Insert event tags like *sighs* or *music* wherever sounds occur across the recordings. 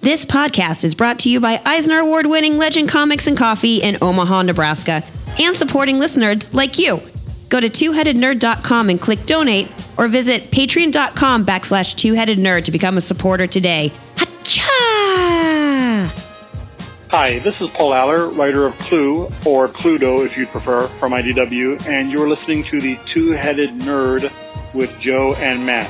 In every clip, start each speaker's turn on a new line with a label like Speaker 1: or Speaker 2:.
Speaker 1: This podcast is brought to you by Eisner Award winning Legend Comics and Coffee in Omaha, Nebraska, and supporting listeners like you. Go to twoheadednerd.com and click donate, or visit patreon.com backslash twoheadednerd to become a supporter today. Hacha!
Speaker 2: Hi, this is Paul Aller, writer of Clue, or Cluedo if you prefer, from IDW, and you're listening to The Two Headed Nerd with Joe and Matt.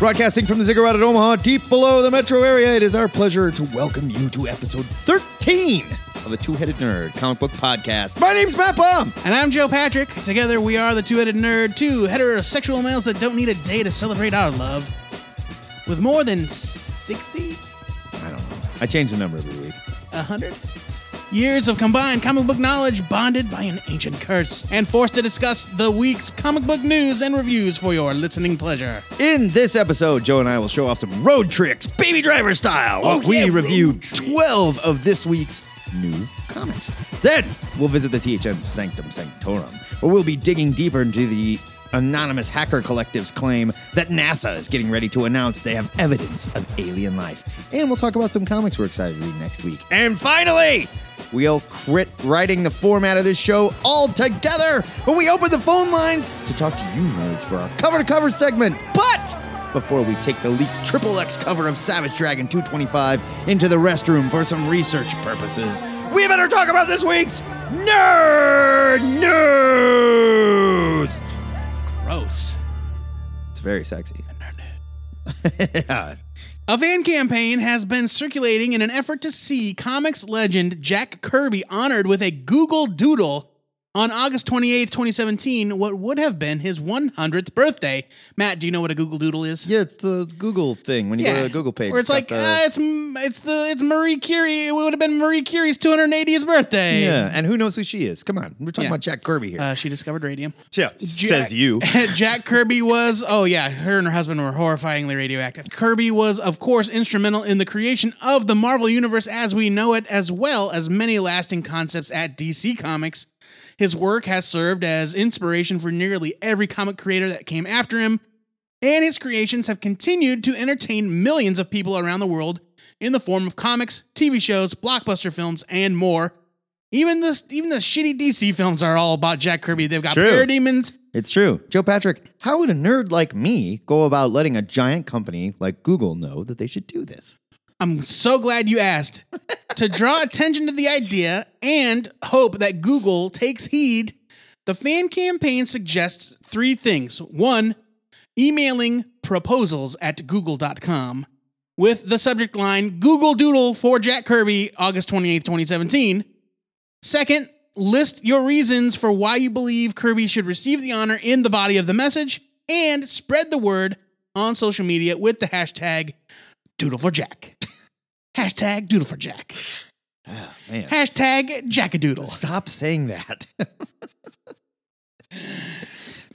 Speaker 3: Broadcasting from the Ziggurat at Omaha, deep below the metro area, it is our pleasure to welcome you to episode 13 of the Two Headed Nerd comic book podcast. My name's Matt Baum.
Speaker 4: And I'm Joe Patrick. Together we are the Two Headed Nerd, two heterosexual males that don't need a day to celebrate our love. With more than 60?
Speaker 3: I don't know. I change the number every week.
Speaker 4: 100? Years of combined comic book knowledge bonded by an ancient curse and forced to discuss the week's comic book news and reviews for your listening pleasure.
Speaker 3: In this episode, Joe and I will show off some road tricks, baby driver style, while
Speaker 4: Oh,
Speaker 3: we
Speaker 4: yeah,
Speaker 3: review
Speaker 4: road tricks.
Speaker 3: 12 of this week's new comics. Then we'll visit the THN Sanctum Sanctorum, where we'll be digging deeper into the anonymous hacker collective's claim that NASA is getting ready to announce they have evidence of alien life. And we'll talk about some comics we're excited to read next week. And finally, We'll quit writing the format of this show altogether when we open the phone lines to talk to you nerds for our cover to cover segment. But before we take the leaked triple X cover of Savage Dragon 225 into the restroom for some research purposes, we better talk about this week's Nerd News!
Speaker 4: Gross.
Speaker 3: It's very sexy.
Speaker 4: *laughs* A fan campaign has been circulating in an effort to see comics legend Jack Kirby honored with a Google Doodle on August 28th, 2017, what would have been his 100th birthday. Matt, do you know what a Google Doodle is?
Speaker 3: Yeah, it's the Google thing when you go to the Google page.
Speaker 4: Where it's,
Speaker 3: got
Speaker 4: like,
Speaker 3: the-
Speaker 4: uh, it's m- it's the it's Marie Curie. It would have been Marie Curie's 280th birthday.
Speaker 3: yeah, and who knows who she is? Come on, we're talking
Speaker 4: Yeah.
Speaker 3: about Jack Kirby here.
Speaker 4: Uh, she discovered radium.
Speaker 3: yeah, says you.
Speaker 4: *laughs* Jack Kirby was, oh yeah, her and her husband were horrifyingly radioactive. Kirby was, of course, instrumental in the creation of the Marvel Universe as we know it, as well as many lasting concepts at DC Comics. His work has served as inspiration for nearly every comic creator that came after him, and his creations have continued to entertain millions of people around the world in the form of comics, TV shows, blockbuster films, and more. Even the even the shitty DC films are all about Jack Kirby. They've got
Speaker 3: true.
Speaker 4: Parademons,
Speaker 3: It's true. Joe Patrick, how would a nerd like me go about letting a giant company like Google know that they should do this?
Speaker 4: I'm so glad you asked. to draw attention to the idea and hope that Google takes heed, the fan campaign suggests three things. One, emailing proposals at google.com with the subject line Google Doodle for Jack Kirby, August 28th, 2017. Second, list your reasons for why you believe Kirby should receive the honor in the body of the message and spread the word on social media with the hashtag Doodle for Jack. Hashtag Doodle for
Speaker 3: *sighs*
Speaker 4: Jack.
Speaker 3: Oh, Man,
Speaker 4: Hashtag Jackadoodle.
Speaker 3: stop saying that.
Speaker 4: *laughs*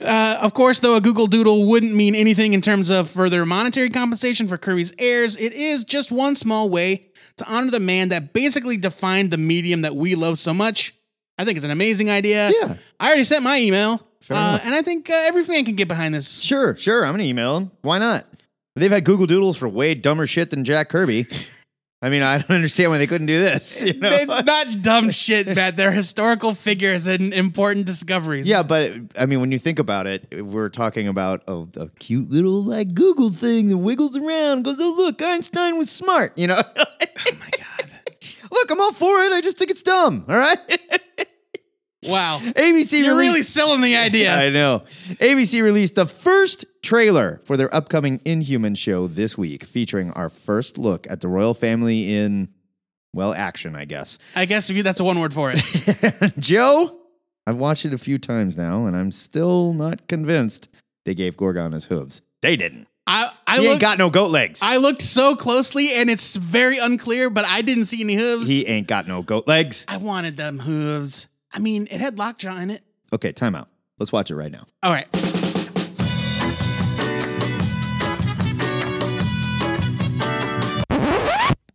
Speaker 4: Uh, of course, though, a Google Doodle wouldn't mean anything in terms of further monetary compensation for Kirby's heirs. It is just one small way to honor the man that basically defined the medium that we love so much. I think it's an amazing idea.
Speaker 3: Yeah.
Speaker 4: I already sent my email.
Speaker 3: Fair
Speaker 4: Uh,
Speaker 3: enough.
Speaker 4: and I think uh, every fan can get behind this.
Speaker 3: sure, sure. I'm going to email them. Why not? They've had Google Doodles for way dumber shit than
Speaker 4: *laughs*
Speaker 3: Jack Kirby. I mean, I don't understand why they couldn't do this. you know?
Speaker 4: It's not dumb shit, Matt. They're historical figures and important discoveries.
Speaker 3: Yeah, but I mean, when you think about it, we're talking about a, a cute little like Google thing that wiggles around, goes, "Oh look, Einstein was smart," you know. *laughs* oh my god! Look, I'm all for it. I just think it's dumb. All right,
Speaker 4: *laughs* Wow.
Speaker 3: ABC
Speaker 4: You're
Speaker 3: released-
Speaker 4: really selling the idea.
Speaker 3: *laughs* I know. ABC released the first trailer for their upcoming Inhuman show this week, featuring our first look at the royal family in, well, action, I guess. *laughs*
Speaker 4: I guess if you, that's a one word for it.
Speaker 3: Joe, I've watched it a few times now, and I'm still not convinced they gave Gorgon his hooves. *laughs* They didn't.
Speaker 4: I I
Speaker 3: He ain't
Speaker 4: looked,
Speaker 3: got no goat legs.
Speaker 4: I looked so closely, and it's very unclear. But I didn't see any hooves.
Speaker 3: he ain't got no goat legs.
Speaker 4: I wanted them hooves. I mean, it had lockjaw in it.
Speaker 3: Okay, time out. Let's watch it right now.
Speaker 4: All right.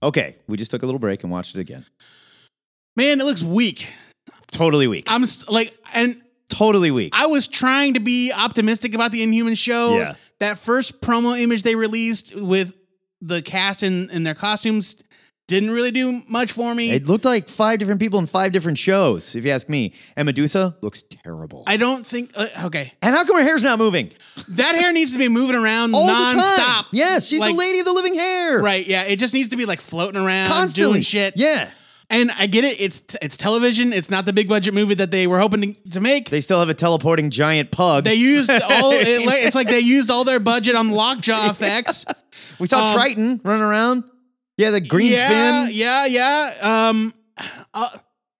Speaker 3: Okay, we just took a little break and watched it again.
Speaker 4: Man, it looks weak.
Speaker 3: Totally weak.
Speaker 4: I'm s- like, and
Speaker 3: totally weak.
Speaker 4: I was trying to be optimistic about the Inhuman show.
Speaker 3: Yeah.
Speaker 4: That first promo image they released with the cast in, in their costumes didn't really do much for me.
Speaker 3: It looked like five different people in five different shows, if you ask me. And Medusa looks terrible.
Speaker 4: I don't think. Uh, okay,
Speaker 3: and how come her hair's not moving?
Speaker 4: that hair needs to be moving around
Speaker 3: All the time.
Speaker 4: nonstop.
Speaker 3: Yes, she's
Speaker 4: Like,
Speaker 3: the lady of the living hair.
Speaker 4: Right? Yeah, it just needs to be like floating around,
Speaker 3: Constantly.
Speaker 4: doing shit.
Speaker 3: Yeah.
Speaker 4: and I get it. It's it's television. It's not the big budget movie that they were hoping to, to make. They,
Speaker 3: They still have a teleporting giant pug.
Speaker 4: used all.
Speaker 3: *laughs*
Speaker 4: it, like- it's like they used all their budget on lockjaw effects.
Speaker 3: we saw
Speaker 4: um,
Speaker 3: Triton running around. Yeah, the green
Speaker 4: yeah,
Speaker 3: fin.
Speaker 4: yeah, yeah. Um, uh,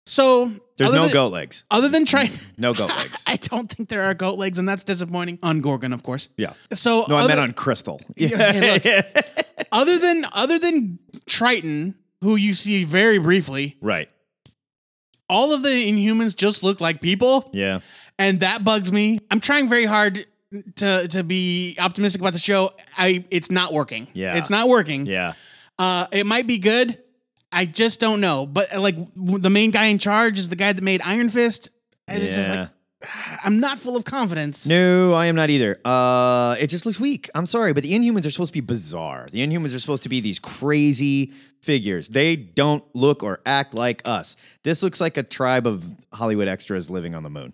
Speaker 4: so
Speaker 3: There's
Speaker 4: other
Speaker 3: no
Speaker 4: than,
Speaker 3: goat legs.
Speaker 4: Other than Triton, *laughs*
Speaker 3: No goat legs.
Speaker 4: I don't think there are goat legs, and that's disappointing. On Gorgon, of course.
Speaker 3: Yeah.
Speaker 4: So
Speaker 3: No, I
Speaker 4: other,
Speaker 3: meant on Crystal.
Speaker 4: *laughs* Yeah, hey, look. other than other than Triton, who you see very briefly,
Speaker 3: Right.
Speaker 4: all of the Inhumans just look like people.
Speaker 3: *laughs* Yeah.
Speaker 4: and that bugs me. I'm trying very hard to to be optimistic about the show. I it's not working.
Speaker 3: Yeah.
Speaker 4: it's not working.
Speaker 3: Yeah.
Speaker 4: Uh, it might be good. I just don't know. But uh, like w- the main guy in charge is the guy that made Iron Fist, and it's just like I'm not full of confidence.
Speaker 3: No, I am not either. Uh, it just looks weak. I'm sorry, but the Inhumans are supposed to be bizarre. The Inhumans are supposed to be these crazy figures. They don't look or act like us. This looks like a tribe of Hollywood extras living on the moon.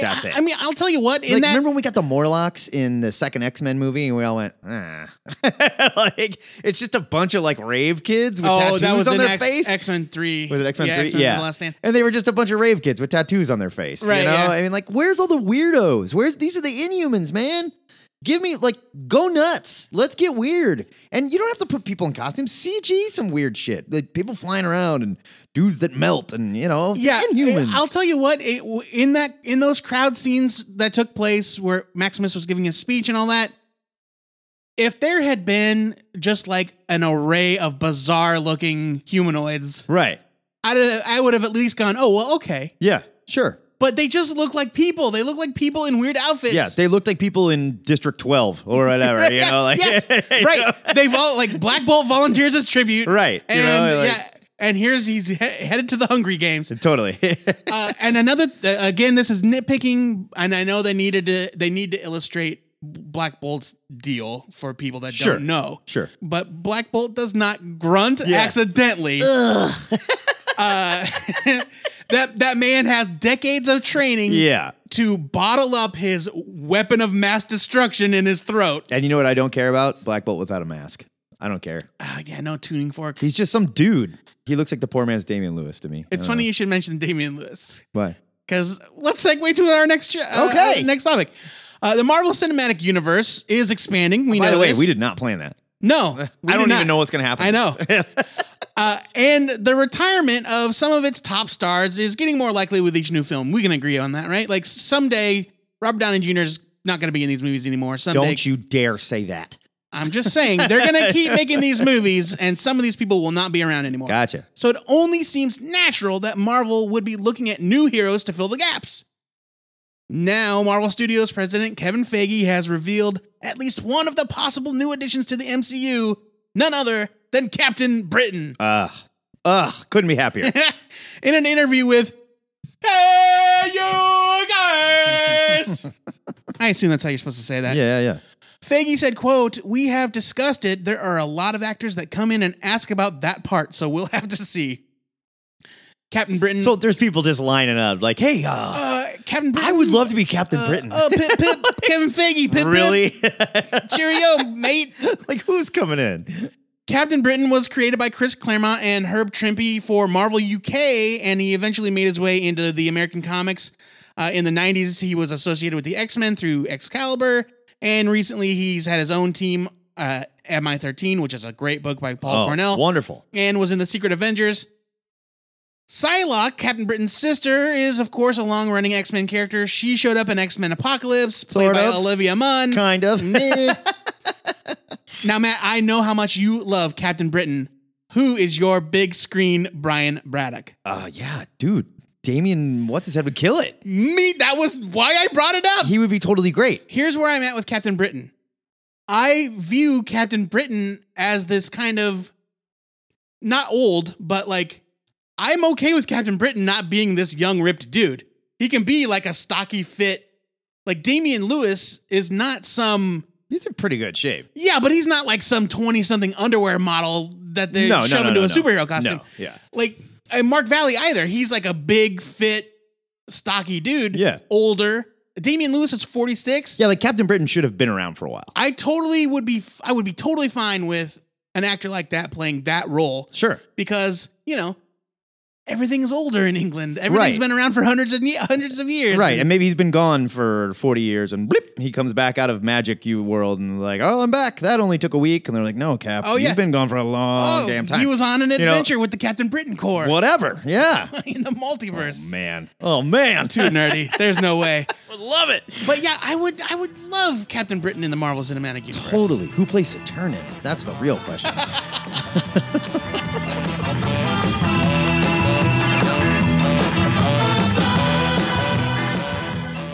Speaker 3: That's
Speaker 4: I,
Speaker 3: it.
Speaker 4: I mean, I'll tell you what. In
Speaker 3: like,
Speaker 4: that,
Speaker 3: remember when we got the Morlocks in the second X Men movie, and we all went, ah. *laughs* like it's just a bunch of like rave kids with
Speaker 4: oh,
Speaker 3: tattoos
Speaker 4: that was
Speaker 3: on
Speaker 4: in
Speaker 3: their
Speaker 4: X,
Speaker 3: face.
Speaker 4: X-Men Three.
Speaker 3: was it X Men
Speaker 4: Yeah,
Speaker 3: Three?
Speaker 4: X-Men
Speaker 3: e- yeah,
Speaker 4: The Last Stand.
Speaker 3: and they were just a bunch of rave kids with tattoos on their face.
Speaker 4: Right,
Speaker 3: You know,
Speaker 4: yeah.
Speaker 3: I mean, like, where's all the weirdos? Where's these are the Inhumans, man? Give me like go nuts. Let's get weird. And you don't have to put people in costumes. CG some weird shit. Like people flying around and dudes that melt and you know
Speaker 4: Yeah, eh,
Speaker 3: Inhumans.
Speaker 4: I'll tell you what. It, in that, in those crowd scenes that took place where Maximus was giving his speech and all that, if there had been just like an array of bizarre-looking humanoids,
Speaker 3: right.
Speaker 4: I'd have, I would have at least gone, "Oh well, okay."
Speaker 3: Yeah. Sure.
Speaker 4: But they just look like people. They look like people in weird outfits.
Speaker 3: Yeah, they looked like people in District 12
Speaker 4: *laughs*
Speaker 3: or whatever, you know, like
Speaker 4: yes,
Speaker 3: *laughs* you
Speaker 4: right. They've all like Black Bolt volunteers as tribute,
Speaker 3: Right, you
Speaker 4: And
Speaker 3: know, like-
Speaker 4: yeah, and here's he's he- headed to the Hungry Games.
Speaker 3: know. Totally.
Speaker 4: *laughs* uh, and another th- again this is nitpicking and i know they needed to they need to illustrate black bolt's deal for people that
Speaker 3: Sure.
Speaker 4: don't know
Speaker 3: sure.
Speaker 4: but black bolt does not grunt
Speaker 3: Yeah.
Speaker 4: accidentally *laughs* uh, *laughs* that that man has decades of training
Speaker 3: Yeah.
Speaker 4: to bottle up his weapon of mass destruction in his throat
Speaker 3: And you know what I don't care about? Black Bolt without a mask. I don't care.
Speaker 4: Ah, yeah no tuning fork
Speaker 3: He's just some dude. He looks like the poor man's Damian Lewis to me.
Speaker 4: it's funny you should mention damian lewis
Speaker 3: Why?
Speaker 4: because let's segue to our next ch- uh,
Speaker 3: Okay.
Speaker 4: uh, next topic. Uh, the Marvel Cinematic Universe is expanding. We
Speaker 3: By
Speaker 4: know
Speaker 3: the way,
Speaker 4: this.
Speaker 3: we did not plan that. *laughs*
Speaker 4: no. we
Speaker 3: I
Speaker 4: did
Speaker 3: don't
Speaker 4: not.
Speaker 3: even know what's going to happen.
Speaker 4: I
Speaker 3: *laughs*
Speaker 4: know. uh, and the retirement of some of its top stars is getting more likely with each new film. We can agree on that, right? Like someday, Robert Downey Jr. is not going to be in these movies anymore. Someday,
Speaker 3: Don't you dare say that.
Speaker 4: I'm just saying they're going
Speaker 3: *laughs*
Speaker 4: to keep making these movies, and some of these people will not be around anymore.
Speaker 3: Gotcha.
Speaker 4: So it only seems natural that Marvel would be looking at new heroes to fill the gaps. Now, Marvel Studios president Kevin Feige has revealed at least one of the possible new additions to the MCU, none other than Captain Britain.
Speaker 3: Ugh. Ugh. Couldn't
Speaker 4: *laughs*
Speaker 3: be happier.
Speaker 4: In an interview with Hey You Guys! I assume that's how you're supposed to say
Speaker 3: yeah,
Speaker 4: that.
Speaker 3: yeah, yeah.
Speaker 4: Feige said, quote, we have discussed it. There are a lot of actors that come in and ask about that part, so we'll have to see. Captain Britain.
Speaker 3: So there's people just lining up like, hey, uh,
Speaker 4: uh, Captain Britain.
Speaker 3: I would love to be Captain
Speaker 4: uh,
Speaker 3: Britain.
Speaker 4: Oh, Pip, Pip, Kevin Feige, Pip,
Speaker 3: really? *laughs*
Speaker 4: Pip. Cheerio, mate.
Speaker 3: like, who's coming in?
Speaker 4: Captain Britain was created by Chris Claremont and Herb Trimpe for Marvel UK, and he eventually made his way into the American comics. Uh, in the 90s, he was associated with the X Men through Excalibur, and recently he's had his own team, uh, MI 13, which is a great book by Paul
Speaker 3: Oh,
Speaker 4: Cornell,
Speaker 3: Wonderful.
Speaker 4: and was in the Secret Avengers. Psylocke, Captain Britain's sister, is of course a long running X Men character. She showed up in X Men Apocalypse, played
Speaker 3: Sort
Speaker 4: by
Speaker 3: of.
Speaker 4: Olivia Munn.
Speaker 3: Kind of. *laughs*
Speaker 4: Meh. now, Matt, I know how much you love Captain Britain. Who is your big screen Brian Braddock?
Speaker 3: Uh, yeah, dude. Damien, what's his head would kill it.
Speaker 4: Me, that was why I brought it up.
Speaker 3: He would be totally great.
Speaker 4: Here's where I'm at with Captain Britain. I view Captain Britain as this kind of not old, but like I'm okay with Captain Britain not being this young ripped dude. He can be like a stocky fit. Like Damian Lewis is not some
Speaker 3: He's in pretty good shape.
Speaker 4: yeah, but he's not like some twenty something underwear model that they're
Speaker 3: No, no,
Speaker 4: shoving
Speaker 3: no,
Speaker 4: to
Speaker 3: no,
Speaker 4: a
Speaker 3: no.
Speaker 4: superhero costume.
Speaker 3: No, yeah.
Speaker 4: Like and Mark Valley either. He's like a big fit, stocky dude.
Speaker 3: Yeah.
Speaker 4: Older. Damian Lewis is forty six.
Speaker 3: Yeah, like Captain Britain should have been around for a while.
Speaker 4: I totally would be I would be totally fine with an actor like that playing that role
Speaker 3: Sure.
Speaker 4: because, you know, everything's older in England. Everything's
Speaker 3: Right.
Speaker 4: been around for hundreds and ye- hundreds of years.
Speaker 3: Right, and maybe he's been gone for 40 years, and blip, he comes back out of Magic U world and like, oh, I'm back. That only took a week, and they're like, no, Cap,
Speaker 4: Oh, yeah.
Speaker 3: you've been gone for a long
Speaker 4: oh,
Speaker 3: damn time.
Speaker 4: He was on an
Speaker 3: You know-
Speaker 4: adventure with the Captain Britain Corps
Speaker 3: Whatever, yeah.
Speaker 4: *laughs* in the multiverse.
Speaker 3: man, oh man,
Speaker 4: Too
Speaker 3: *laughs*
Speaker 4: nerdy. There's no way.
Speaker 3: love it.
Speaker 4: But yeah, I would I would love Captain Britain in the Marvel Cinematic Universe.
Speaker 3: Totally. Who plays Saturnin? That's the real question.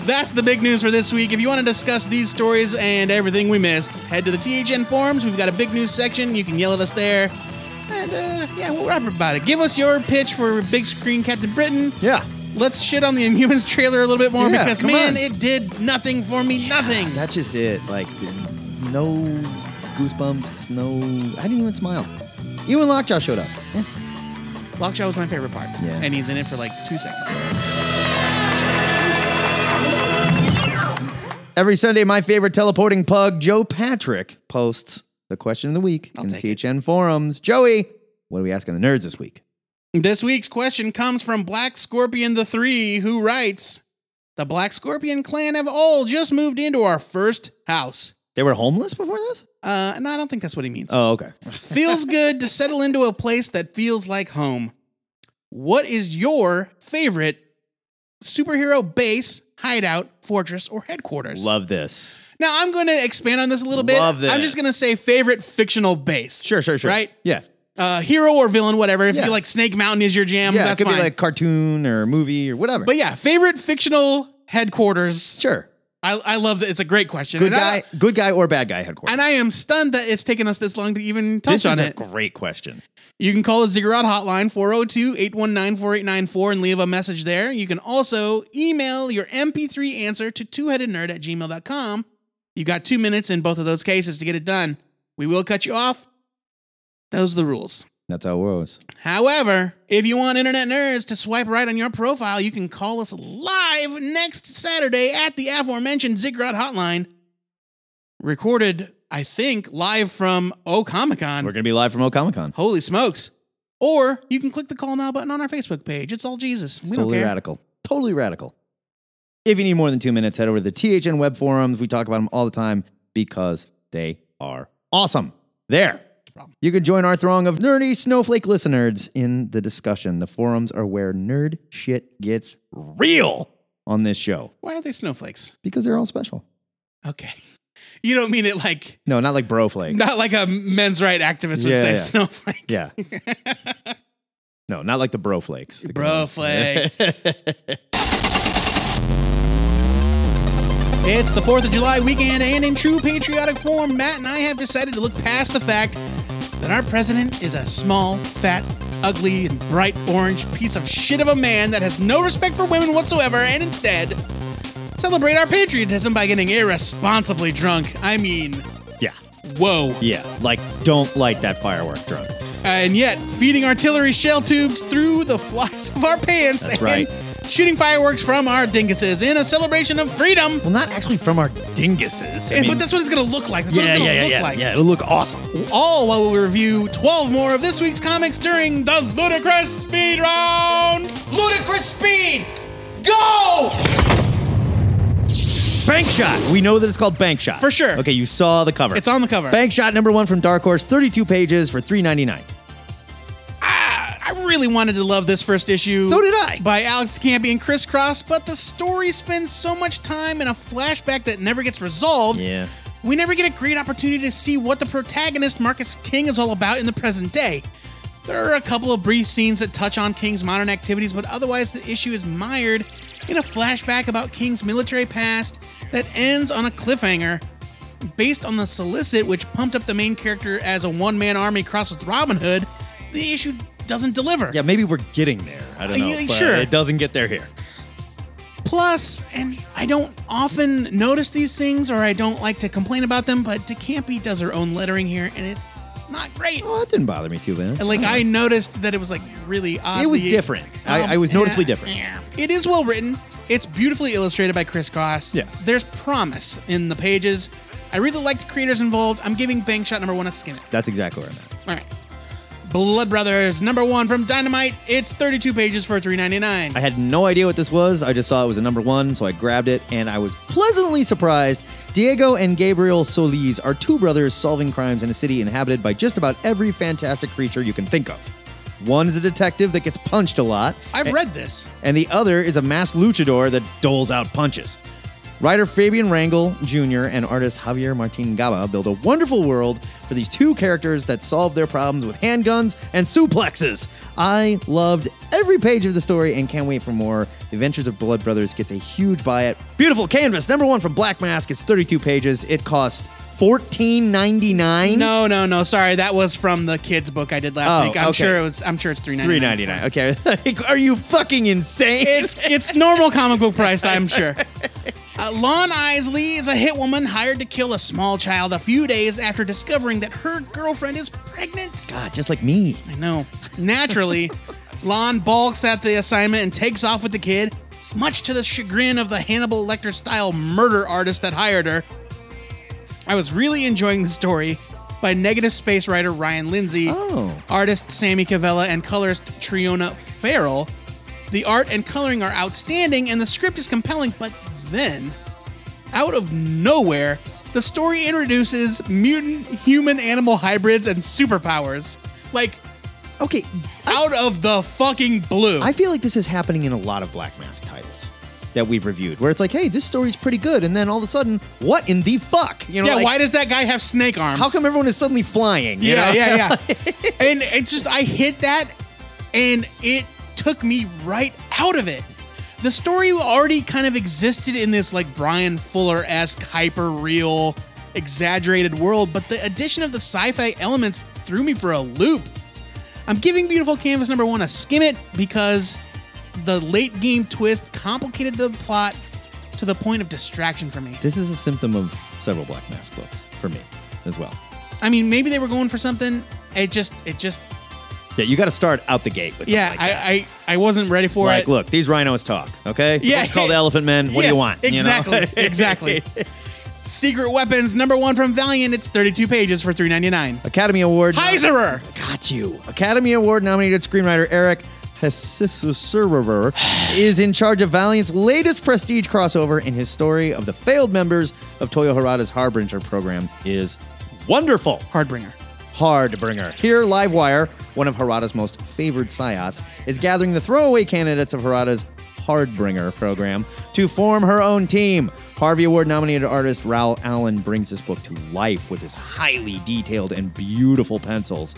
Speaker 4: That's the big news for this week. If you want to discuss these stories and everything we missed, head to the THN forums. We've got a big news section. You can yell at us there. And uh, yeah, we'll rap about it. Give us your pitch for Big Screen Captain Britain.
Speaker 3: yeah,
Speaker 4: Let's shit on the *laughs* Inhumans trailer a little bit more
Speaker 3: Yeah,
Speaker 4: because,
Speaker 3: come
Speaker 4: man,
Speaker 3: on.
Speaker 4: it did nothing for me. nothing.
Speaker 3: that's just it. Like, no goosebumps, no. I didn't even smile. Even Lockjaw showed up. Eh.
Speaker 4: Lockjaw was my favorite part.
Speaker 3: Yeah.
Speaker 4: And he's in it for like two seconds.
Speaker 3: Every Sunday, my favorite teleporting pug, Joe Patrick, posts the question of the week in the
Speaker 4: take it.
Speaker 3: THN forums. Joey, what are we asking the nerds this week?
Speaker 4: This week's question comes from Black Scorpion the Three, who writes The Black Scorpion clan have all just moved into our first house.
Speaker 3: They were homeless before this?
Speaker 4: Uh, no, I don't think that's what he means.
Speaker 3: Oh, okay.
Speaker 4: *laughs* feels good to settle into a place that feels like home. What is your favorite superhero base, hideout, fortress, or headquarters?
Speaker 3: Love this.
Speaker 4: Now I'm going to expand on this a little bit.
Speaker 3: Love this.
Speaker 4: I'm just going to say favorite fictional base.
Speaker 3: Sure, sure, sure.
Speaker 4: Right?
Speaker 3: Yeah.
Speaker 4: Uh, hero or villain, whatever. If
Speaker 3: Yeah.
Speaker 4: you like Snake Mountain is your jam,
Speaker 3: yeah,
Speaker 4: that's
Speaker 3: it could
Speaker 4: fine.
Speaker 3: be like cartoon or movie or whatever.
Speaker 4: but yeah, favorite fictional headquarters.
Speaker 3: sure.
Speaker 4: I, I love that. It's a great question.
Speaker 3: Good
Speaker 4: and I-
Speaker 3: guy, good guy or bad guy headquarters.
Speaker 4: and I am stunned that it's taken us this long to even touch
Speaker 3: this
Speaker 4: on
Speaker 3: is
Speaker 4: it.
Speaker 3: a great question.
Speaker 4: You can call the Ziggurat hotline 402 819 4894 and leave a message there. You can also email your MP3 answer to twoheadednerd at gmail.com. You got two minutes in both of those cases to get it done. We will cut you off. Those are the rules.
Speaker 3: That's how it was.
Speaker 4: However, if you want internet nerds to swipe right on your profile, you can call us live next Saturday at the aforementioned Ziggurat hotline. Recorded, I think, live from O Comic Con.
Speaker 3: We're gonna be live from O Comic Con.
Speaker 4: Holy smokes. Or you can click the call now button on our Facebook page. It's all Jesus. We don't
Speaker 3: totally
Speaker 4: care.
Speaker 3: radical. Totally radical. If you need more than two minutes, head over to the THN web forums. We talk about them all the time because they are awesome. There.
Speaker 4: problem.
Speaker 3: You can join our throng of nerdy snowflake listeners in the discussion. The forums are where nerd shit gets real on this show
Speaker 4: Why are they snowflakes?
Speaker 3: because they're all special.
Speaker 4: Okay. *laughs* You don't mean it like
Speaker 3: No, not like broflake.
Speaker 4: not like a men's right activist would
Speaker 3: Yeah,
Speaker 4: say
Speaker 3: yeah.
Speaker 4: snowflake.
Speaker 3: *laughs* Yeah. no, not like the broflakes.
Speaker 4: Bro flakes. It's the 4th of July weekend, and in true patriotic form, Matt and I have decided to look past the fact that our president is a small, fat, ugly, and bright orange piece of shit of a man that has no respect for women whatsoever, and instead celebrate our patriotism by getting irresponsibly drunk. I mean,
Speaker 3: *laughs* Yeah.
Speaker 4: whoa.
Speaker 3: Yeah. Like, don't light that firework drone.
Speaker 4: And yet, feeding artillery shell tubes through the flies *laughs* of our pants and
Speaker 3: right.
Speaker 4: shooting fireworks from our dinguses in a celebration of freedom.
Speaker 3: Well, not actually from our dinguses. I
Speaker 4: And-
Speaker 3: mean-
Speaker 4: but that's what it's going to look like. That's what
Speaker 3: yeah,
Speaker 4: it's going to
Speaker 3: yeah, yeah,
Speaker 4: look
Speaker 3: yeah,
Speaker 4: like.
Speaker 3: yeah. It'll look awesome.
Speaker 4: All while we review 12 more of this week's comics during the Ludicrous Speed Round.
Speaker 5: Ludicrous speed! Go!
Speaker 3: Bank shot. We know that it's called bank shot
Speaker 4: For sure.
Speaker 3: Okay, you saw the cover.
Speaker 4: It's on the cover.
Speaker 3: Bank shot number one from Dark Horse, 32 pages for 3.99.
Speaker 4: Ah, I really wanted to love this first issue.
Speaker 3: So did I.
Speaker 4: By Alex Campy and Chris Cross, but the story spends so much time in a flashback that never gets resolved.
Speaker 3: Yeah.
Speaker 4: We never get a great opportunity to see what the protagonist Marcus King is all about in the present day. There are a couple of brief scenes that touch on King's modern activities, but otherwise the issue is mired in a flashback about King's military past that ends on a cliffhanger. Based on the solicit, which pumped up the main character as a one man army crossed with Robin Hood, the issue doesn't deliver.
Speaker 3: Yeah, maybe we're getting there. I
Speaker 4: Uh,
Speaker 3: don't know.
Speaker 4: yeah,
Speaker 3: but
Speaker 4: sure.
Speaker 3: It doesn't get there here.
Speaker 4: Plus, and I don't often notice these things or I don't like to complain about them, but DeCampi does her own lettering here and it's not great.
Speaker 3: Oh, that didn't bother me too bad.
Speaker 4: And, Like I noticed that it was like really odd.
Speaker 3: It was different. I, I was noticeably different.
Speaker 4: It is well written. It's beautifully illustrated by Chris Goss.
Speaker 3: Yeah.
Speaker 4: There's promise in the pages. I really like the creators involved. I'm giving Bang Shot number one a skim it.
Speaker 3: That's exactly where I'm at.
Speaker 4: All right. Blood Brothers number one from Dynamite. It's 32 pages for 3.99.
Speaker 3: I had no idea what this was. I just saw it was a number one, so I grabbed it, and I was pleasantly surprised. Diego and Gabriel Solis are two brothers solving crimes in a city inhabited by just about every fantastic creature you can think of. One is a detective that gets punched a lot,
Speaker 4: I've read this.
Speaker 3: and the other is a masked luchador that doles out punches. Writer Fabian Rangel Jr. and artist Javier Martin Gama build a wonderful world for these two characters that solve their problems with handguns and suplexes. I loved every page of the story and can't wait for more. The Adventures of Blood Brothers gets a huge buy at Beautiful Canvas, number one from Black Mask. It's 32 pages. It costs $14.99.
Speaker 4: No, no, no. Sorry, that was from the kids book I did last
Speaker 3: Oh,
Speaker 4: week. I'm
Speaker 3: okay.
Speaker 4: sure it was. I'm sure it's 3.99.
Speaker 3: Three ninety nine. Okay, Like, are you fucking insane?
Speaker 4: It's it's normal comic book price, I'm sure. Uh, Lon Isley is a hit woman hired to kill a small child a few days after discovering that her girlfriend is pregnant.
Speaker 3: God, just like me.
Speaker 4: I know. Naturally, Lon balks at the assignment and takes off with the kid, much to the chagrin of the Hannibal Lecter style murder artist that hired her. I was really enjoying the story by negative space writer Ryan Lindsay,
Speaker 3: Oh.
Speaker 4: artist Sammy Cavella, and colorist Triona Farrell. The art and coloring are outstanding, and the script is compelling, but then out of nowhere, the story introduces mutant human animal hybrids and superpowers. Like,
Speaker 3: Okay,
Speaker 4: out of the fucking blue.
Speaker 3: I feel like this is happening in a lot of Black Mask titles that we've reviewed, where it's like, hey, this story's pretty good, and then all of a sudden, what in the fuck? You know,
Speaker 4: yeah,
Speaker 3: like,
Speaker 4: why does that guy have snake arms?
Speaker 3: how come everyone is suddenly flying? you
Speaker 4: Yeah,
Speaker 3: know?
Speaker 4: yeah, *laughs* yeah.
Speaker 3: *laughs*
Speaker 4: and it just, I hit that and it took me right out of it. The story already kind of existed in this like Brian Fuller esque, hyper real, exaggerated world, but the addition of the sci fi elements threw me for a loop. I'm giving Beautiful Canvas number one a skim it because the late game twist complicated the plot to the point of distraction for me.
Speaker 3: This is a symptom of several Black Mask books for me as well.
Speaker 4: I mean, maybe they were going for something. It just, it just,
Speaker 3: Yeah, you got to start out the gate with something
Speaker 4: yeah,
Speaker 3: like that.
Speaker 4: I, I, I wasn't ready for
Speaker 3: like,
Speaker 4: it.
Speaker 3: look, these rhinos talk, okay?
Speaker 4: Yeah.
Speaker 3: It's
Speaker 4: *laughs*
Speaker 3: called Elephant Men. What do you
Speaker 4: Yes,
Speaker 3: want? you know?
Speaker 4: Exactly,
Speaker 3: *laughs*
Speaker 4: exactly. Secret Weapons number one from Valiant. It's 32 pages for 3.99.
Speaker 3: Academy Award.
Speaker 4: Heiserer.
Speaker 3: Got you. Academy Award nominated screenwriter Eric Hesisusuruver *sighs* is in charge of Valiant's latest prestige crossover, and his story of the failed members of Toyo Harada's Harbinger program is wonderful.
Speaker 4: Hardbringer.
Speaker 3: Hardbringer. Here, Livewire, one of Harada's most favored psyops, is gathering the throwaway candidates of Harada's Hardbringer program to form her own team. Harvey Award nominated artist Raul Allen brings this book to life with his highly detailed and beautiful pencils.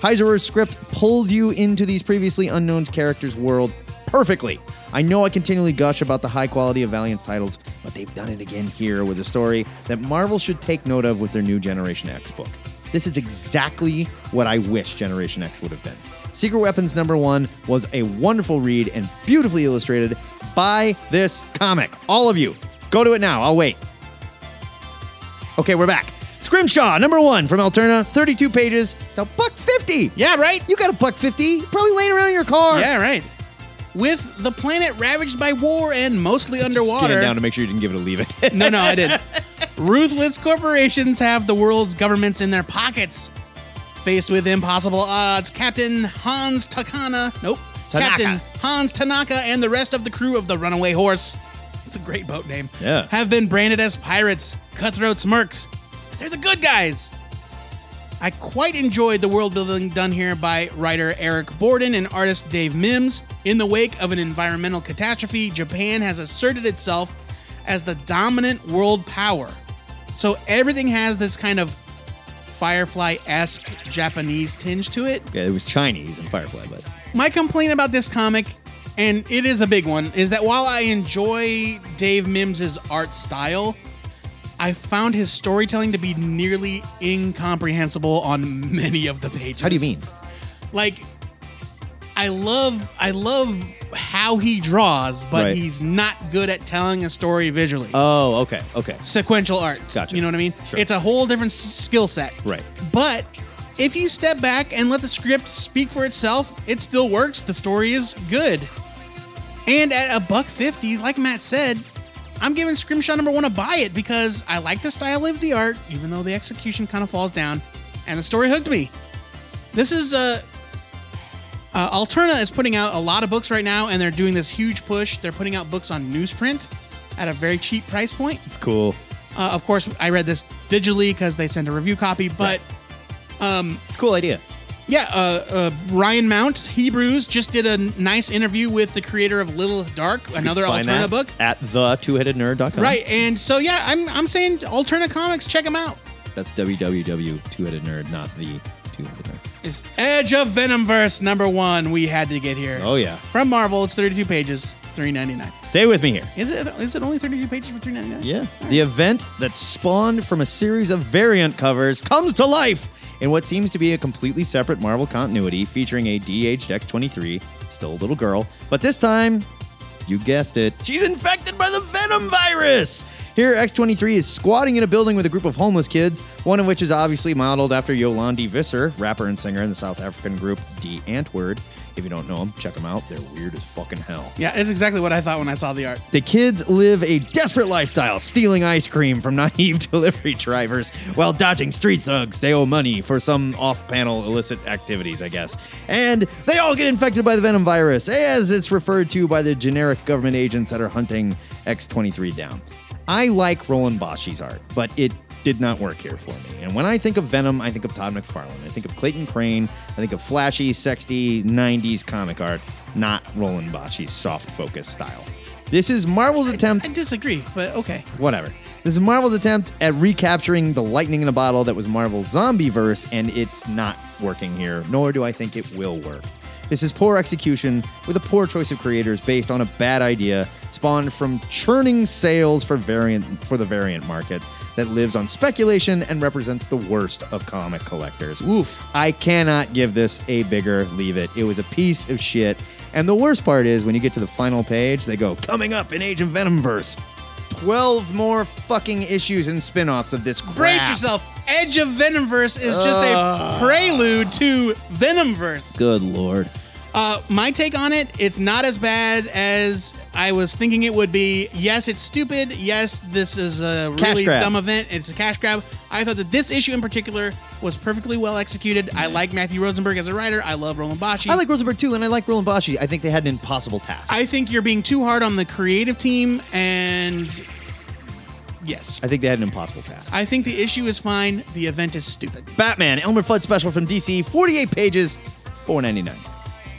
Speaker 3: Heiserer's script pulls you into these previously unknown characters' world perfectly. I know I continually gush about the high quality of Valiant's titles, but they've done it again here with a story that Marvel should take note of with their new Generation X book. This is exactly what I wish Generation X would have been. Secret Weapons number one was a wonderful read and beautifully illustrated. Buy this comic, all of you. Go to it now. I'll wait. Okay, we're back. Scrimshaw number one from Alterna, 32 pages. It's a buck fifty.
Speaker 4: Yeah, right?
Speaker 3: You got a buck fifty? Probably laying around in your car.
Speaker 4: Yeah, right. With the planet ravaged by war and mostly underwater.
Speaker 3: down to make sure you didn't give it a leave
Speaker 4: *laughs*
Speaker 3: it.
Speaker 4: no, no, I
Speaker 3: *laughs*
Speaker 4: didn't. Ruthless corporations have the world's governments in their pockets. Faced with impossible odds, Captain Hans Takana, nope,
Speaker 3: Tanaka.
Speaker 4: Captain Hans Tanaka and the rest of the crew of the Runaway Horse, it's a great boat name,
Speaker 3: Yeah.
Speaker 4: have been branded as pirates, cutthroats, mercs. But they're the good guys. I quite enjoyed the world building done here by writer Eric Borden and artist Dave Mims. In the wake of an environmental catastrophe, Japan has asserted itself as the dominant world power. So everything has this kind of Firefly esque Japanese tinge to it.
Speaker 3: okay, it was Chinese and Firefly, but
Speaker 4: My complaint about this comic, and it is a big one, is that while I enjoy Dave Mims' art style, I found his storytelling to be nearly incomprehensible on many of the pages.
Speaker 3: how do you mean?
Speaker 4: Like, I love I love how he draws, but
Speaker 3: Right.
Speaker 4: he's not good at telling a story visually.
Speaker 3: Oh, okay, okay.
Speaker 4: Sequential art.
Speaker 3: Gotcha.
Speaker 4: You know what I mean?
Speaker 3: Sure.
Speaker 4: It's a whole different s- skill set.
Speaker 3: Right.
Speaker 4: But if you step back and let the script speak for itself, it still works. The story is good. And at a buck 50, like Matt said, I'm giving Scrimshaw number one a buy it because I like the style of the art, even though the execution kind of falls down, and the story hooked me. This is Uh, uh, Alterna is putting out a lot of books right now, and they're doing this huge push. They're putting out books on newsprint at a very cheap price point.
Speaker 3: It's cool.
Speaker 4: Uh, of course, I read this digitally because they sent a review copy, but um,
Speaker 3: It's a cool idea.
Speaker 4: yeah, uh, uh, Ryan Mount, Hebrews, just did a n- nice interview with the creator of Little Dark, another
Speaker 3: Find
Speaker 4: Alterna
Speaker 3: that
Speaker 4: book.
Speaker 3: at the twoheadednerd.com.
Speaker 4: Right, and so yeah, I'm I'm saying Alterna Comics, check them out.
Speaker 3: That's www.twoheadednerd, not the two-headed nerd.
Speaker 4: It's Edge of Venomverse number one. We had to get here.
Speaker 3: Oh yeah.
Speaker 4: From Marvel, it's 32 pages, 3.99.
Speaker 3: Stay with me here.
Speaker 4: Is it is it only 32 pages for 3.99?
Speaker 3: Yeah. The event that spawned from a series of variant covers comes to life in what seems to be a completely separate Marvel continuity featuring a de-aged X-23, still a little girl, but this time, you guessed it, she's infected by the Venom virus! Here, X-23 is squatting in a building with a group of homeless kids, one of which is obviously modeled after Yolandi Visser, rapper and singer in the South African group D Antword. If you don't know them, check them out. They're weird as fucking hell.
Speaker 4: Yeah, it's exactly what I thought when I saw the art.
Speaker 3: The kids live a desperate lifestyle, stealing ice cream from *laughs* naive delivery drivers while dodging street thugs. They owe money for some off panel illicit activities, I guess. And they all get infected by the Venom virus, as it's referred to by the generic government agents that are hunting X23 down. I like Roland Boschi's art, but it did not work here for me. And when I think of Venom, I think of Todd McFarlane. I think of Clayton Crane. I think of flashy, sexy, 90s comic art, not Roland Boschi's soft focus style. This is Marvel's
Speaker 4: I
Speaker 3: attempt,
Speaker 4: disagree, but okay.
Speaker 3: whatever. This is Marvel's attempt at recapturing the lightning in a bottle that was Marvel's zombie verse, and it's not working here, nor do I think it will work. This is poor execution with a poor choice of creators based on a bad idea spawned from churning sales for variant for the variant market that lives on speculation and represents the worst of comic collectors.
Speaker 4: Oof.
Speaker 3: I cannot give this a bigger leave it. It was a piece of shit. And the worst part is when you get to the final page, they go, coming up in Age of Venomverse. 12 more fucking issues and spin offs of this crap.
Speaker 4: Brace yourself. Edge of Venomverse is just a prelude to Venomverse.
Speaker 3: Good lord.
Speaker 4: Uh, my take on it, it's not as bad as I was thinking it would be. Yes, it's stupid. Yes, this is a
Speaker 3: Cash
Speaker 4: really
Speaker 3: grab.
Speaker 4: dumb event. It's a cash grab. I thought that this issue in particular was perfectly well executed. I like Matthew Rosenberg as a writer. I love Roland Bashi.
Speaker 3: I like Rosenberg too, and I like Roland Bashi. I think they had an impossible task.
Speaker 4: I think you're being too hard on the creative team, and yes,
Speaker 3: I think they had an impossible task.
Speaker 4: I think the issue is fine. The event is stupid.
Speaker 3: Batman, Elmer Fudd special from DC, 48 pages, 4.99.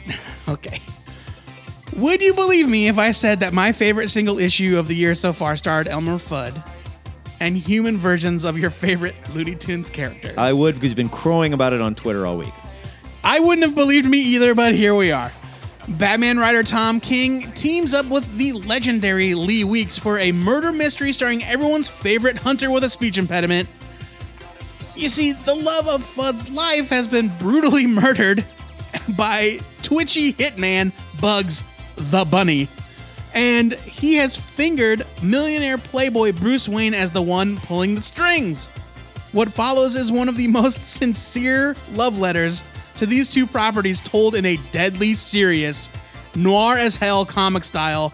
Speaker 4: *laughs* Okay. Would you believe me if I said that my favorite single issue of the year so far starred Elmer Fudd and human versions of your favorite Looney Tunes characters?
Speaker 3: I would because he's been crowing about it on Twitter all week.
Speaker 4: I wouldn't have believed me either, but here we are. Batman writer Tom King teams up with the legendary Lee Weeks for a murder mystery starring everyone's favorite hunter with a speech impediment. You see, the love of Fudd's life has been brutally *laughs* murdered by twitchy hitman Bugs the Bunny. And he has fingered millionaire playboy Bruce Wayne as the one pulling the strings. What follows is one of the most *laughs* sincere love letters to these two properties told in a deadly serious, noir as hell comic style.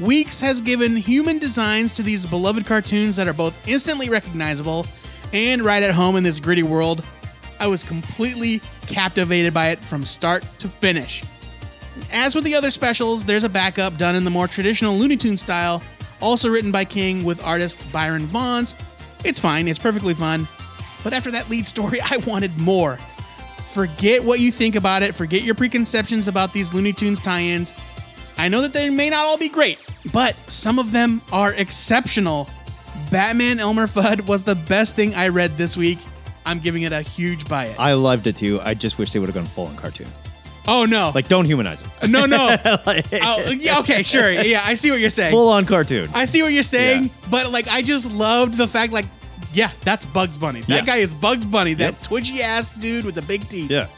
Speaker 4: Weeks has given human designs to these beloved cartoons that are both instantly recognizable and right at home in this gritty world. I was completely captivated by it from start to finish. As with the other specials, there's a backup done in the more traditional Looney Tunes style, also written by King with artist Byron Bonds. It's fine, it's perfectly fun. But after that lead story, *laughs* I wanted more. Forget what you think about it, forget your preconceptions about these Looney Tunes tie ins. I know that they may not all be great, but some of them are exceptional. Batman Elmer Fudd was the best thing I read this week. I'm giving it a huge buy it.
Speaker 3: I loved it too. I just wish they would have gone full on cartoon.
Speaker 4: Oh no.
Speaker 3: Like, don't humanize it.
Speaker 4: no,
Speaker 3: *laughs*
Speaker 4: no. Oh, yeah, okay, sure. Yeah, I see what you're saying.
Speaker 3: Full on cartoon.
Speaker 4: I see what you're saying,
Speaker 3: Yeah.
Speaker 4: but like I just loved the fact like yeah, that's Bugs Bunny. That
Speaker 3: Yeah.
Speaker 4: guy is Bugs Bunny, that
Speaker 3: Yep.
Speaker 4: twitchy ass dude with the big teeth.
Speaker 3: Yeah.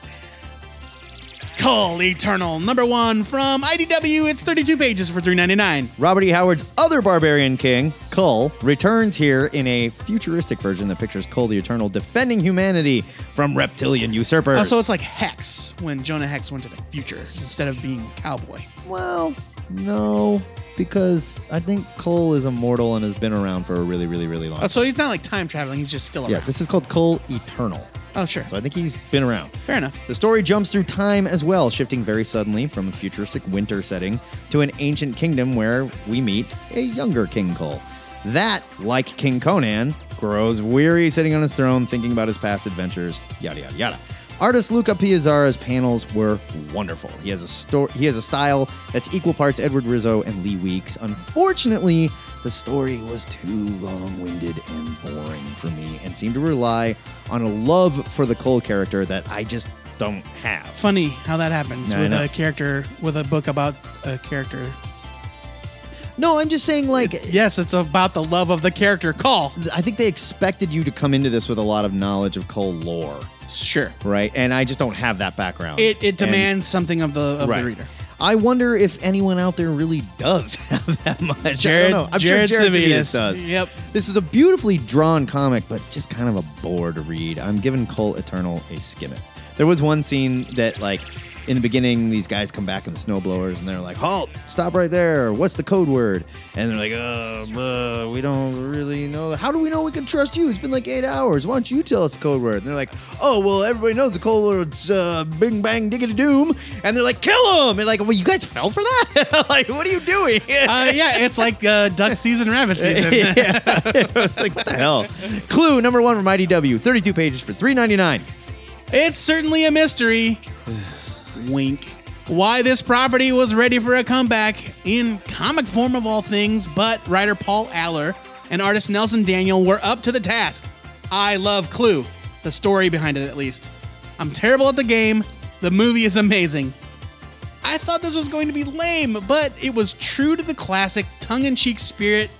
Speaker 4: Call Eternal number one from IDW. It's 32 pages for 3.99.
Speaker 3: Robert E. Howard's other barbarian king, Cull, returns here in a futuristic version that pictures Cull the Eternal defending humanity from reptilian usurpers.
Speaker 4: Uh, so it's like Hex when Jonah Hex went to the future instead of being a cowboy.
Speaker 3: well, no, because I think Cull is immortal and has been around for a really, really, really long
Speaker 4: Uh, so he's not like time traveling; he's just still
Speaker 3: Yeah,
Speaker 4: around.
Speaker 3: this is called Cull Eternal.
Speaker 4: Oh, sure.
Speaker 3: So I think he's been around.
Speaker 4: Fair enough.
Speaker 3: The story jumps through time as well, shifting very suddenly from a futuristic winter setting to an ancient kingdom where we meet a younger King Cole. That, like King Conan, grows weary sitting on his throne thinking about his past adventures, yada yada yada. Artist Luca Piazzara's panels were wonderful. He has a sto- he has a style that's equal parts Edward Rizzo and Lee Weeks. Unfortunately, the story was too long-winded and boring for me and seemed to rely on a love for the Cole character that I just don't have.
Speaker 4: Funny how that happens
Speaker 3: Yeah, I
Speaker 4: with
Speaker 3: know.
Speaker 4: a character with a book about a character.
Speaker 3: No, I'm just saying like
Speaker 4: Yes, it's about the love of the character. Call.
Speaker 3: I think they expected you to come into this with a lot of knowledge of Cole lore,
Speaker 4: Sure.
Speaker 3: right? And I just don't have that background.
Speaker 4: It it
Speaker 3: And-
Speaker 4: demands something of the of
Speaker 3: Right.
Speaker 4: the reader.
Speaker 3: I wonder if anyone out there really does *laughs* have that much. I
Speaker 4: Jared-
Speaker 3: don't know. I'm
Speaker 4: Jared
Speaker 3: sure Jared
Speaker 4: Civitas.
Speaker 3: Civitas does.
Speaker 4: Yep.
Speaker 3: This is a beautifully drawn comic, but just kind of a bore to read. I'm giving Cole Eternal a skim it. There was one scene that, like, in the beginning, these guys come back in the snowblowers and they're like, halt, stop right there. What's the code word? And they're like, uh, uh, we don't really know. How do we know we can trust you? It's been like eight hours. Why don't you tell us the code word? And they're like, oh, well, everybody knows the code word's uh, bing bang diggity doom. And they're like, kill him. And like, well, you guys fell for that? *laughs* like, what are you doing?
Speaker 4: Uh, yeah, it's like uh, duck season, rabbit *laughs* season.
Speaker 3: yeah. I was like, what the hell? Clue number one from IDW, 32 pages for 3.99.
Speaker 4: It's certainly a mystery. Wink. Why this property was ready for a comeback in comic form of all things, but writer Paul Aller and artist Nelson Daniel were up to the task. I love Clue, the story behind it at least. I'm terrible at the game, the movie is amazing. I thought this was going to be lame, but it was true to the classic tongue in cheek spirit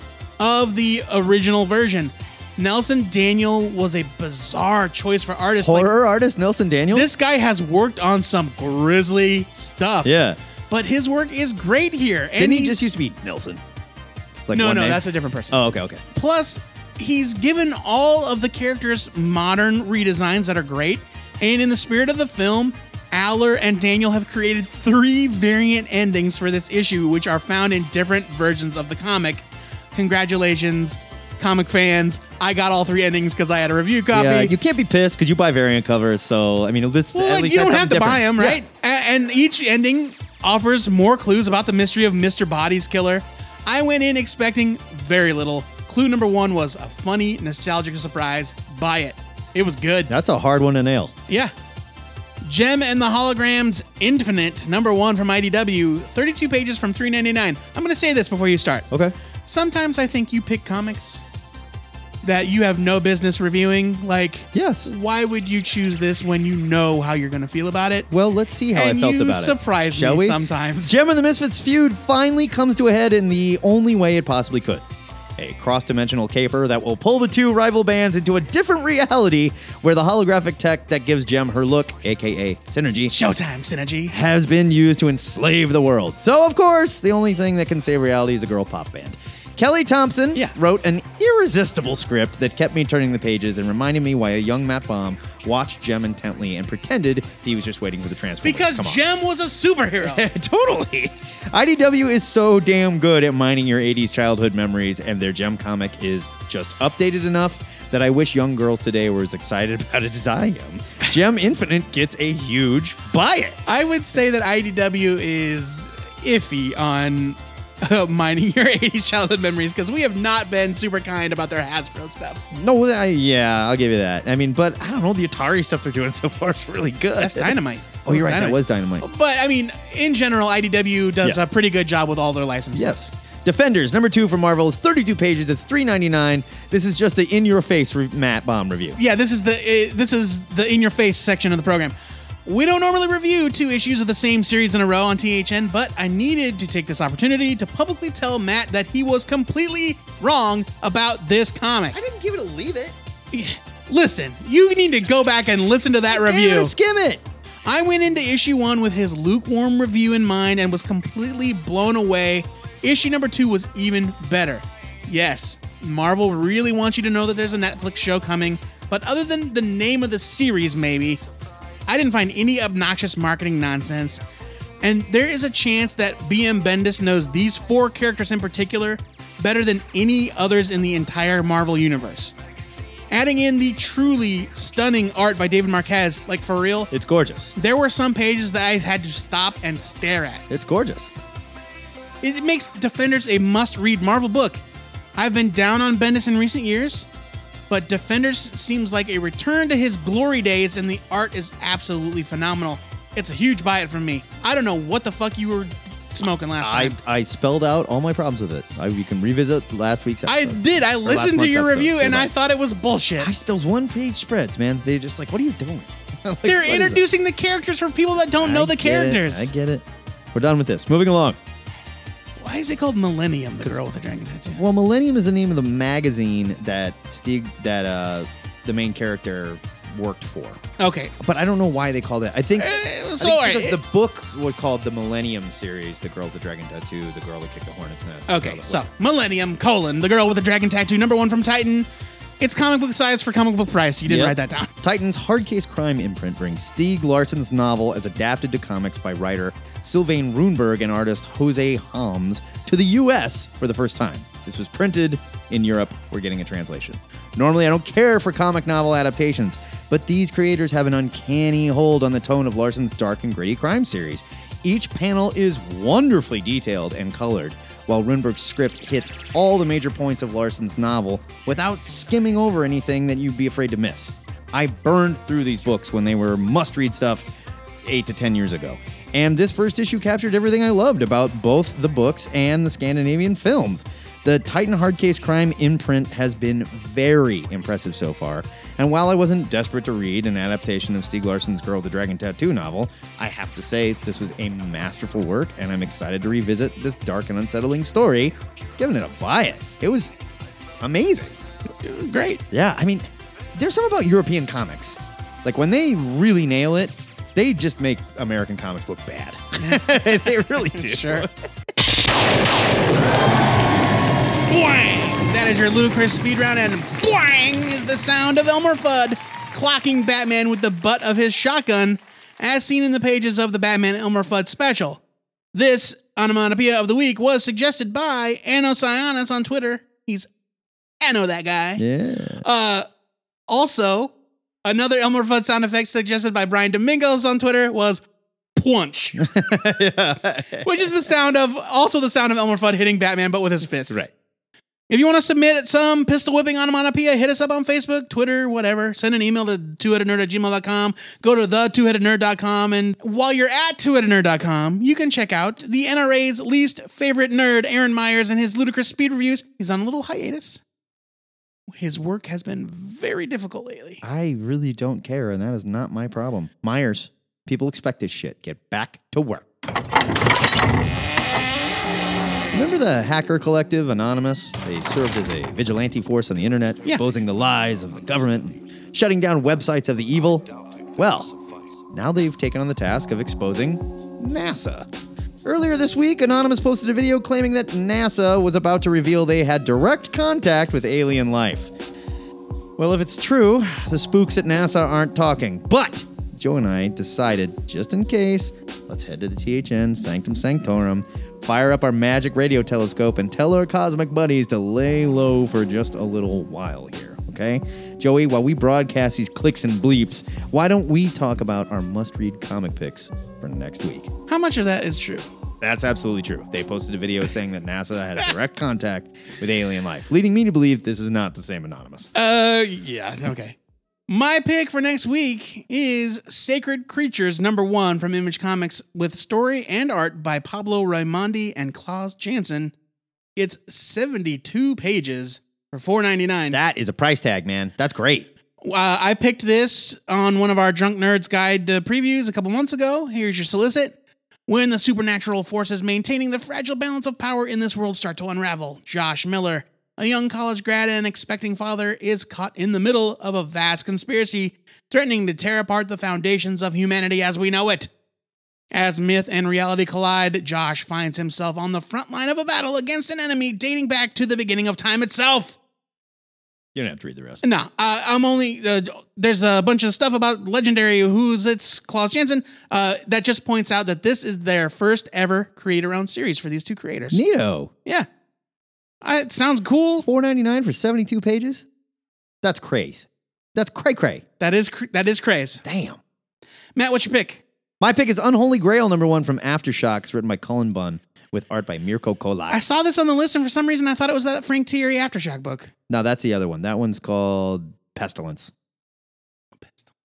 Speaker 4: of the original version. Nelson Daniel was a bizarre choice for artist. like-
Speaker 3: Horror artist Nelson Daniel?
Speaker 4: this guy has worked on some grisly stuff.
Speaker 3: yeah.
Speaker 4: But his work is great here. And
Speaker 3: Didn't he
Speaker 4: he's-
Speaker 3: just used to be Nelson? Like
Speaker 4: No,
Speaker 3: one
Speaker 4: no,
Speaker 3: name?
Speaker 4: that's a different person.
Speaker 3: Oh, okay, okay.
Speaker 4: Plus, he's given all of the characters modern redesigns that are great. And in the spirit of the film, Aller and Daniel have created three variant endings for this issue, which are found in different versions of the comic. Congratulations, comic fans. I got all three endings because I had a review copy.
Speaker 3: Yeah, you can't be pissed because you buy variant covers. So, I mean, this
Speaker 4: Well,
Speaker 3: at
Speaker 4: like,
Speaker 3: least
Speaker 4: you
Speaker 3: that's
Speaker 4: don't have to
Speaker 3: something
Speaker 4: buy
Speaker 3: different.
Speaker 4: them, right? A- And each ending offers more clues about the mystery of Mr. Body's killer. I went in expecting very little. Clue number one was a funny, nostalgic surprise. Buy it. It was good.
Speaker 3: That's a hard one to nail.
Speaker 4: Yeah. Gem and the Holograms Infinite, number one from IDW, 32 pages from 399. I'm going to say this before you start.
Speaker 3: Okay.
Speaker 4: Sometimes I think you pick comics that you have no business reviewing. Like,
Speaker 3: Yes.
Speaker 4: why would you choose this when you know how you're going to feel about it?
Speaker 3: Well, let's see how
Speaker 4: and
Speaker 3: I felt
Speaker 4: you
Speaker 3: about it.
Speaker 4: surprise
Speaker 3: Shall
Speaker 4: me
Speaker 3: we?
Speaker 4: sometimes.
Speaker 3: Gem and the Misfits feud finally comes to a head in the only way it possibly could. A cross dimensional caper that will pull the two rival bands into a different reality where the holographic tech that gives Gem her look, aka Synergy,
Speaker 4: Showtime synergy.
Speaker 3: has been used to enslave the world. So, of course, the only thing that can save reality is a girl pop band. Kelly Thompson
Speaker 4: Yeah.
Speaker 3: wrote an irresistible script that kept me turning the pages and reminded me why a young Matt Baum watched Gem intently and pretended he was just waiting for the transformers.
Speaker 4: Because
Speaker 3: Come on.
Speaker 4: Gem was a superhero.
Speaker 3: *laughs* totally. IDW is so damn good at mining your 80s childhood memories, and their gem comic is just updated enough that I wish young girls today were as excited *laughs* about it as I am. Gem Infinite gets a huge buy it.
Speaker 4: I would say that IDW is iffy on uh, mining your *laughs* 80s childhood memories because we have not been super kind about their Hasbro stuff.
Speaker 3: No, I, yeah, I'll give you that. I mean, but I don't know, the Atari stuff they're doing *laughs* so far is really good.
Speaker 4: That's dynamite.
Speaker 3: Oh, you're right.
Speaker 4: That
Speaker 3: That was dynamite.
Speaker 4: But I mean, in general, IDW does
Speaker 3: Yeah.
Speaker 4: a pretty good job with all their licenses.
Speaker 3: Yes. Defenders, number two from Marvel, is 32 pages. It's 3.99. This is just the in-your-face re- Matt Bomb review.
Speaker 4: Yeah, this is the uh, this is the in your face section of the program. We don't normally review two issues of the same series in a row on THN, but I needed to take this opportunity to publicly tell Matt that he was completely wrong about this comic.
Speaker 3: didn't give it a leave it.
Speaker 4: Listen, you need to go back and listen to that review.
Speaker 3: skim it.
Speaker 4: I went into issue one with his lukewarm review in mind and was completely blown away. Issue number two was even better. Yes, Marvel really wants you to know that there's a Netflix show coming, but other than the name of the series, maybe, I didn't find any obnoxious marketing nonsense. And there is a chance that BM Bendis knows these four characters in particular better than any others in the entire Marvel universe. Adding in the truly stunning art by David Marquez, like for real,
Speaker 3: It's gorgeous.
Speaker 4: there were some pages that I had to stop and stare at.
Speaker 3: It's gorgeous.
Speaker 4: It it makes Defenders a must read Marvel book. I've been down on Bendis in recent years, but Defenders seems like a return to his glory days, and the art is absolutely phenomenal. It's a huge buy it from me. I don't know what the fuck you were smoking last
Speaker 3: I, *laughs*
Speaker 4: time.
Speaker 3: I spelled out all my problems with it. I, you can revisit last week's
Speaker 4: I,
Speaker 3: episode.
Speaker 4: did. I
Speaker 3: last
Speaker 4: listened to
Speaker 3: month's
Speaker 4: your
Speaker 3: episode.
Speaker 4: review, and
Speaker 3: Good
Speaker 4: I
Speaker 3: luck.
Speaker 4: thought it was bullshit.
Speaker 3: Gosh, those one page spreads, man. They're just like, what are you doing? Like, what
Speaker 4: They're
Speaker 3: is it?
Speaker 4: introducing the characters for people that don't know
Speaker 3: I
Speaker 4: the
Speaker 3: get it,
Speaker 4: characters.
Speaker 3: I get it. We're done with this. Moving along.
Speaker 4: Why is it called Millennium? The girl with the dragon tattoo.
Speaker 3: Well, Millennium is the name of the magazine that Steve, that uh, the main character worked for.
Speaker 4: Okay,
Speaker 3: But I don't know why they called it. I think,
Speaker 4: Eh,
Speaker 3: I think
Speaker 4: sorry.
Speaker 3: because the book was called the Millennium series: The Girl with the Dragon Tattoo, The Girl That Kicked the Hornet's Nest. The Girl
Speaker 4: Okay,
Speaker 3: That-
Speaker 4: so Millennium colon the girl with the dragon tattoo number one from Titan. It's comic book size for comic book price. You didn't
Speaker 3: Yep.
Speaker 4: write that down. *laughs*
Speaker 3: Titan's hard case crime imprint brings Stieg Larsson's novel as adapted to comics by writer Sylvain Runberg and artist Jose Holmes to the US for the first time. This was printed in Europe. We're getting a translation. Normally, I don't care for comic novel adaptations, but these creators have an uncanny hold on the tone of Larson's dark and gritty crime series. Each panel is wonderfully detailed and colored, while Runberg's script hits all the major points of Larson's novel without skimming over anything that you'd be afraid to miss. I burned through these books when they were must read stuff eight to 10 years ago. And this first issue captured everything I loved about both the books and the Scandinavian films. The Titan Hardcase Crime imprint has been very impressive so far. And while I wasn't desperate to read an adaptation of Stieg Larsson's Girl with the Dragon Tattoo novel, I have to say this was a masterful work, and I'm excited to revisit this dark and unsettling story, giving it a bias. It was amazing.
Speaker 4: Great.
Speaker 3: Yeah, I mean, there's something about European comics. Like when they really nail it, they just make American comics look bad. *laughs*
Speaker 4: *laughs*
Speaker 3: they really do.
Speaker 4: Sure. Boing! That is your ludicrous speed round, and boing is the sound of Elmer Fudd clocking Batman with the butt of his shotgun, as seen in the pages of the Batman Elmer Fudd special. This onomatopoeia of the week was suggested by Anno Cyanis on Twitter. He's Anno that guy.
Speaker 3: Yeah.
Speaker 4: Uh, also, another Elmer Fudd sound effect suggested by Brian Domingos on Twitter was punch,
Speaker 3: *laughs*
Speaker 4: which is the sound of also the sound of Elmer Fudd hitting Batman, but with his fists.
Speaker 3: Right.
Speaker 4: If you want to submit some pistol whipping onomatopoeia, hit us up on Facebook, Twitter, whatever. Send an email to twoheadednerd at gmail.com. Go to the twoheadednerd.com. And while you're at twoheadednerd.com, you can check out the NRA's least favorite nerd, Aaron Myers, and his ludicrous speed reviews. He's on a little hiatus. His work has been very difficult lately.
Speaker 3: I really don't care, and that is not my problem. Myers, people expect this shit. Get back to work. Remember the hacker collective Anonymous? They served as a vigilante force on the internet, exposing the lies of the government and shutting down websites of the evil. Well, now they've taken on the task of exposing NASA. Earlier this week, Anonymous posted a video claiming that NASA was about to reveal they had direct contact with alien life. Well, if it's true, the spooks at NASA aren't talking. But Joe and I decided, just in case, let's head to the THN Sanctum Sanctorum, fire up our magic radio telescope, and tell our cosmic buddies to lay low for just a little while here, okay? Joey, while we broadcast these clicks and bleeps, why don't we talk about our must read comic picks for next week?
Speaker 4: How much of that is true?
Speaker 3: That's absolutely true. They posted a video saying that NASA has direct contact with alien life, leading me to believe this is not the same Anonymous.
Speaker 4: Uh, yeah, okay. My pick for next week is Sacred Creatures number one from Image Comics with story and art by Pablo Raimondi and Klaus Janson. It's 72 pages for $4.99. Uh,
Speaker 3: That is a price tag, man. That's great.
Speaker 4: I picked this on one of our Drunk Nerds Guide uh, previews a couple months ago. Here's your solicit. When the supernatural forces maintaining the fragile balance of power in this world start to unravel, Josh Miller, a young college grad and expecting father is caught in the middle of a vast conspiracy threatening to tear apart the foundations of humanity as we know it. As myth and reality collide, Josh finds himself on the front line of a battle against an enemy dating back to the beginning of time itself.
Speaker 3: You don't have to read the rest.
Speaker 4: No, uh, I'm only. Uh, there's a bunch of stuff about legendary who's it's Klaus Jansen uh, that just points out that this is their first ever creator-owned series for these two creators.
Speaker 3: Neato.
Speaker 4: Yeah, I, it sounds cool.
Speaker 3: Four ninety nine for seventy two pages. That's crazy. That's cray cray.
Speaker 4: That is cr- that is craze.
Speaker 3: Damn.
Speaker 4: Matt, what's your pick?
Speaker 3: My pick is Unholy Grail number one from Aftershocks, written by Cullen Bunn with art by Mirko
Speaker 4: I
Speaker 3: Kolak.
Speaker 4: saw this on the list, and for some reason, I thought it was that Frank Thierry aftershock book.
Speaker 3: Now that's the other one. That one's called Pestilence.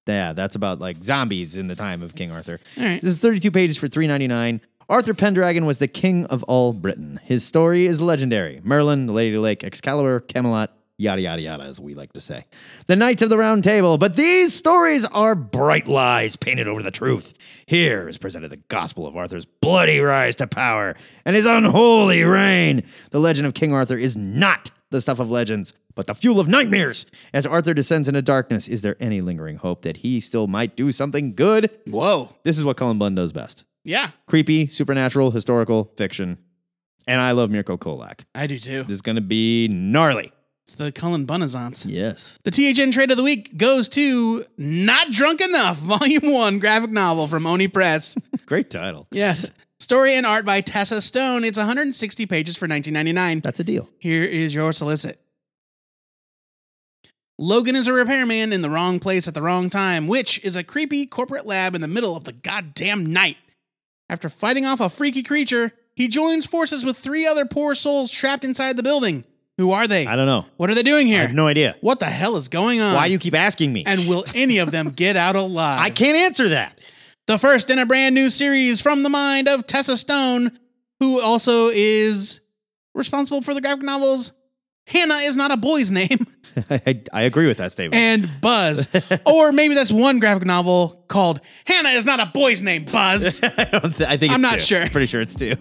Speaker 3: Yeah, that's about like zombies in the time of King Arthur.
Speaker 4: All right.
Speaker 3: This is 32 pages for 3.99. Arthur Pendragon was the king of all Britain. His story is legendary. Merlin, the Lady of the Lake, Excalibur, Camelot, yada yada yada, as we like to say. The Knights of the Round Table. But these stories are bright lies painted over the truth. Here is presented the gospel of Arthur's bloody rise to power and his unholy reign. The legend of King Arthur is not the stuff of legends, but the fuel of nightmares. As Arthur descends into darkness, is there any lingering hope that he still might do something good?
Speaker 4: Whoa.
Speaker 3: This is what Cullen Bunn does best
Speaker 4: Yeah,
Speaker 3: creepy, supernatural, historical, fiction. And I love Mirko Kolak.
Speaker 4: I do too.
Speaker 3: This is going to be gnarly.
Speaker 4: It's the Cullen Bunnaissance.
Speaker 3: Yes.
Speaker 4: The THN trade of the week goes to Not Drunk Enough, *laughs* Volume 1 graphic novel from Oni Press.
Speaker 3: *laughs* Great title.
Speaker 4: Yes. Story and art by Tessa Stone. It's 160 pages for 19.99.
Speaker 3: That's a deal.
Speaker 4: Here is your solicit. Logan is a repairman in the wrong place at the wrong time, which is a creepy corporate lab in the middle of the goddamn night. After fighting off a freaky creature, he joins forces with three other poor souls trapped inside the building. Who are they?
Speaker 3: I don't know.
Speaker 4: What are they doing
Speaker 3: I
Speaker 4: here?
Speaker 3: have no idea.
Speaker 4: What the hell is going on?
Speaker 3: Why you keep asking me?
Speaker 4: and will any of them get out alive?
Speaker 3: I can't answer that.
Speaker 4: The first in a brand new series from the mind of Tessa Stone, who also is responsible for the graphic novels Hannah is Not a Boy's Name
Speaker 3: *laughs*
Speaker 4: *laughs*
Speaker 3: I, I agree with that statement.
Speaker 4: and
Speaker 3: *laughs*
Speaker 4: Buzz. or maybe that's one graphic novel called Hannah is Not a Boy's Name, Buzz.
Speaker 3: *laughs* I, don't th- I think
Speaker 4: I'm
Speaker 3: it's
Speaker 4: not
Speaker 3: two.
Speaker 4: sure.
Speaker 3: Pretty sure
Speaker 4: *laughs*
Speaker 3: it's two.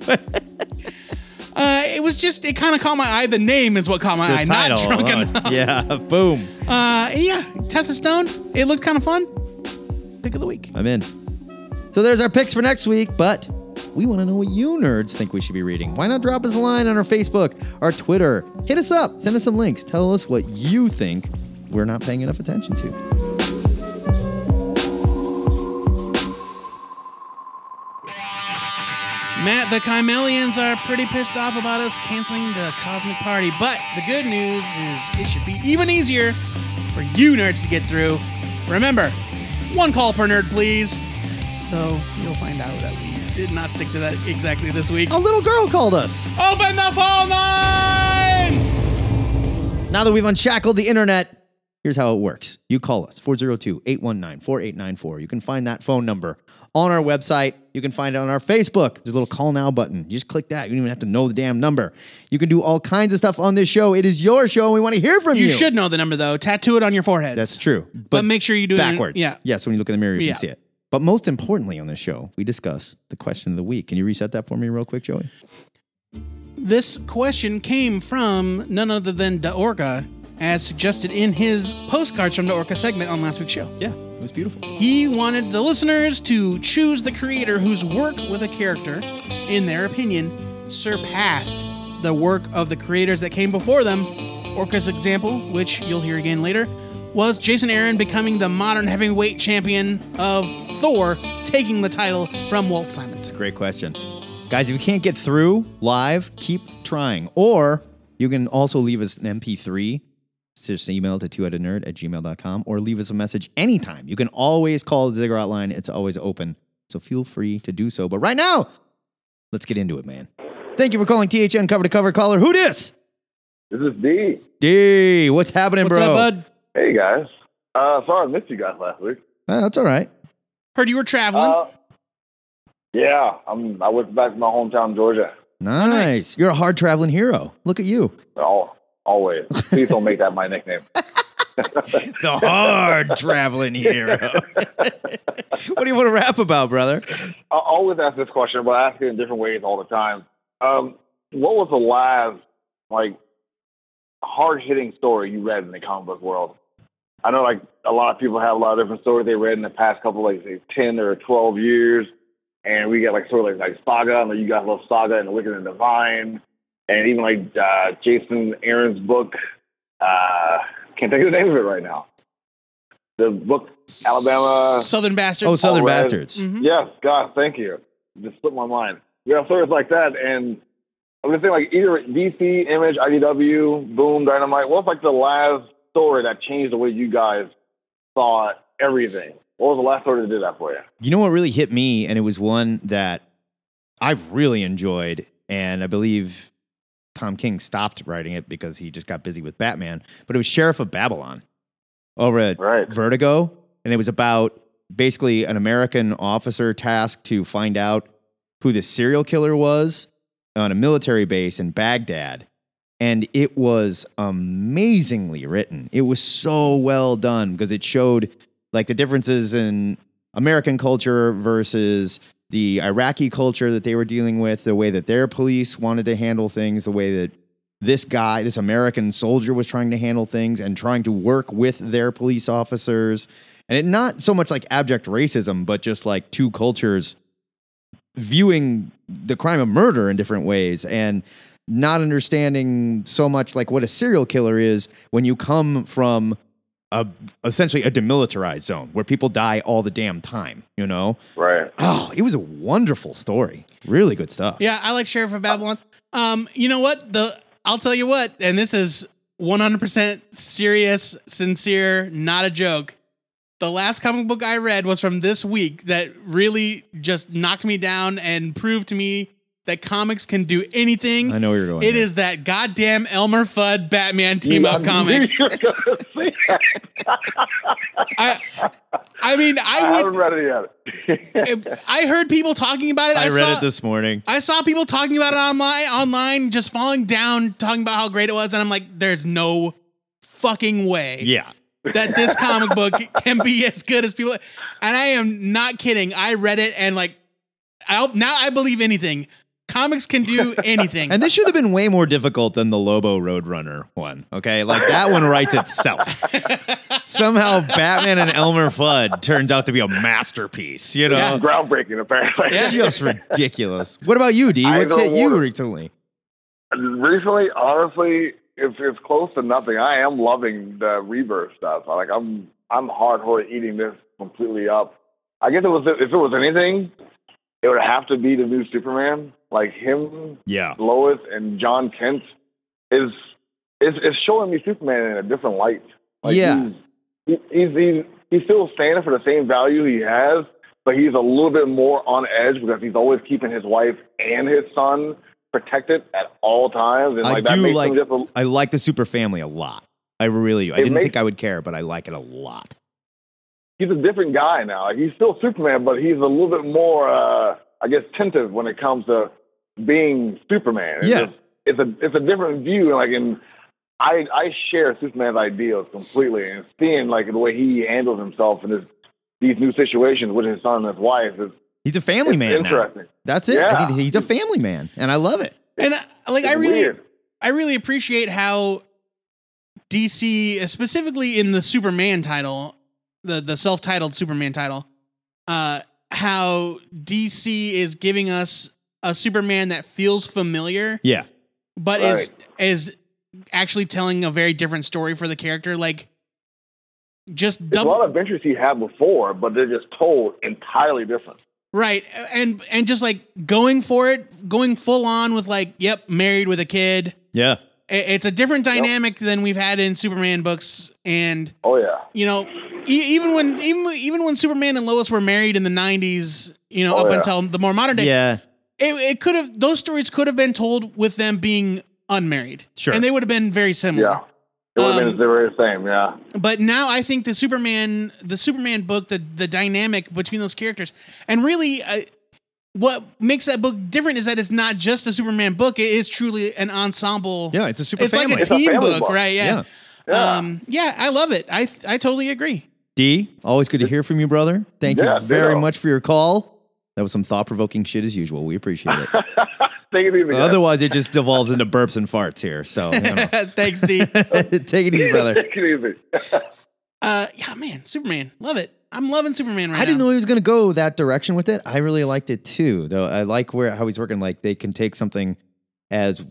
Speaker 4: Uh, it was just, it kind of caught my eye. The name is what caught my eye, not drunk
Speaker 3: alone.
Speaker 4: enough.
Speaker 3: Yeah. Boom.
Speaker 4: Uh, yeah, Tessa Stone, it looked kind of fun. Pick of the week.
Speaker 3: I'm in. So there's our picks for next week, but we want to know what you nerds think we should be reading. Why not drop us a line on our Facebook, our Twitter? Hit us up, send us some links, tell us what you think we're not paying enough attention to.
Speaker 4: Matt, the Chimelians are pretty pissed off about us canceling the Cosmic Party, but the good news is it should be even easier for you nerds to get through. Remember, one call per nerd, please. Though you'll find out that we did not stick to that exactly this week.
Speaker 3: A little girl called us.
Speaker 4: Open the phone lines!
Speaker 3: Now that we've unshackled the internet, here's how it works. You call us 402-819-4894. You can find that phone number on our website. You can find it on our Facebook. There's a little call now button. You just click that. You don't even have to know the damn number. You can do all kinds of stuff on this show. It is your show and we want to hear from you.
Speaker 4: You should know the number though. Tattoo it on your foreheads.
Speaker 3: That's true. But,
Speaker 4: make sure you do it in-
Speaker 3: backwards.
Speaker 4: yeah.
Speaker 3: Yes, when you look in the mirror, you
Speaker 4: Yeah.
Speaker 3: can see it. But most importantly, on this show, we discuss the question of the week. Can you reset that for me real quick, Joey?
Speaker 4: This question came from none other than Daorka, as suggested in his postcards from Daorka segment on last week's show.
Speaker 3: Yeah, it was beautiful.
Speaker 4: He wanted the listeners to choose the creator whose work with a character, in their opinion, surpassed the work of the creators that came before them. Orca's example, which you'll hear again later, was Jason Aaron becoming the modern heavyweight champion of Thor, taking the title from Walt Simonson.
Speaker 3: Great question. Guys, if you can't get through live, keep trying. Or you can also leave us an MP3. Just email it to twoheadednerd at gmail.com or leave us a message anytime. You can always call the Ziggurat line. It's always open. So feel free to do so. But right now, let's get into it, man. Thank you for calling THN cover to cover caller. Who dis?
Speaker 6: This is D.
Speaker 3: D, what's happening,
Speaker 4: What's
Speaker 3: bro?
Speaker 4: up, bud?
Speaker 6: Hey guys. Uh, sorry I missed you guys last week.
Speaker 3: Uh, that's all right.
Speaker 4: Heard you were traveling.
Speaker 6: Uh, yeah, I'm. I went back to my hometown, Georgia.
Speaker 3: Nice.
Speaker 4: nice.
Speaker 3: You're a hard traveling hero. Look at you.
Speaker 6: All, always. Please don't make that my
Speaker 4: *laughs*
Speaker 6: nickname.
Speaker 3: The
Speaker 6: *laughs*
Speaker 3: hard traveling hero. *laughs* what do you want to rap about, brother?
Speaker 6: I always ask this question, but I ask it in different ways all the time. Um, what was the last like hard hitting story you read in the comic book world? I know like a lot of people have a lot of different stories they read in the past couple like say ten or twelve years, and we got like sort of like, like Saga. I know you guys love Saga and Wicked and Divine, and even like uh, Jason Aaron's book. Uh, can't think of the name of it right now. The book Alabama.
Speaker 4: Southern bastard.
Speaker 3: Oh, Southern
Speaker 6: Alright.
Speaker 3: Bastards.
Speaker 4: Mhm.
Speaker 6: Yes, God, thank you. Just slipped my mind. We have stories like that, and I'm just saying, like either DC, Image, IDW, Boom, Dynamite. What's like the last story that changed the way you guys saw everything? What was the last story that did that for you?
Speaker 3: You know what really hit me, and it was one that I really enjoyed, and I believe Tom King stopped writing it because he just got busy with Batman. But it was Sheriff of Babylon over at
Speaker 6: Right.
Speaker 3: Vertigo, and it was about basically an American officer tasked to find out who the serial killer was on a military base in Baghdad. And it was amazingly written. It was so well done because it showed like the differences in American culture versus the Iraqi culture that they were dealing with, the way that their police wanted to handle things, the way that this guy, this American soldier, was trying to handle things and trying to work with their police officers. And it not so much like abject racism, but just like two cultures viewing the crime of murder in different ways and not understanding so much like what a serial killer is when you come from a essentially a demilitarized zone where people die all the damn time, you know?
Speaker 6: Right.
Speaker 3: Oh, it was a wonderful story. Really good stuff.
Speaker 4: Yeah, I like Sheriff of Babylon. Um, you know what? The I'll tell you what, and this is 100% serious, sincere, not a joke. The last comic book I read was from this week that really just knocked me down and proved to me that comics can do anything.
Speaker 3: I know where you're going.
Speaker 4: It is that goddamn Elmer Fudd Batman team up comic.
Speaker 6: You were gonna say that.
Speaker 4: *laughs* I, I mean,
Speaker 6: I
Speaker 4: I
Speaker 6: haven't
Speaker 4: would.
Speaker 6: read it yet.
Speaker 4: I heard people talking about it. I,
Speaker 3: I read
Speaker 4: saw,
Speaker 3: it this morning.
Speaker 4: I saw people talking about it online, online, just falling down, talking about how great it was, and I'm like, there's no fucking way
Speaker 3: Yeah.
Speaker 4: that this comic book can be as good as people. And I am not kidding. I read it and like, I now I believe anything. Comics can
Speaker 3: *laughs*
Speaker 4: do anything.
Speaker 3: And this should have been way more difficult than the Lobo Roadrunner one. Okay. Like that one writes
Speaker 4: *laughs*
Speaker 3: itself. Somehow Batman and Elmer Fudd turns out to be a masterpiece, you know?
Speaker 4: Yeah.
Speaker 6: Groundbreaking, apparently. *laughs*
Speaker 3: It's just ridiculous. What about you, D?
Speaker 6: I
Speaker 3: What's
Speaker 6: don't
Speaker 3: hit you
Speaker 6: wanna-
Speaker 3: recently?
Speaker 6: Recently, honestly, if it's close to nothing, I am loving the rebirth stuff. Like I'm, I'm hardcore eating this completely up. I guess it was if it was anything, it would have to be the new Superman. Like him,
Speaker 3: Yeah.
Speaker 6: Lois, and John Kent is is is showing me Superman in a different light. Like
Speaker 3: Yeah.
Speaker 6: he's, he- he's he's he's still standing for the same value he has, but he's a little bit more on edge because he's always keeping his wife and his son protected at all times, and
Speaker 3: I
Speaker 6: like that
Speaker 3: do
Speaker 6: makes
Speaker 3: like-
Speaker 6: him just a,
Speaker 3: I like the Super Family a lot. I really do. I
Speaker 6: It
Speaker 3: didn't
Speaker 6: makes-
Speaker 3: think I would care, but I like it a lot.
Speaker 6: he's a different guy now. Like, he's still Superman, but he's a little bit more, uh, I guess, tentative when it comes to being Superman. It's
Speaker 3: Yeah.
Speaker 6: just- it's a it's a different view. Like, and I I share Superman's ideals completely, and seeing like the way he handles himself in this these new situations with his son and his wife is
Speaker 3: He's a family
Speaker 6: it's
Speaker 3: man. Now.
Speaker 6: interesting.
Speaker 3: That's it. I
Speaker 6: Yeah.
Speaker 3: mean, he's a family man, and I love it.
Speaker 4: And uh, like I
Speaker 6: It's
Speaker 4: really
Speaker 6: weird.
Speaker 4: I really appreciate how DC specifically in the Superman title, the the self-titled Superman title, uh how DC is giving us a Superman that feels familiar
Speaker 3: Yeah.
Speaker 4: but is is actually telling a very different story for the character like just
Speaker 6: There's a
Speaker 4: double
Speaker 6: lot of adventures he had before, but they're just told entirely different.
Speaker 4: Right. And and just like going for it, going full on with like, yep, married with a kid.
Speaker 3: Yeah.
Speaker 4: I- It's a different dynamic than we've had in Superman books and
Speaker 6: Oh yeah,
Speaker 4: you know, e- even when even even when Superman and Lois were married in the 90s, you know,
Speaker 6: Oh,
Speaker 4: up
Speaker 6: yeah.
Speaker 4: until the more modern day,
Speaker 3: Yeah.
Speaker 4: it, it could have those stories could have been told with them being unmarried.
Speaker 3: Sure.
Speaker 4: And they would have been very similar.
Speaker 6: yeah. It would have
Speaker 4: Um,
Speaker 6: been the very same. Yeah,
Speaker 4: But now I think the Superman, the Superman book, the the dynamic between those characters, and really, uh, what makes that book different is that it's not just a Superman book; it is truly an ensemble.
Speaker 3: Yeah. It's a super
Speaker 4: it's
Speaker 3: family.
Speaker 4: like a
Speaker 6: It's a
Speaker 4: team
Speaker 6: family
Speaker 4: book,
Speaker 6: book.
Speaker 4: right? Yeah.
Speaker 6: Yeah.
Speaker 4: Um, yeah, I love it. I I totally agree.
Speaker 3: D, always good to hear from you, brother. Thank
Speaker 6: Yeah,
Speaker 3: you very
Speaker 6: ditto. *laughs*
Speaker 3: much for your call. That was some thought provoking shit as usual. We appreciate it.
Speaker 6: Take it easy. guys.
Speaker 3: Otherwise, it just devolves into burps and farts here. So,
Speaker 6: *laughs*
Speaker 3: you know. *laughs*
Speaker 4: Thanks, D.
Speaker 3: take it easy, brother.
Speaker 6: Take it easy.
Speaker 4: *laughs* Uh, yeah, man, Superman, love it. I'm loving Superman right
Speaker 3: I didn't
Speaker 4: now.
Speaker 3: know he was going to go that direction with it. I really liked it too, though. I like where how he's working. Like they can take something as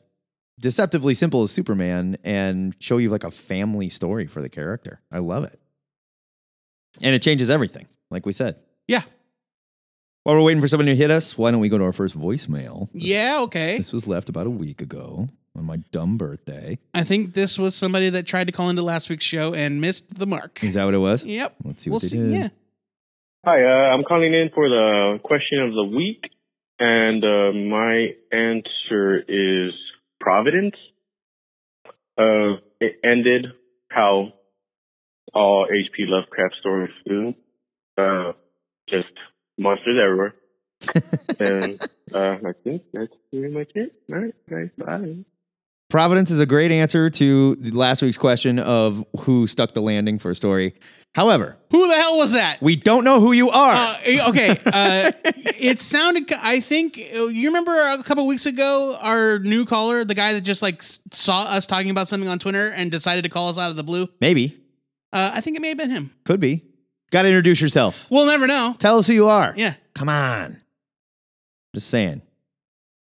Speaker 3: deceptively simple as Superman and show you like a family story for the character. I love it, and it changes everything, like we said.
Speaker 4: Yeah.
Speaker 3: While we're waiting for someone to hit us, why don't we go to our first voicemail?
Speaker 4: Yeah, okay.
Speaker 3: This was left about a week ago on my dumb birthday.
Speaker 4: I think this was somebody that tried to call into last week's show and missed the mark.
Speaker 3: Is that what it was?
Speaker 4: Yep.
Speaker 3: Let's see
Speaker 4: We'll
Speaker 3: what they
Speaker 4: see.
Speaker 3: did.
Speaker 4: Yeah.
Speaker 7: Hi, uh, I'm calling in for the question of the week, and uh, my answer is Providence. Uh, it ended how all H.P. Lovecraft stories do, uh, just monsters
Speaker 3: *laughs*
Speaker 7: everywhere. and uh, I think that's pretty much it. All right, guys, bye.
Speaker 3: Providence is a great answer to the last week's question of who stuck the landing for a story. However,
Speaker 4: Who the hell was that?
Speaker 3: we don't know who you are.
Speaker 4: Uh, okay. Uh, *laughs* it sounded. I think oh, you remember a couple weeks ago our new caller, the guy that just like s- saw us talking about something on Twitter and decided to call us out of the blue.
Speaker 3: Maybe,
Speaker 4: Uh, I think it may have been him.
Speaker 3: could be. Got to introduce yourself.
Speaker 4: We'll never know.
Speaker 3: Tell us who you are.
Speaker 4: Yeah.
Speaker 3: Come on. Just saying.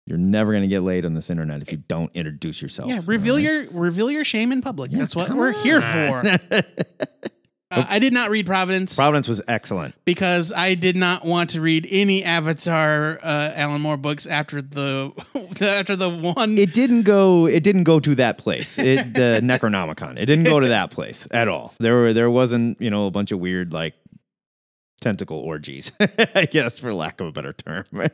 Speaker 3: You're never going to get laid on this internet if you don't introduce yourself.
Speaker 4: Yeah. Reveal
Speaker 3: All right?
Speaker 4: your reveal your shame in public.
Speaker 3: Yeah,
Speaker 4: That's what
Speaker 3: come
Speaker 4: we're here for.
Speaker 3: *laughs* on.
Speaker 4: Uh, I did not read Providence
Speaker 3: Providence was excellent.
Speaker 4: because I did not want to read any Avatar uh, Alan Moore books after the *laughs* after the one.
Speaker 3: It didn't go it didn't go to that place. It the *laughs* Necronomicon. It didn't go to that place at all. There were there wasn't, you know, a bunch of weird like tentacle orgies. *laughs* I guess for lack of a better term. *laughs*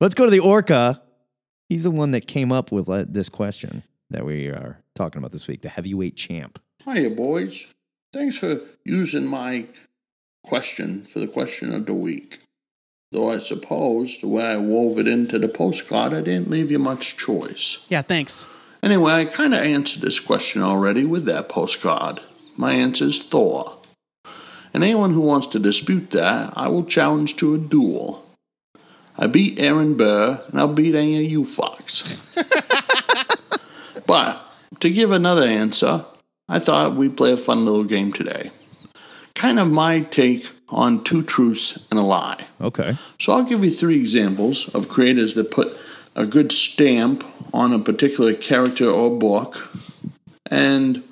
Speaker 3: Let's go to the orca. He's the one that came up with uh, this question that we are talking about this week, the heavyweight champ.
Speaker 8: Hiya, boys. Thanks for using my question for the question of the week. Though I suppose the way I wove it into the postcard, I didn't leave you much choice.
Speaker 4: yeah. Thanks.
Speaker 8: Anyway, I kind of answered this question already with that postcard. My answer is Thor. And anyone who wants to dispute that, I will challenge to a duel. I beat Aaron Burr, and I'll beat any of you fucks. *laughs* but to give another answer, I thought we'd play a fun little game today. Kind of my take on two truths and a lie.
Speaker 3: Okay.
Speaker 8: So I'll give you three examples of creators that put a good stamp on a particular character or book. And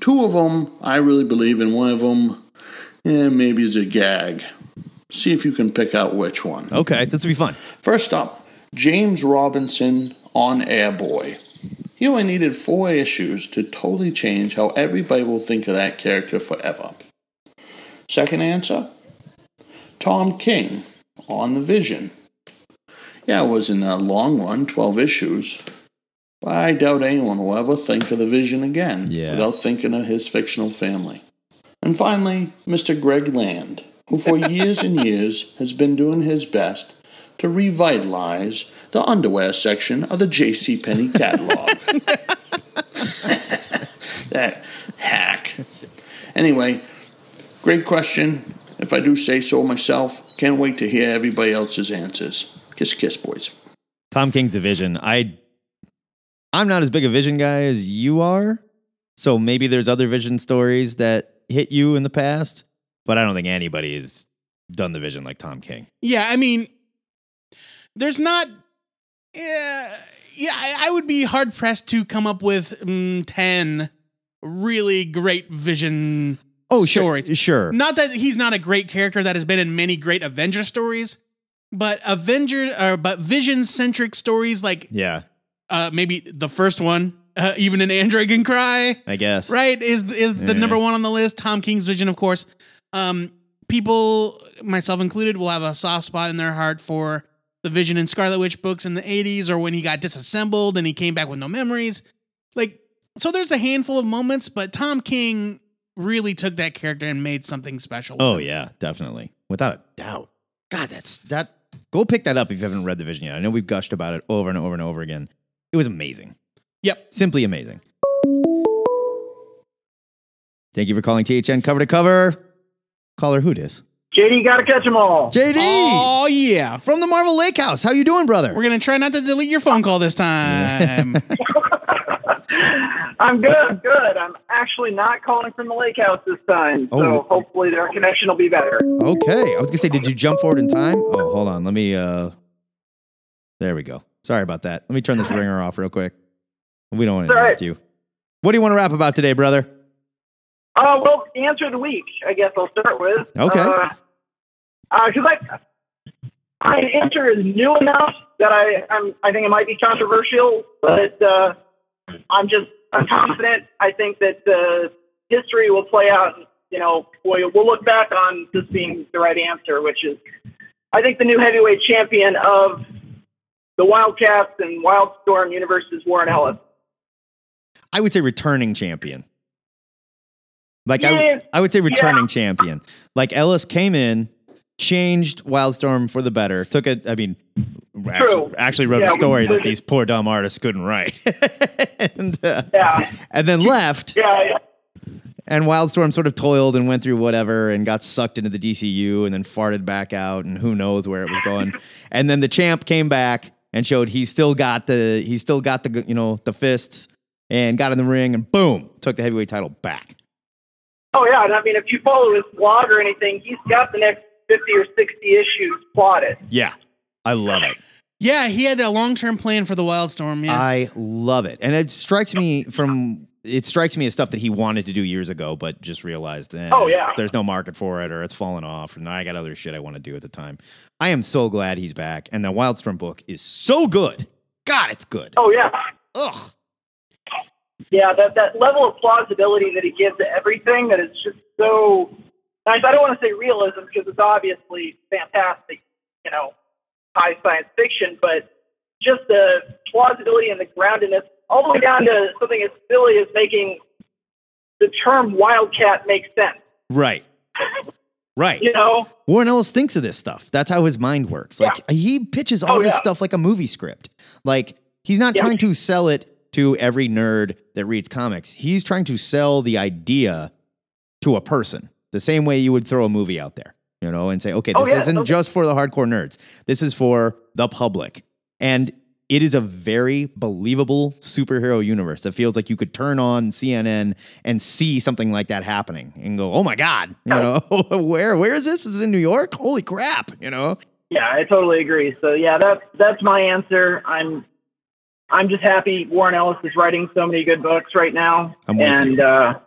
Speaker 8: two of them I really believe, and one of them eh, maybe is a gag. See if you can pick out which one.
Speaker 3: Okay. This will be fun.
Speaker 8: First up, James Robinson on Airboy. He only needed four issues to totally change how everybody will think of that character forever. Second answer Tom King on The Vision. Yeah, it was in a long run, 12 issues, but I doubt anyone will ever think of The Vision again
Speaker 3: Yeah.
Speaker 8: without thinking of his fictional family. And finally, Mr. Greg Land, who for years and years has been doing his best to revitalize the underwear section of the JCPenney catalog. *laughs* that hack. Anyway, great question. If I do say so myself, can't wait to hear everybody else's answers. Kiss, kiss, boys.
Speaker 3: Tom King's a vision. I I'm not as big a vision guy as you are. So maybe there's other vision stories that hit you in the past, but I don't think anybody has done the vision like Tom King.
Speaker 4: Yeah, I mean, there's not. Yeah, yeah, I, I would be hard pressed to come up with mm, ten really great vision. stories.
Speaker 3: Oh, sure. Sure.
Speaker 4: Not that he's not a great character that has been in many great Avenger stories, but Avenger or but vision centric stories like
Speaker 3: Yeah,
Speaker 4: uh, maybe the first one, uh, even an android can cry.
Speaker 3: I guess.
Speaker 4: right is is the
Speaker 3: Yeah.
Speaker 4: number one on the list tom king's vision of course um people myself included will have a soft spot in their heart for the vision in scarlet witch books in the 80s or when he got disassembled and he came back with no memories like so there's a handful of moments but tom king really took that character and made something special with
Speaker 3: Oh
Speaker 4: him.
Speaker 3: yeah, definitely. Without a doubt. God, that's that go pick that up if you haven't read the vision yet. I know we've gushed about it over and over and over again. It was amazing.
Speaker 4: yep
Speaker 3: Simply amazing. Thank you for calling THN cover to cover. Caller who dis?
Speaker 9: JD, gotta catch them all.
Speaker 3: JD
Speaker 4: Oh yeah.
Speaker 3: from the Marvel Lake House. How you doing, brother?
Speaker 4: We're gonna try not to delete your phone
Speaker 3: *laughs*
Speaker 4: call this time.
Speaker 9: I'm good, I'm good. I'm actually not calling from the lake house this time,
Speaker 3: Oh.
Speaker 9: so hopefully their connection will be better.
Speaker 3: Okay. I was gonna say, did you jump forward in time? Oh, hold on. Let me. uh There we go. Sorry about that. Let me turn this ringer off real quick. We don't want to
Speaker 9: It's all
Speaker 3: interrupt
Speaker 9: right.
Speaker 3: you. What do you want to rap about today, brother?
Speaker 9: Uh, well, the answer of the week, I guess I'll start with.
Speaker 3: Okay.
Speaker 9: Because uh, 'cause I, my answer is new enough that I, I'm, I think it might be controversial, but uh, I'm just I'm confident. I think that uh, history will play out. and, You know, we'll, we'll look back on this being the right answer, which is I think the new heavyweight champion of the Wildcats and Wildstorm universe is Warren Ellis.
Speaker 3: I would say returning champion. Like I,
Speaker 9: Yeah.
Speaker 3: would- I would say returning champion. Like Ellis came in, changed Wildstorm for the better. Took a, I mean, actually, actually wrote
Speaker 9: Yeah,
Speaker 3: a
Speaker 9: we-
Speaker 3: story
Speaker 9: we-
Speaker 3: that these poor dumb artists couldn't write, *laughs* and uh,
Speaker 9: Yeah,
Speaker 3: and then left.
Speaker 9: yeah.
Speaker 3: And Wildstorm sort of toiled and went through whatever and got sucked into the DCU and then farted back out and who knows where it was *laughs* going. and then the champ came back and showed he still got the he still got the you know the fists and got in the ring and boom took the heavyweight title back.
Speaker 9: Oh yeah, and I mean, if you follow his blog or anything, he's got the next fifty or sixty issues plotted.
Speaker 3: Yeah, I love it.
Speaker 4: yeah, he had a long term plan for the Wildstorm. Yeah.
Speaker 3: I love it. And it strikes me from it strikes me as stuff that he wanted to do years ago, but just realized eh,
Speaker 9: Oh, yeah.
Speaker 3: there's no market for it or it's fallen off and I got other shit I want to do at the time. I am so glad he's back. And the Wildstorm book is so good. God, it's good.
Speaker 9: Oh yeah,
Speaker 3: Ugh.
Speaker 9: yeah. That that level of plausibility that he gives to everything that is just so nice. I don't want to say realism because it's obviously fantastic, you know, high science fiction, but just the plausibility and the groundedness, all the way down to something as silly as making the term wildcat make sense.
Speaker 3: Right. Right.
Speaker 9: You know,
Speaker 3: Warren Ellis thinks of this stuff. That's how his mind works. Like he pitches all
Speaker 9: Oh,
Speaker 3: this
Speaker 9: yeah.
Speaker 3: stuff like a movie script. Like he's not
Speaker 9: Yeah.
Speaker 3: trying to sell it to every nerd that reads comics. He's trying to sell the idea to a person. The same way you would throw a movie out there, you know, and say, "Okay, this
Speaker 9: Oh, yeah.
Speaker 3: isn't
Speaker 9: Okay.
Speaker 3: just for the hardcore nerds. This is for the public." And it is a very believable superhero universe that feels like you could turn on CNN and see something like that happening and go, "Oh my god!" You know, *laughs* where where is this? This is in New York. Holy crap! You know,
Speaker 9: Yeah, I totally agree. So yeah, that's that's my answer. I'm I'm just happy Warren Ellis is writing so many good books right now.
Speaker 3: I'm with
Speaker 9: and uh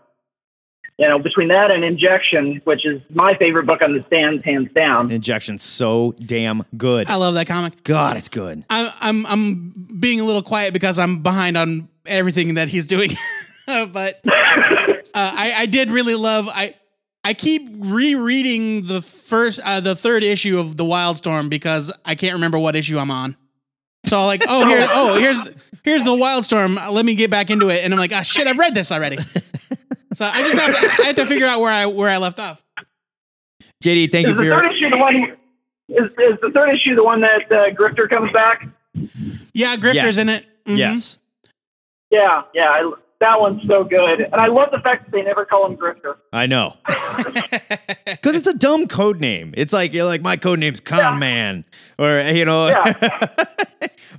Speaker 9: you know, between that and Injection, which is my favorite book on the stands, hands down.
Speaker 3: injection so damn good.
Speaker 4: I love that comic.
Speaker 3: God, it's good.
Speaker 4: I'm I'm I'm being a little quiet because I'm behind on everything that he's doing, *laughs* but uh, I I did really love I I keep rereading the first uh, the third issue of the Wildstorm because I can't remember what issue I'm on. So I'm like oh here oh here's here's the Wildstorm. Uh, Let me get back into it, and I'm like ah shit I've read this already. So I just have to, I have to figure out where I where I left off.
Speaker 3: JD, thank you
Speaker 9: Is
Speaker 3: for
Speaker 9: the third
Speaker 3: your.
Speaker 9: issue the one is, is the third issue the one that uh, Grifter comes back?
Speaker 4: Yeah, Grifter's
Speaker 3: Yes.
Speaker 4: in it. Mhm.
Speaker 3: Yes,
Speaker 9: Yeah, yeah, I, that one's so good. And I love the fact that they never call him Grifter.
Speaker 3: I know. Because it's a dumb code name. It's like you're like my code name's Con Man, or you know, *laughs*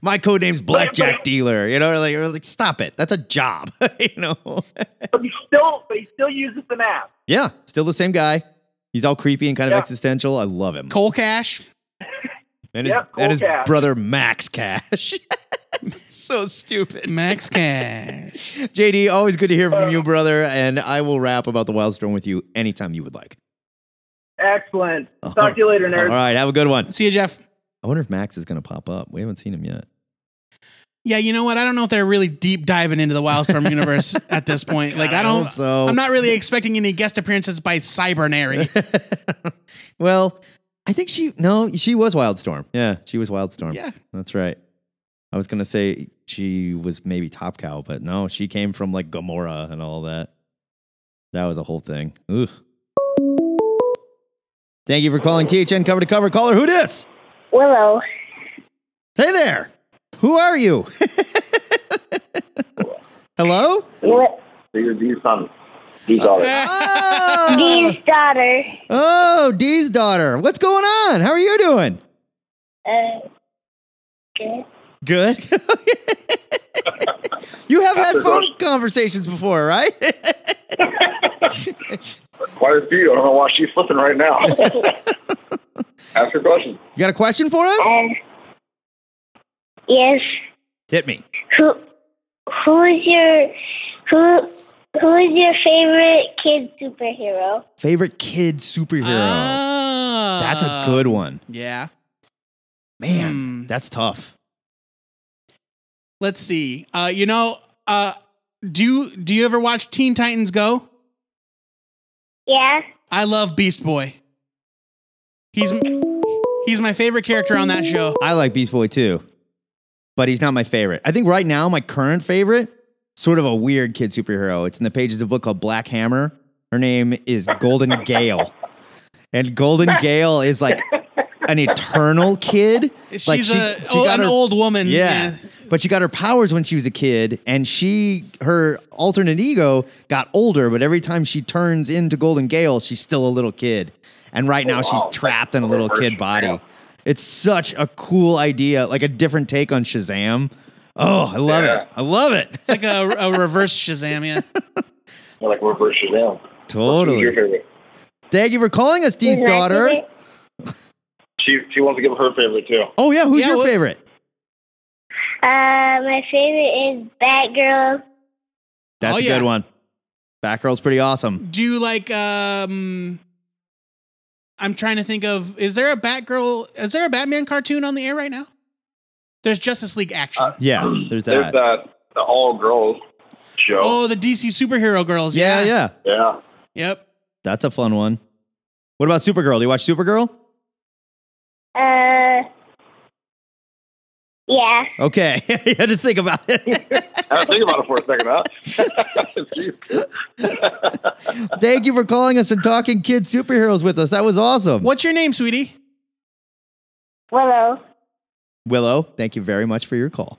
Speaker 3: my code name's Blackjack Dealer. You know, like, or like stop it. That's a job. you know.
Speaker 9: But he still but he still uses the mask.
Speaker 3: yeah, still the same guy. He's all creepy and kind of
Speaker 9: Yeah.
Speaker 3: existential. I love him.
Speaker 4: Cole Cash.
Speaker 3: *laughs* And his,
Speaker 9: Yeah, Cole
Speaker 3: and his
Speaker 9: Cash.
Speaker 3: brother Max Cash. *laughs* so stupid. *laughs*
Speaker 4: Max Cash.
Speaker 3: JD, always good to hear
Speaker 9: Uh,
Speaker 3: from you, brother. And I will rap about the Wildstorm with you anytime you would like.
Speaker 9: Excellent.
Speaker 3: Uh-huh.
Speaker 9: Talk to you later,
Speaker 3: All
Speaker 9: nerds.
Speaker 3: right, have a good one.
Speaker 4: See you, Jeff.
Speaker 3: I wonder if Max is going to pop up. We haven't seen him yet.
Speaker 4: Yeah, you know what? I don't know if they're really deep diving into the Wildstorm
Speaker 3: *laughs*
Speaker 4: universe at this point. Like, I don't.
Speaker 3: So
Speaker 4: I'm not really expecting any guest appearances by
Speaker 3: *laughs*
Speaker 4: Cybernary.
Speaker 3: well, I think she no, she was Wildstorm. Yeah, she was Wildstorm.
Speaker 4: Yeah.
Speaker 3: that's right. I was gonna say she was maybe Top Cow, but no, she came from like Gamora and all that. That was a whole thing. Ugh. Thank you for calling THN cover to cover. Caller, who dis?
Speaker 10: Willow.
Speaker 3: Hey there. Who are you? *laughs* Hello?
Speaker 10: Wi-
Speaker 9: See you, see you, son.
Speaker 6: He
Speaker 3: Uh,
Speaker 6: thought it.
Speaker 3: Ah.
Speaker 9: Dean's daughter.
Speaker 3: Oh, Dee's daughter. What's going on? How are you doing?
Speaker 9: Uh, good.
Speaker 3: Good. *laughs* you have had phone conversations before, right? *laughs*
Speaker 6: Quite a few. I don't know why she's flipping right
Speaker 9: *laughs*
Speaker 6: now. *laughs* Ask her question.
Speaker 3: You got a question for us?
Speaker 9: Um, yes.
Speaker 3: Hit me.
Speaker 9: Who? Who's your who? Who's your favorite kid superhero?
Speaker 3: Favorite kid superhero.
Speaker 9: Uh.
Speaker 4: Ah.
Speaker 3: that's a good one.
Speaker 4: Yeah.
Speaker 3: Man,
Speaker 4: Hmm.
Speaker 3: that's tough.
Speaker 4: Let's see. Uh, you know, uh, do you, do you ever watch Teen Titans Go?
Speaker 9: Yeah.
Speaker 4: I love Beast Boy. He's he's my favorite character on that show.
Speaker 3: I like Beast Boy too, but he's not my favorite. I think right now my current favorite, sort of a weird kid superhero. It's in the pages of a book called Black Hammer. Her name is Golden Gale, and Golden Gale is like an eternal kid.
Speaker 4: She's
Speaker 3: Like, she-
Speaker 4: a,
Speaker 3: she
Speaker 4: oh,
Speaker 3: got
Speaker 4: an
Speaker 3: her-
Speaker 4: old woman.
Speaker 3: Yeah. But she got her powers when she was a kid, and she her alternate ego got older. But every time she turns into Golden Gale, she's still a little kid, and right
Speaker 6: wow.
Speaker 3: now she's trapped in a little kid body.
Speaker 6: Yeah.
Speaker 3: It's such a cool idea, like a different take on Shazam. Oh, I love
Speaker 6: Yeah.
Speaker 3: it! I love it.
Speaker 4: It's like a, a reverse
Speaker 6: *laughs*
Speaker 4: Shazam. Yeah.
Speaker 6: We're like reverse Shazam. Who's your
Speaker 3: totally.
Speaker 6: favorite?
Speaker 3: Thank you for calling us, Dee's
Speaker 9: Who's my
Speaker 3: daughter.
Speaker 9: favorite?
Speaker 6: She she wants to give her favorite too.
Speaker 3: Oh yeah, who's
Speaker 4: Yeah,
Speaker 3: your
Speaker 4: what-
Speaker 3: favorite?
Speaker 9: Uh, my favorite is Batgirl.
Speaker 3: That's
Speaker 4: Oh,
Speaker 3: a
Speaker 4: yeah.
Speaker 3: good one. Batgirl's pretty awesome.
Speaker 4: Do you like um? I'm trying to think of is there a Batgirl? Is there a Batman cartoon on the air right now? There's Justice League action.
Speaker 6: Uh,
Speaker 3: Yeah, there's that.
Speaker 6: There's that the all girls show.
Speaker 4: oh, the DC superhero girls.
Speaker 3: yeah, yeah.
Speaker 6: Yeah.
Speaker 4: Yep.
Speaker 3: That's a fun one. What about Supergirl? Do you watch Supergirl?
Speaker 9: Uh, yeah.
Speaker 3: Okay, *laughs* you had to think about
Speaker 9: *laughs*
Speaker 3: it.
Speaker 6: I had to think about it for a second, huh? Jeez.
Speaker 3: Thank you for calling us and talking kid superheroes with us. That was awesome.
Speaker 4: What's your name, sweetie?
Speaker 9: Willow.
Speaker 3: Willow, thank you very much for
Speaker 4: *laughs*
Speaker 3: your call.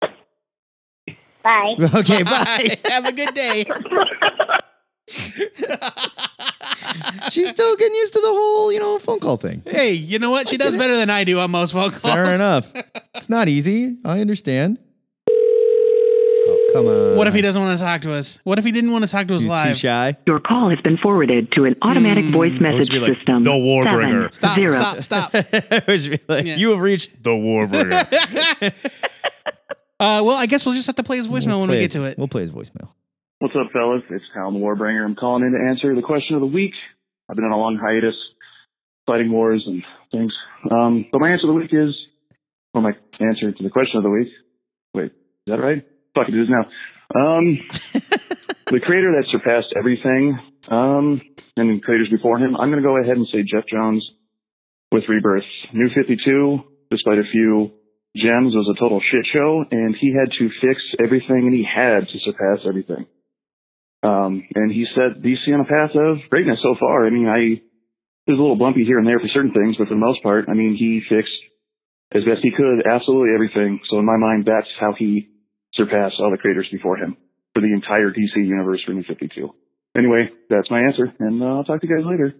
Speaker 9: Bye.
Speaker 3: *laughs* Okay, bye.
Speaker 4: *laughs* Have a good day.
Speaker 3: *laughs* She's still getting used to the whole, you know, phone call thing.
Speaker 4: hey, you know what? She does better than I do on most phone calls.
Speaker 3: Fair enough. It's not easy. I understand. Oh, come on.
Speaker 4: What if he doesn't want to talk to us? What if he didn't want to talk to us
Speaker 3: He's too
Speaker 4: live?
Speaker 3: shy. Mm,
Speaker 11: Your call has been forwarded to an automatic voice message
Speaker 3: be like,
Speaker 11: system.
Speaker 12: "The
Speaker 11: Seven,
Speaker 12: Warbringer."
Speaker 4: Stop,
Speaker 11: zero.
Speaker 4: stop, stop.
Speaker 3: *laughs* It was really like,
Speaker 4: Yeah.
Speaker 3: You have reached.
Speaker 12: The
Speaker 4: *laughs*
Speaker 12: Warbringer.
Speaker 3: *laughs*
Speaker 4: Uh, well, I guess we'll just have to play his voicemail when we
Speaker 3: Play
Speaker 4: get
Speaker 3: his-
Speaker 4: to it.
Speaker 3: We'll play his voicemail.
Speaker 7: What's up, fellas? It's Kyle the Warbringer. I'm calling in to answer the question of the week. I've been on a long hiatus, fighting wars and things. Um, but my answer of the week is, well, my answer to the question of the week. Wait, is that right? Fuck, it is now. Um, the creator that surpassed everything, um, and the creators before him. I'm going to go ahead and say Jeff Jones with Rebirth. New 52, despite a few gems, was a total shit show, and he had to fix everything and he had to surpass everything. Um, and he set DC on a path of greatness so far. I mean, I it was a little bumpy here and there for certain things, but for the most part, I mean, he fixed as best he could absolutely everything. So in my mind, that's how he surpassed all the creators before him for the entire DC universe for New 52. Anyway, that's my answer, and uh, I'll talk to you guys later.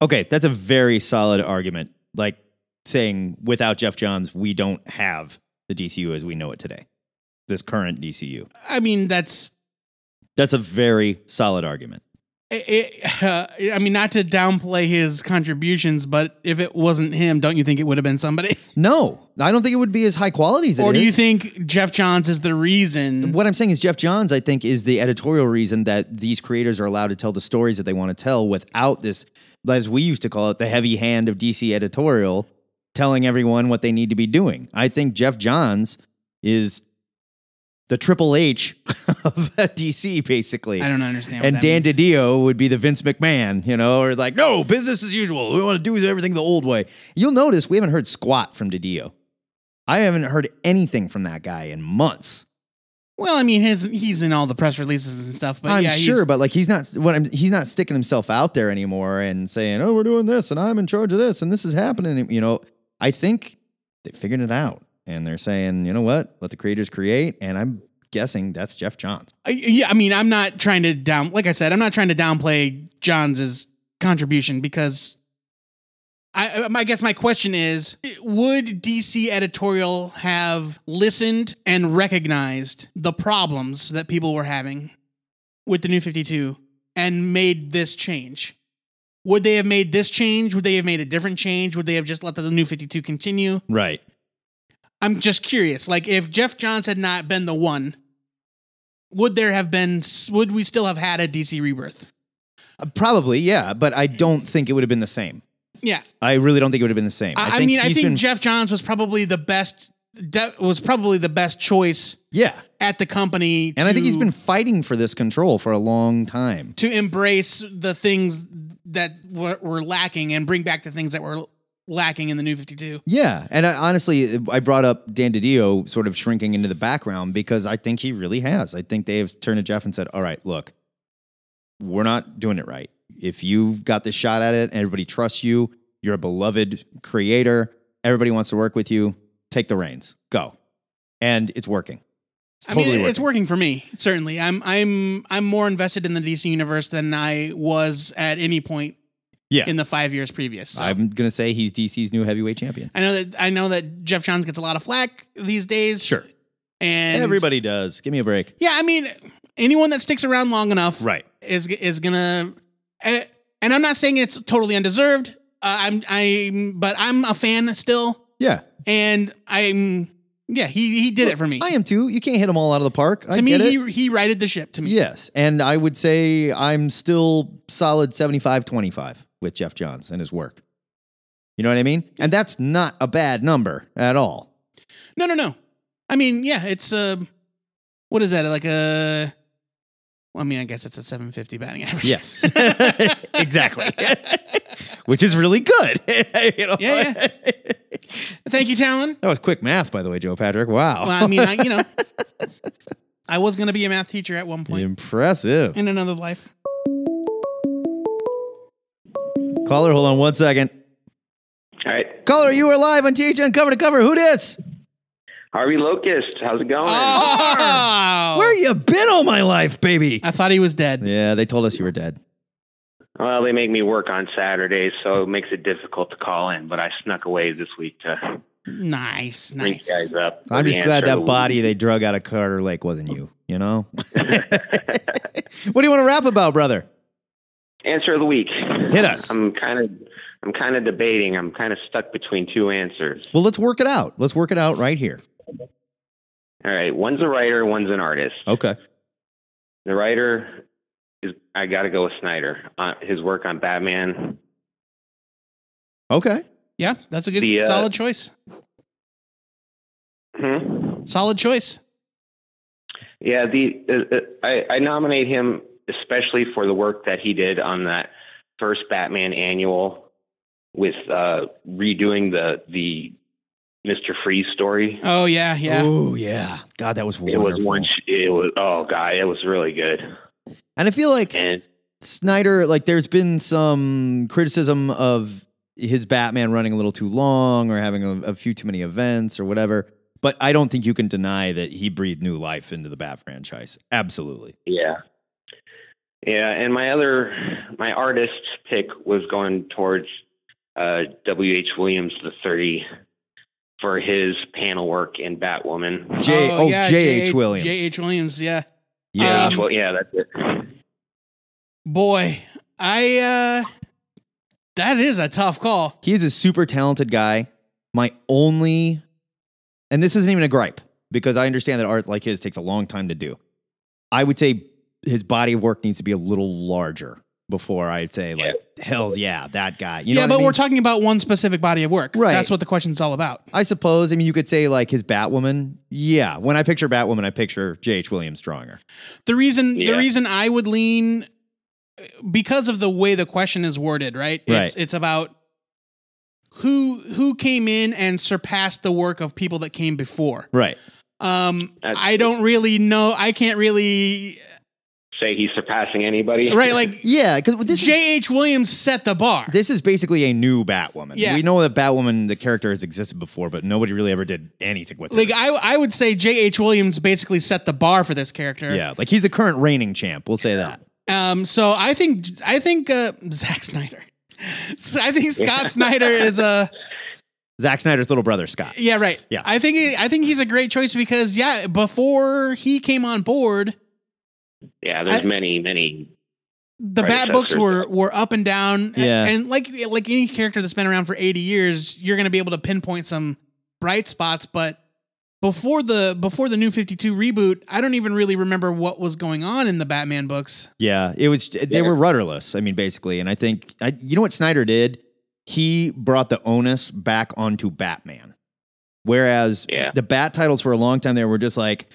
Speaker 3: Okay, that's a very solid argument. Like saying without Jeff Johns, we don't have the DCU as we know it today. This current DCU.
Speaker 4: I mean, that's.
Speaker 3: That's a very solid argument.
Speaker 4: It, it, *laughs* uh, I mean, not to downplay his contributions, but if it wasn't him, don't you think it would have been somebody? *laughs*
Speaker 3: No, I don't think it would be as high quality as it
Speaker 4: or do
Speaker 3: is.
Speaker 4: you think Jeff Johns is the reason?
Speaker 3: what I'm saying is Jeff Johns, I think, is the editorial reason that these creators are allowed to tell the stories that they want to tell without this, as we used to call it, the heavy hand of DC editorial telling everyone what they need to be doing. I think Jeff Johns is the Triple H *laughs* of DC, basically.
Speaker 4: I don't understand.
Speaker 3: And
Speaker 4: what that
Speaker 3: Dan
Speaker 4: means.
Speaker 3: DiDio would be the Vince McMahon, you know, or like, no, business as usual. We want to do everything the old way. You'll notice we haven't heard squat from DiDio. I haven't heard anything from that guy in months.
Speaker 4: Well, I mean, his, he's in all the press releases and stuff, but
Speaker 3: I'm
Speaker 4: yeah, he's-
Speaker 3: sure, but like he's not what I'm he's not sticking himself out there anymore and saying, "Oh, we're doing this and I'm in charge of this and this is happening." You know, I think they figured it out and they're saying, "You know what? Let the creators create." And I'm guessing that's Jeff Johns.
Speaker 4: I- yeah, I mean, I'm not trying to down. Like I said, I'm not trying to downplay Johns's contribution because I, I- I guess my question is: Would DC editorial have listened and recognized the problems that people were having with the New Fifty Two and made this change? Would they have made this change? Would they have made a different change? Would they have just let the New Fifty Two continue?
Speaker 3: Right.
Speaker 4: I'm just curious. Like, if Jeff Johns had not been the one, would there have been? Would we still have had a DC rebirth?
Speaker 3: Uh, Probably, yeah, but I don't think it would have been the same.
Speaker 4: Yeah,
Speaker 3: I really don't think it would have been the same.
Speaker 4: I, I mean, I
Speaker 3: he's
Speaker 4: think
Speaker 3: been-
Speaker 4: Jeff Johns was probably the best. That was probably the best choice
Speaker 3: yeah,
Speaker 4: at the company.
Speaker 3: and I think he's
Speaker 4: to-
Speaker 3: been fighting for this control for a long time.
Speaker 4: to embrace the things that were, were lacking and bring back the things that were lacking in the new Fifty Two.
Speaker 3: Yeah, and I, honestly, I brought up Dan DiDio sort of shrinking into the background because I think he really has. I think they have turned to Jeff and said, "All right, look, we're not doing it right. If you got the shot at it, and everybody trusts you. You're a beloved creator. Everybody wants to work with you. Take the reins. Go." And it's working. It's
Speaker 4: I
Speaker 3: totally
Speaker 4: mean,
Speaker 3: working.
Speaker 4: it's working for me. Certainly, I'm I'm I'm more invested in the DC universe than I was at any point
Speaker 3: Yeah.
Speaker 4: in the five years previous. So.
Speaker 3: I'm gonna say he's DC's new heavyweight champion.
Speaker 4: I know that I know that Jeff Johns gets a lot of flack these days.
Speaker 3: Sure.
Speaker 4: and
Speaker 3: Everybody does. Give me a break.
Speaker 4: Yeah, I mean, anyone that sticks around long enough,
Speaker 3: Right.
Speaker 4: is is gonna. And and I'm not saying it's totally undeserved. Uh, I'm I'm, but I'm a fan still,
Speaker 3: Yeah.
Speaker 4: and I'm yeah. He he did it for me.
Speaker 3: I am too. You can't hit them all out of the park. I
Speaker 4: to me,
Speaker 3: get it.
Speaker 4: he he righted the ship. To me,
Speaker 3: Yes. And I would say I'm still solid 75 25 with Jeff Johns and his work. You know what I mean? And that's not a bad number at all.
Speaker 4: No, no, no. I mean, yeah, it's uh, what is that like a? Well, I mean, I guess it's a 750 batting average.
Speaker 3: Yes. *laughs*
Speaker 4: *laughs*
Speaker 3: exactly. Which is really good. *laughs* You know?
Speaker 4: Yeah, *laughs* Thank you, Talon.
Speaker 3: That was quick math, by the way, Joe Patrick. Wow.
Speaker 4: Well, I mean, I, you know, I was gonna be a math teacher at one point
Speaker 3: *laughs* Impressive.
Speaker 4: in another life.
Speaker 3: Caller, hold on one second.
Speaker 12: All right.
Speaker 3: Caller, you are live on THN cover to cover. Who dis?
Speaker 12: Harvey Locust, how's it going?
Speaker 3: Ah!
Speaker 4: Oh,
Speaker 3: Where you been all my life, baby?
Speaker 4: I thought he was dead.
Speaker 3: Yeah, they told us you were dead.
Speaker 12: Well, they make me work on Saturdays, so it makes it difficult to call in, but I snuck away this week to
Speaker 4: Nice,
Speaker 12: bring you
Speaker 4: nice.
Speaker 12: guys up.
Speaker 3: I'm
Speaker 12: with
Speaker 3: just
Speaker 12: the
Speaker 3: glad
Speaker 12: answer of
Speaker 3: that
Speaker 12: the
Speaker 3: body
Speaker 12: week.
Speaker 3: they drug out of Carter Lake wasn't you,
Speaker 12: *laughs*
Speaker 3: you know? what do you want to rap about, brother?
Speaker 12: Answer of the week.
Speaker 3: Hit us.
Speaker 12: I'm kind of I'm kind of debating. I'm kind of stuck between two answers.
Speaker 3: Well, let's work it out. Let's work it out right here.
Speaker 12: All right, one's a writer, one's an artist.
Speaker 3: Okay.
Speaker 12: The writer is I got to go with Snyder. Uh, his work on Batman,
Speaker 3: Okay.
Speaker 4: Yeah, that's a good,
Speaker 12: The, uh,
Speaker 4: solid choice.
Speaker 12: hmm?
Speaker 4: Solid choice.
Speaker 12: Yeah, the uh, uh, I, I nominate him especially for the work that he did on that first Batman annual with uh, redoing the the Mister Freeze story.
Speaker 4: Oh yeah, yeah.
Speaker 3: Oh, yeah. God, that was
Speaker 12: It
Speaker 3: wonderful.
Speaker 12: was one. sh- It was oh god, it was really good.
Speaker 3: and I feel like
Speaker 12: And
Speaker 3: Snyder, like, there's been some criticism of his Batman running a little too long or having a, a few too many events or whatever. But I don't think you can deny that he breathed new life into the Bat franchise. Absolutely.
Speaker 12: yeah, yeah. And my other my artist pick was going towards uh, W. H. Williams the thirty for his panel work in Batwoman.
Speaker 3: J. Oh, J.H. Williams.
Speaker 4: J.H. Williams, yeah.
Speaker 3: Yeah.
Speaker 4: Um,
Speaker 12: well, yeah, that's it.
Speaker 4: Boy, I uh that is a tough call.
Speaker 3: He is a super talented guy. My only, and this isn't even a gripe because I understand that art like his takes a long time to do. I would say his body of work needs to be a little larger before I'd say like hell's yeah that guy. You know,
Speaker 4: yeah,
Speaker 3: what
Speaker 4: but
Speaker 3: I mean?
Speaker 4: we're talking about one specific body of work.
Speaker 3: Right.
Speaker 4: That's what the question's all about.
Speaker 3: I suppose. I mean, you could say like his Batwoman. Yeah, when I picture Batwoman, I picture J.H. Williams drawing her.
Speaker 4: The reason the
Speaker 12: Yeah.
Speaker 4: reason I would lean because of the way the question is worded, right? It's
Speaker 3: Right.
Speaker 4: it's about who who came in and surpassed the work of people that came before.
Speaker 3: Right.
Speaker 4: Um
Speaker 12: That's-
Speaker 4: I don't really know I can't really
Speaker 12: say he's surpassing anybody.
Speaker 4: *laughs*
Speaker 3: yeah, because
Speaker 4: J.H. Williams set the bar.
Speaker 3: This is basically a new Batwoman.
Speaker 4: Yeah.
Speaker 3: we know that Batwoman, the character, has existed before, but nobody really ever did anything with
Speaker 4: Like I, I would say J.H. Williams basically set the bar for this character.
Speaker 3: it. Yeah, like he's the current reigning champ. We'll say that.
Speaker 4: Um. So I think I think uh, Zack Snyder. *laughs* So I
Speaker 3: *laughs*
Speaker 4: think Scott Snyder is uh, a
Speaker 3: Zack Snyder's little brother, Scott.
Speaker 4: yeah right.
Speaker 3: Yeah.
Speaker 4: I think he, I think he's a great choice because yeah, before he came on board,
Speaker 12: Yeah, there's many, many.
Speaker 4: the Bat books
Speaker 12: predecessors.
Speaker 4: were were up and down.
Speaker 12: Yeah.
Speaker 4: And, and like like any character that's been around for eighty years, you're going to be able to pinpoint some bright spots. But before the before the new Fifty Two reboot, I don't even really remember what was going on in the Batman books.
Speaker 3: Yeah, it was. They were rudderless. I mean, basically, and I think I, you know what Snyder did. He brought the onus back onto Batman, whereas the Bat titles for a long time there were just like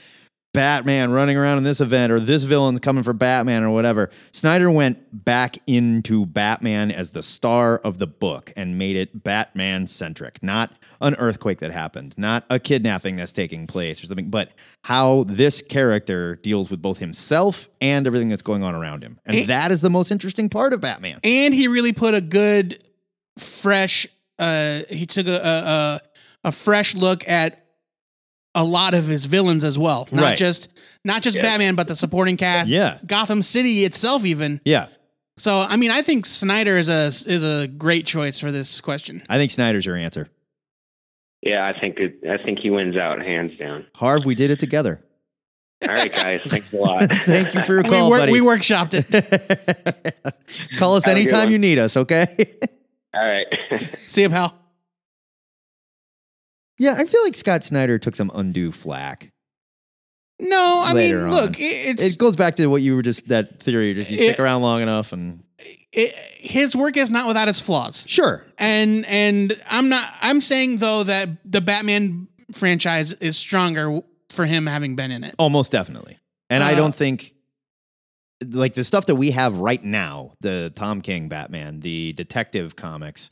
Speaker 3: Batman running around in this event or this villain's coming for Batman or whatever. Snyder went back into Batman as the star of the book and made it Batman centric, not an earthquake that happened, not a kidnapping that's taking place or something, but how this character deals with both himself and everything that's going on around him. And that is the most interesting part of Batman.
Speaker 4: And he really put a good, fresh. Uh, he took a a, a, a fresh look at a lot of his villains as well, not
Speaker 3: Right.
Speaker 4: just not just
Speaker 3: Yeah.
Speaker 4: Batman, but the supporting cast.
Speaker 3: Yeah.
Speaker 4: Gotham City itself, even.
Speaker 3: Yeah.
Speaker 4: So I mean, I think Snyder is a is a great choice for this question.
Speaker 3: I think Snyder's your answer.
Speaker 12: Yeah, I think it, I think he wins out hands down.
Speaker 3: Harv, we did it together.
Speaker 12: All right, guys, thanks a lot.
Speaker 3: *laughs* Thank you for your call,
Speaker 4: we, wor-
Speaker 3: buddy.
Speaker 4: we workshopped
Speaker 12: *laughs*
Speaker 4: it.
Speaker 3: *laughs* Call us
Speaker 4: Have a good
Speaker 3: anytime
Speaker 4: one.
Speaker 3: you need us, okay? *laughs*
Speaker 12: All right.
Speaker 4: See you, pal.
Speaker 3: Yeah, I feel like Scott Snyder took some undue flack.
Speaker 4: No, I
Speaker 3: later
Speaker 4: mean,
Speaker 3: on.
Speaker 4: look, it, it's
Speaker 3: it goes back to what you were just that theory. Just you stick
Speaker 4: It-
Speaker 3: around long enough, and
Speaker 4: it, his work is not without its flaws.
Speaker 3: Sure.
Speaker 4: And and I'm not I'm saying though that the Batman franchise is stronger for him having been in it.
Speaker 3: almost definitely. And I
Speaker 4: Uh,
Speaker 3: don't think like the stuff that we have right now, the Tom King Batman, the detective comics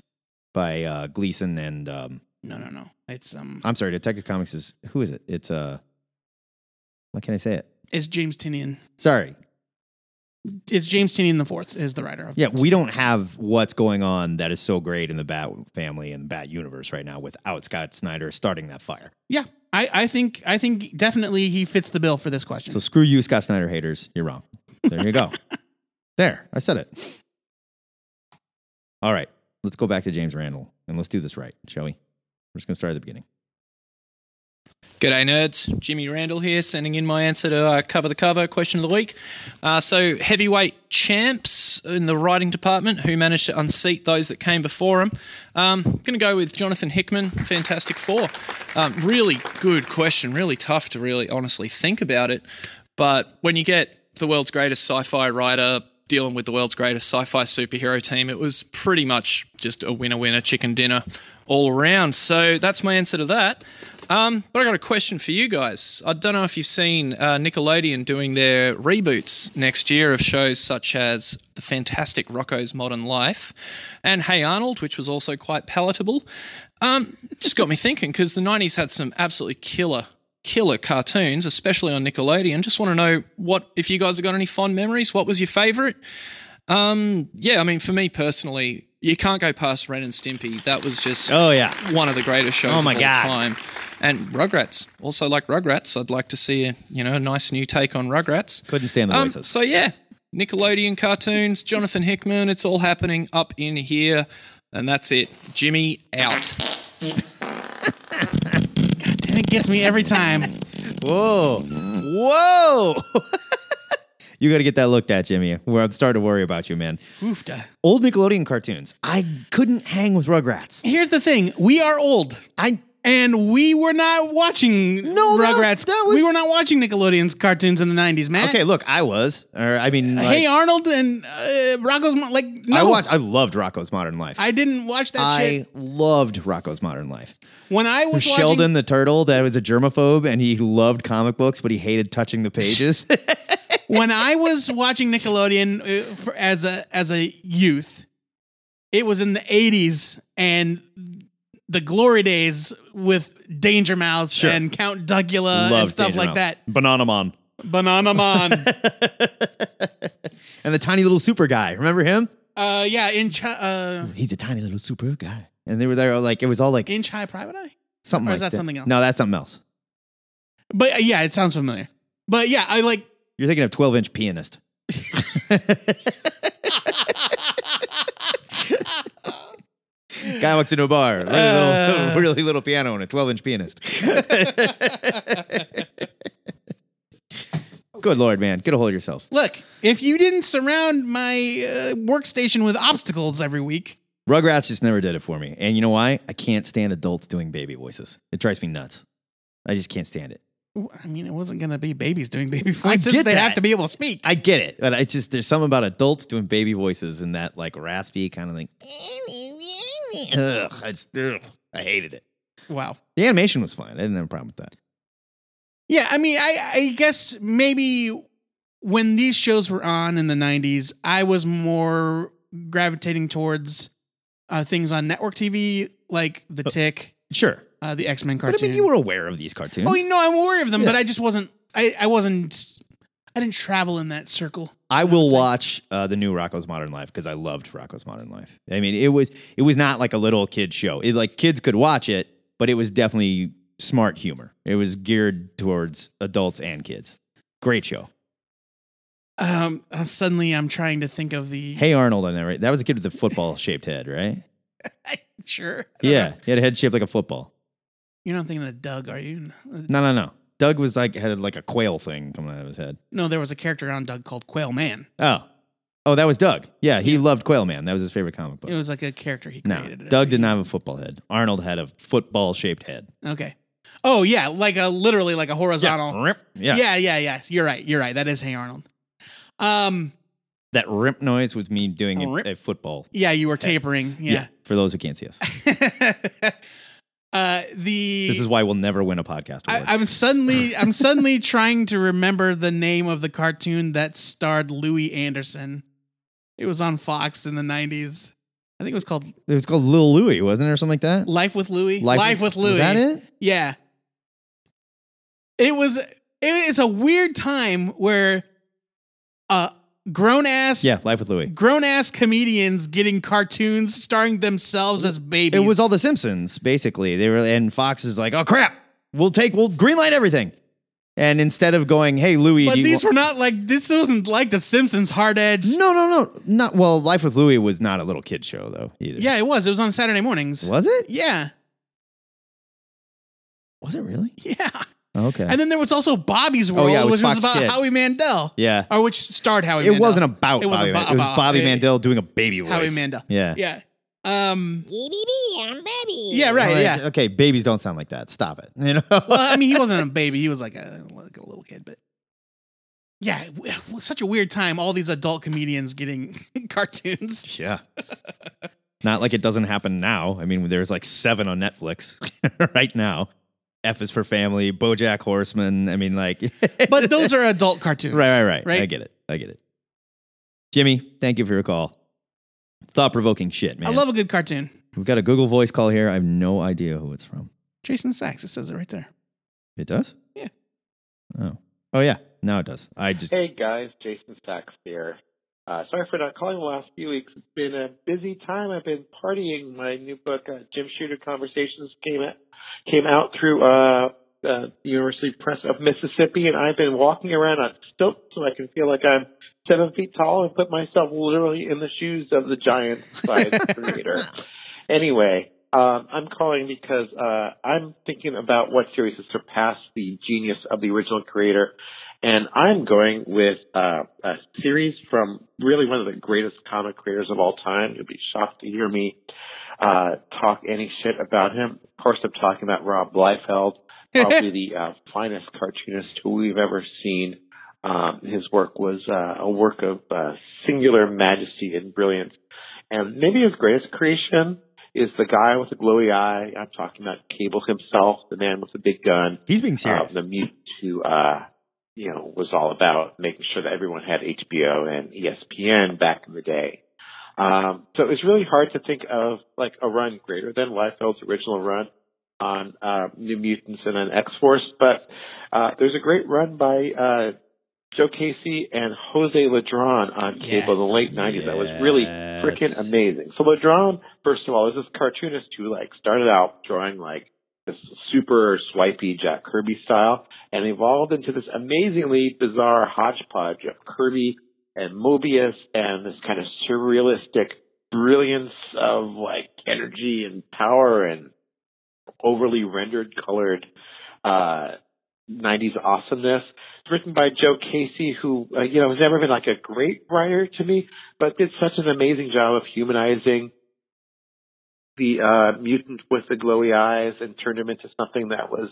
Speaker 3: by uh, Gleason and um,
Speaker 4: No, no, no. It's um
Speaker 3: I'm sorry, Detective Comics is who is it? It's uh, why can't I say it?
Speaker 4: it's James Tinian.
Speaker 3: Sorry,
Speaker 4: It's James Tinian the fourth is the writer of
Speaker 3: Yeah, we don't have what's going on that is so great in the Bat family and Bat universe right now without Scott Snyder starting that fire.
Speaker 4: Yeah. I, I think I think definitely he fits the bill for this question.
Speaker 3: So screw you, Scott Snyder haters. You're wrong. There
Speaker 4: *laughs*
Speaker 3: you go. there, I said it. All right, let's go back to James Randall and let's do this right, shall we? We're just going to start at the beginning.
Speaker 13: G'day, nerds. Jimmy Randall here, sending in my answer to uh, cover the cover question of the week. Uh, so, heavyweight champs in the writing department who managed to unseat those that came before him. Um, Going to go with Jonathan Hickman, Fantastic Four. Um, really good question, really tough to really honestly think about it. But when you get the world's greatest sci fi writer dealing with the world's greatest sci fi superhero team, it was pretty much just a winner winner, chicken dinner all around. So that's my answer to that. Um, but I got a question for you guys. I don't know if you've seen uh, Nickelodeon doing their reboots next year of shows such as The Fantastic Rocco's Modern Life and Hey Arnold, which was also quite palatable. Um, it just got me thinking because the 90s had some absolutely killer, killer cartoons, especially on Nickelodeon. Just want to know what, if you guys have got any fond memories, what was your favorite? Um, yeah, I mean, for me personally, you can't go past Ren and Stimpy. That was just
Speaker 3: Oh, yeah.
Speaker 13: one of the greatest shows
Speaker 3: Oh, my
Speaker 13: of all
Speaker 3: God.
Speaker 13: time. And Rugrats, also like Rugrats, I'd like to see a, you know a nice new take on Rugrats.
Speaker 3: Couldn't stand the
Speaker 13: Um,
Speaker 3: voices.
Speaker 13: so yeah, Nickelodeon cartoons, Jonathan Hickman, it's all happening up in here, and that's it. Jimmy out.
Speaker 4: And it gets me every time.
Speaker 3: *laughs* Whoa. Whoa. *laughs* You got to get that looked at, Jimmy. Where I'm starting to worry about you, man.
Speaker 4: Oofda.
Speaker 3: Old Nickelodeon cartoons. I couldn't hang with Rugrats.
Speaker 4: Here's the thing: we are old.
Speaker 3: I
Speaker 4: and we were not watching no, Rugrats. we were not watching Nickelodeon's cartoons in the '90s, man.
Speaker 3: Okay, look, I was. Or I mean, like,
Speaker 4: hey Arnold and uh, Rocco's Mo- like no,
Speaker 3: I watched. I loved Rocco's Modern Life.
Speaker 4: I didn't watch that
Speaker 3: I
Speaker 4: shit
Speaker 3: loved Rocco's Modern Life.
Speaker 4: when I was watching.
Speaker 3: Sheldon the turtle that was a germaphobe and he loved comic books, but he hated touching
Speaker 4: *laughs*
Speaker 3: the pages.
Speaker 4: when I was watching Nickelodeon uh, for, as a as a youth, it was in the '80s and the glory days with Danger Mouse and Count Dugula and
Speaker 3: Loved
Speaker 4: stuff
Speaker 3: Danger
Speaker 4: like
Speaker 3: Mouse.
Speaker 4: that.
Speaker 3: Bananamon.
Speaker 4: Banana Man.
Speaker 3: *laughs* and the tiny little super guy. Remember him?
Speaker 4: Uh, yeah, in chi- uh,
Speaker 3: He's a tiny little super guy. And they were there like it was all like
Speaker 4: Inch High Private Eye.
Speaker 3: something
Speaker 4: or
Speaker 3: like
Speaker 4: is that something else?
Speaker 3: No, that's something else.
Speaker 4: But uh, yeah, it sounds familiar. But yeah, I like.
Speaker 3: You're thinking of 12
Speaker 4: *laughs*
Speaker 3: inch pianist. Guy walks into a bar, really
Speaker 4: Uh.
Speaker 3: little, *laughs* really little piano and a 12 inch pianist. *laughs* Good lord, man. Get a hold of yourself.
Speaker 4: Look, if you didn't surround my uh, workstation with obstacles every week,
Speaker 3: Rugrats just never did it for me. And you know why? I can't stand adults doing baby voices. It drives me nuts. I just can't stand it.
Speaker 4: I mean, it wasn't going to be babies doing baby
Speaker 3: I
Speaker 4: voices.
Speaker 3: get
Speaker 4: They have
Speaker 3: that.
Speaker 4: to be able to speak.
Speaker 3: I get it, but I just there's something about adults doing baby voices and that like raspy kind of thing. Ugh, I just ugh, I hated it.
Speaker 4: Wow.
Speaker 3: The animation was fine. I didn't have a problem with that.
Speaker 4: Yeah, I mean, I, I guess maybe when these shows were on in the 90s, I was more gravitating towards uh, things on network TV like The Tick,
Speaker 3: Oh, Sure,
Speaker 4: uh, the X Men
Speaker 3: but
Speaker 4: cartoon.
Speaker 3: I mean you were aware of these cartoons.
Speaker 4: Oh, you know, I'm aware of them, but
Speaker 3: Yeah.
Speaker 4: I just wasn't. I, I wasn't. I didn't travel in that circle.
Speaker 3: I will watch uh, the new Rocco's Modern Life because I loved Rocco's Modern Life. I mean, it was it was not like a little kid show. It like kids could watch it, but it was definitely smart humor. It was geared towards adults and kids. Great show.
Speaker 4: Um, uh, suddenly, I'm trying to think of the.
Speaker 3: Hey Arnold, I that right? That was a kid with a football *laughs* shaped head, right?
Speaker 4: Sure,
Speaker 3: Yeah, he had a head shaped like a football.
Speaker 4: you're not thinking of Doug, are you?
Speaker 3: No, no, no. Doug was like had like a quail thing coming out of his head.
Speaker 4: No, there was a character on Doug called Quail Man.
Speaker 3: Oh, oh, that was Doug. Yeah, he loved Quail Man. That was his favorite comic book.
Speaker 4: It was like a character he
Speaker 3: No,
Speaker 4: created.
Speaker 3: Doug did not have a football head. Arnold had a football shaped head.
Speaker 4: Okay. Oh yeah, like a literally like a horizontal.
Speaker 3: Rimp. Yeah.
Speaker 4: yeah, yeah, yeah. You're right. You're right. That is Hey Arnold. Um,
Speaker 3: That rimp noise was me doing
Speaker 4: Rimp.
Speaker 3: a, a football.
Speaker 4: yeah, you were tapering. Yeah.
Speaker 3: For those who can't
Speaker 4: *laughs*
Speaker 3: see us,
Speaker 4: Uh, the
Speaker 3: this is why we'll never win a podcast award.
Speaker 4: I, I'm
Speaker 3: *laughs*
Speaker 4: suddenly I'm suddenly trying to remember the name of the cartoon that starred Louis Anderson. It was on Fox in the 90s. I think it was called
Speaker 3: it was called Lil Louie, wasn't it, or something like that?
Speaker 4: Life with Louis.
Speaker 3: Life
Speaker 4: Life, with
Speaker 3: with- was
Speaker 4: Louis.
Speaker 3: that it?
Speaker 4: Yeah. It was. It, it's a weird time where, uh, grown ass,
Speaker 3: Yeah, Life with Louie.
Speaker 4: grown ass comedians getting cartoons starring themselves as babies.
Speaker 3: It was all the Simpsons, basically. They were, and Fox is like, "Oh crap, we'll take, we'll greenlight everything." And instead of going, "Hey Louie,"
Speaker 4: But
Speaker 3: do you
Speaker 4: these
Speaker 3: wa-
Speaker 4: were not like this wasn't like The Simpsons hard edge.
Speaker 3: no, no, no, not well. Life with Louie was not a little kid show though either.
Speaker 4: Yeah, it was. It was on Saturday mornings.
Speaker 3: was it?
Speaker 4: Yeah,
Speaker 3: Was it really?
Speaker 4: yeah.
Speaker 3: Oh, okay.
Speaker 4: And then there was also Bobby's
Speaker 3: Oh,
Speaker 4: World,
Speaker 3: yeah, it was
Speaker 4: which was
Speaker 3: Fox
Speaker 4: about
Speaker 3: Kids.
Speaker 4: Howie Mandel,
Speaker 3: yeah,
Speaker 4: or which starred Howie.
Speaker 3: it
Speaker 4: Mandel.
Speaker 3: wasn't about
Speaker 4: It
Speaker 3: Bobby.
Speaker 4: wasn't
Speaker 3: Mandel.
Speaker 4: about-
Speaker 3: it was
Speaker 4: about-
Speaker 3: Bobby
Speaker 4: it-
Speaker 3: Mandel doing a baby voice.
Speaker 4: Howie Mandel.
Speaker 3: Yeah.
Speaker 4: Yeah. Um.
Speaker 9: I'm Bobby.
Speaker 4: Yeah.
Speaker 3: Well,
Speaker 4: Right.
Speaker 3: it's-
Speaker 4: Yeah.
Speaker 3: Okay, babies don't sound like that. Stop it. *laughs* You know.
Speaker 4: well, I mean, he wasn't a baby; he was like a like a little kid. But yeah, it w- it was such a weird time. All these adult comedians getting *laughs* cartoons.
Speaker 3: yeah. *laughs* Not like it doesn't happen now. I mean, there's like seven on Netflix *laughs* right now. F is for Family, BoJack Horseman. I mean, like, *laughs*
Speaker 4: But those are adult cartoons,
Speaker 3: Right, right, right,
Speaker 4: Right.
Speaker 3: I get it. I get it. Jimmy, thank you for your call. Thought provoking shit, man.
Speaker 4: I love a good cartoon.
Speaker 3: We've got a Google voice call here. I have no idea who it's from.
Speaker 4: Jason Sachs. It says it right there.
Speaker 3: It does?
Speaker 4: Yeah.
Speaker 3: Oh. Oh yeah. Now it does. I just
Speaker 14: Hey guys, Jason Sachs here. Uh, sorry for not calling the last few weeks. It's been a busy time. I've been partying. My new book, uh, Jim Shooter Conversations, came out, came out through uh, uh, University Press of Mississippi, and I've been walking around on stilts so I can feel like I'm seven feet tall and put myself literally in the shoes of the giant size creator. Anyway, um, I'm calling because uh, I'm thinking about what series has surpassed the genius of the original creator, and I'm going with uh, a series from really one of the greatest comic creators of all time. You'll be shocked to hear me uh, talk any shit about him. Of course, I'm talking about Rob Liefeld, probably the uh, finest cartoonist who we've ever seen. Um, his work was uh, a work of uh, singular majesty and brilliance. And maybe his greatest creation is the guy with the glowy eye. I'm talking about Cable himself, the man with the big gun.
Speaker 3: He's being
Speaker 14: serious. the mute who, uh, you know, was all about making sure that everyone had HBO and E ESPN back in the day. Um, so it's really hard to think of like a run greater than Liefeld's original run on uh, New Mutants and on X Force, but uh, there's a great run by uh, Joe Casey and Jose Ladron on cable in the late 90s. That was really freaking amazing. So Ladron, first of all, is this cartoonist who like started out drawing like this super swipey Jack Kirby style and evolved into this amazingly bizarre hodgepodge of Kirby and Mobius and this kind of surrealistic brilliance of like energy and power and overly rendered colored uh 90s awesomeness. It's written by Joe Casey, who, uh, you know, has never been like a great writer to me, but did such an amazing job of humanizing the uh, mutant with the glowy eyes and turned him into something that was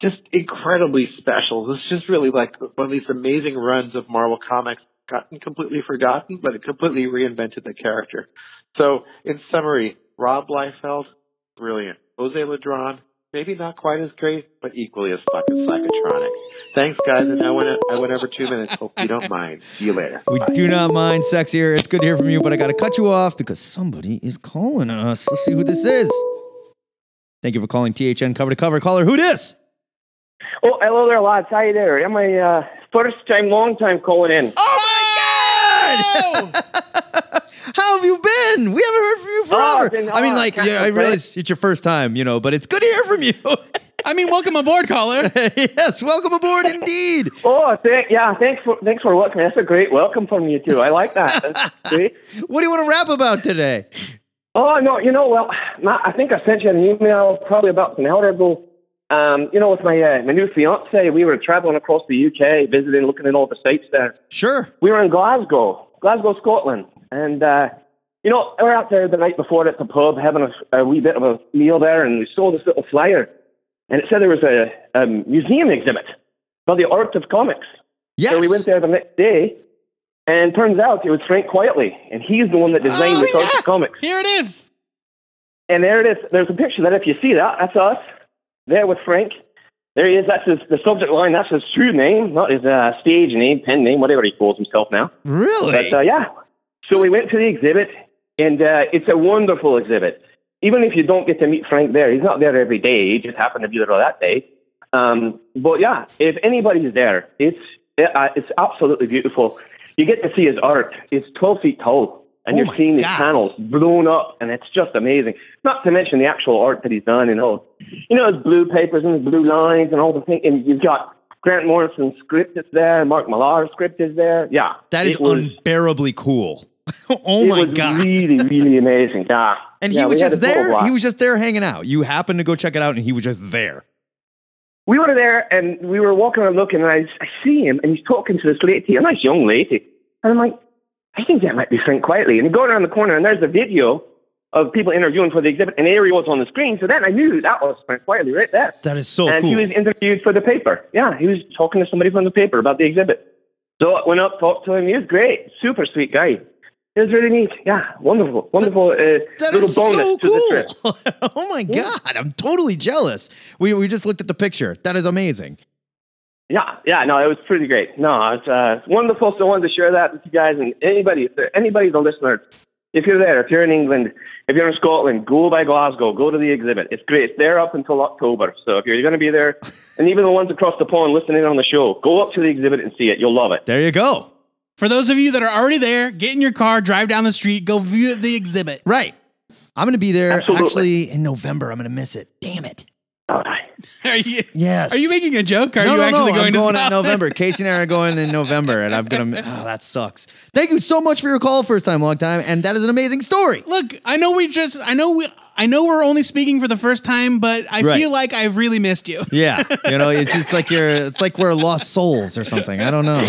Speaker 14: just incredibly special. It was just really like one of these amazing runs of Marvel Comics, gotten completely forgotten, but it completely reinvented the character. So, in summary, Rob Liefeld, brilliant. Jose Ladron, maybe not quite as great, but equally as fucking psychotronic. Thanks, guys, and I went I went over two minutes. Hope you don't mind. See you later.
Speaker 4: Oh,
Speaker 3: We do not mind sexier. It's good to hear from you, but I got to cut you off because somebody is calling us. Let's see who this is. Thank you for calling THN cover to cover. Caller, who this?
Speaker 15: *laughs* Oh, hello there, lads. How you there? I'm a uh, first time, long time calling in.
Speaker 3: Oh my God! How have you been? We haven't heard from you
Speaker 15: Oh, I've
Speaker 3: forever.
Speaker 15: been-
Speaker 3: I mean,
Speaker 15: oh,
Speaker 3: like,
Speaker 15: can't *laughs*
Speaker 3: yeah, I
Speaker 15: complain.
Speaker 3: realize it's your first time, you know, but it's good to hear from you. *laughs*
Speaker 4: I mean, welcome aboard, caller.
Speaker 3: yes, welcome aboard, indeed.
Speaker 15: oh, th- yeah. Thanks for thanks for welcoming. That's a great welcome from you too. I like that.
Speaker 3: *laughs*
Speaker 15: That's great.
Speaker 3: what do you want to rap about today?
Speaker 15: Oh no, you know, well, Matt, I think I sent you an email probably about an hour ago. Um, you know, with my uh, my new fiance, we were traveling across the UK, visiting, looking at all the sites there.
Speaker 3: Sure.
Speaker 15: We were in Glasgow, Glasgow, Scotland, and uh, you know, we were out there the night before at the pub having a, a wee bit of a meal there, and we saw this little flyer, and it said there was a, a museum exhibit about the art of comics.
Speaker 3: Yes.
Speaker 15: So we went there the next day, and turns out it was Frank Quietly, and he's the one that designed the art of comics.
Speaker 4: Oh, Here it is.
Speaker 15: And there it is. There's a picture that if you see that, that's us there with Frank. There he is. That's his, the subject line. That's his true name, not his uh, stage name, pen name, whatever he calls himself now.
Speaker 3: Really?
Speaker 15: But uh, yeah. So we went to the exhibit, and uh, it's a wonderful exhibit. Even if you don't get to meet Frank there, he's not there every day. He just happened to be there that day. Um, but yeah, if anybody's there, it's uh, it's absolutely beautiful. You get to see his art. It's 12 feet tall,
Speaker 3: Oh
Speaker 15: and you're seeing his panels blown up, and it's just amazing. Not to mention the actual art that he's done, and all you know, his blue papers and his blue lines and all the thing. And you've got Grant Morrison's script is there, Mark Millar's script is there. Yeah,
Speaker 3: That is
Speaker 15: it was-
Speaker 3: unbearably cool. *laughs* oh
Speaker 15: it
Speaker 3: my
Speaker 15: was
Speaker 3: god.
Speaker 15: Really, really amazing. Yeah.
Speaker 3: And
Speaker 15: Yeah,
Speaker 3: he was
Speaker 15: we had
Speaker 3: just
Speaker 15: a total
Speaker 3: there.
Speaker 15: blast.
Speaker 3: He was just there hanging out. You happened to go check it out, and he was just there.
Speaker 15: we were there and we were walking around looking, and I, I see him and he's talking to this lady, a nice young lady. And I'm like, I think that might be Frank Quietly. And he go around the corner, and there's a video of people interviewing for the exhibit, and there he was on the screen. So then I knew that was Frank Quietly right there.
Speaker 3: That is so
Speaker 15: and
Speaker 3: cool.
Speaker 15: he was interviewed for the paper. Yeah, he was talking to somebody from the paper about the exhibit. So I went up, talked to him. He was great, super sweet guy. It was really neat. Yeah, wonderful, wonderful uh,
Speaker 3: That
Speaker 15: little
Speaker 3: is
Speaker 15: bonus
Speaker 3: so
Speaker 15: to the trip.
Speaker 3: cool. *laughs* oh my god, I'm totally jealous. We we just looked at the picture. That is amazing.
Speaker 15: Yeah, yeah, no, it was pretty great. No, it's uh, it's wonderful. So I wanted to share that with you guys and anybody, if there- anybody, the listener. If you're there, if you're in England, if you're in Scotland, go by Glasgow, go to the exhibit. It's great. It's there up until October. So if you're going to be there, and even the ones across the pond listening on the show, go up to the exhibit and see it. You'll love it.
Speaker 3: There you go.
Speaker 4: For those of you that are already there, get in your car, drive down the street, go view the exhibit.
Speaker 3: Right. I'm gonna be there
Speaker 4: Absolutely.
Speaker 3: actually in November. I'm gonna miss it. Damn it.
Speaker 4: *laughs* Are you,
Speaker 3: Yes.
Speaker 4: Are you making a joke? Are
Speaker 3: no,
Speaker 4: you
Speaker 3: no,
Speaker 4: actually
Speaker 3: no.
Speaker 4: going
Speaker 3: I'm
Speaker 4: to
Speaker 3: going in
Speaker 4: Scotland? *laughs*
Speaker 3: November. Casey and I are going in November, and I'm gonna. Oh, that sucks. Thank you so much for your call, first time, long time, and that is an amazing story.
Speaker 4: Look, I know we just, I know we, I know we're only speaking for the first time, but I
Speaker 3: Right.
Speaker 4: feel like I've really missed you.
Speaker 3: Yeah, you know, it's just like you're. It's like we're lost souls or something. I don't know.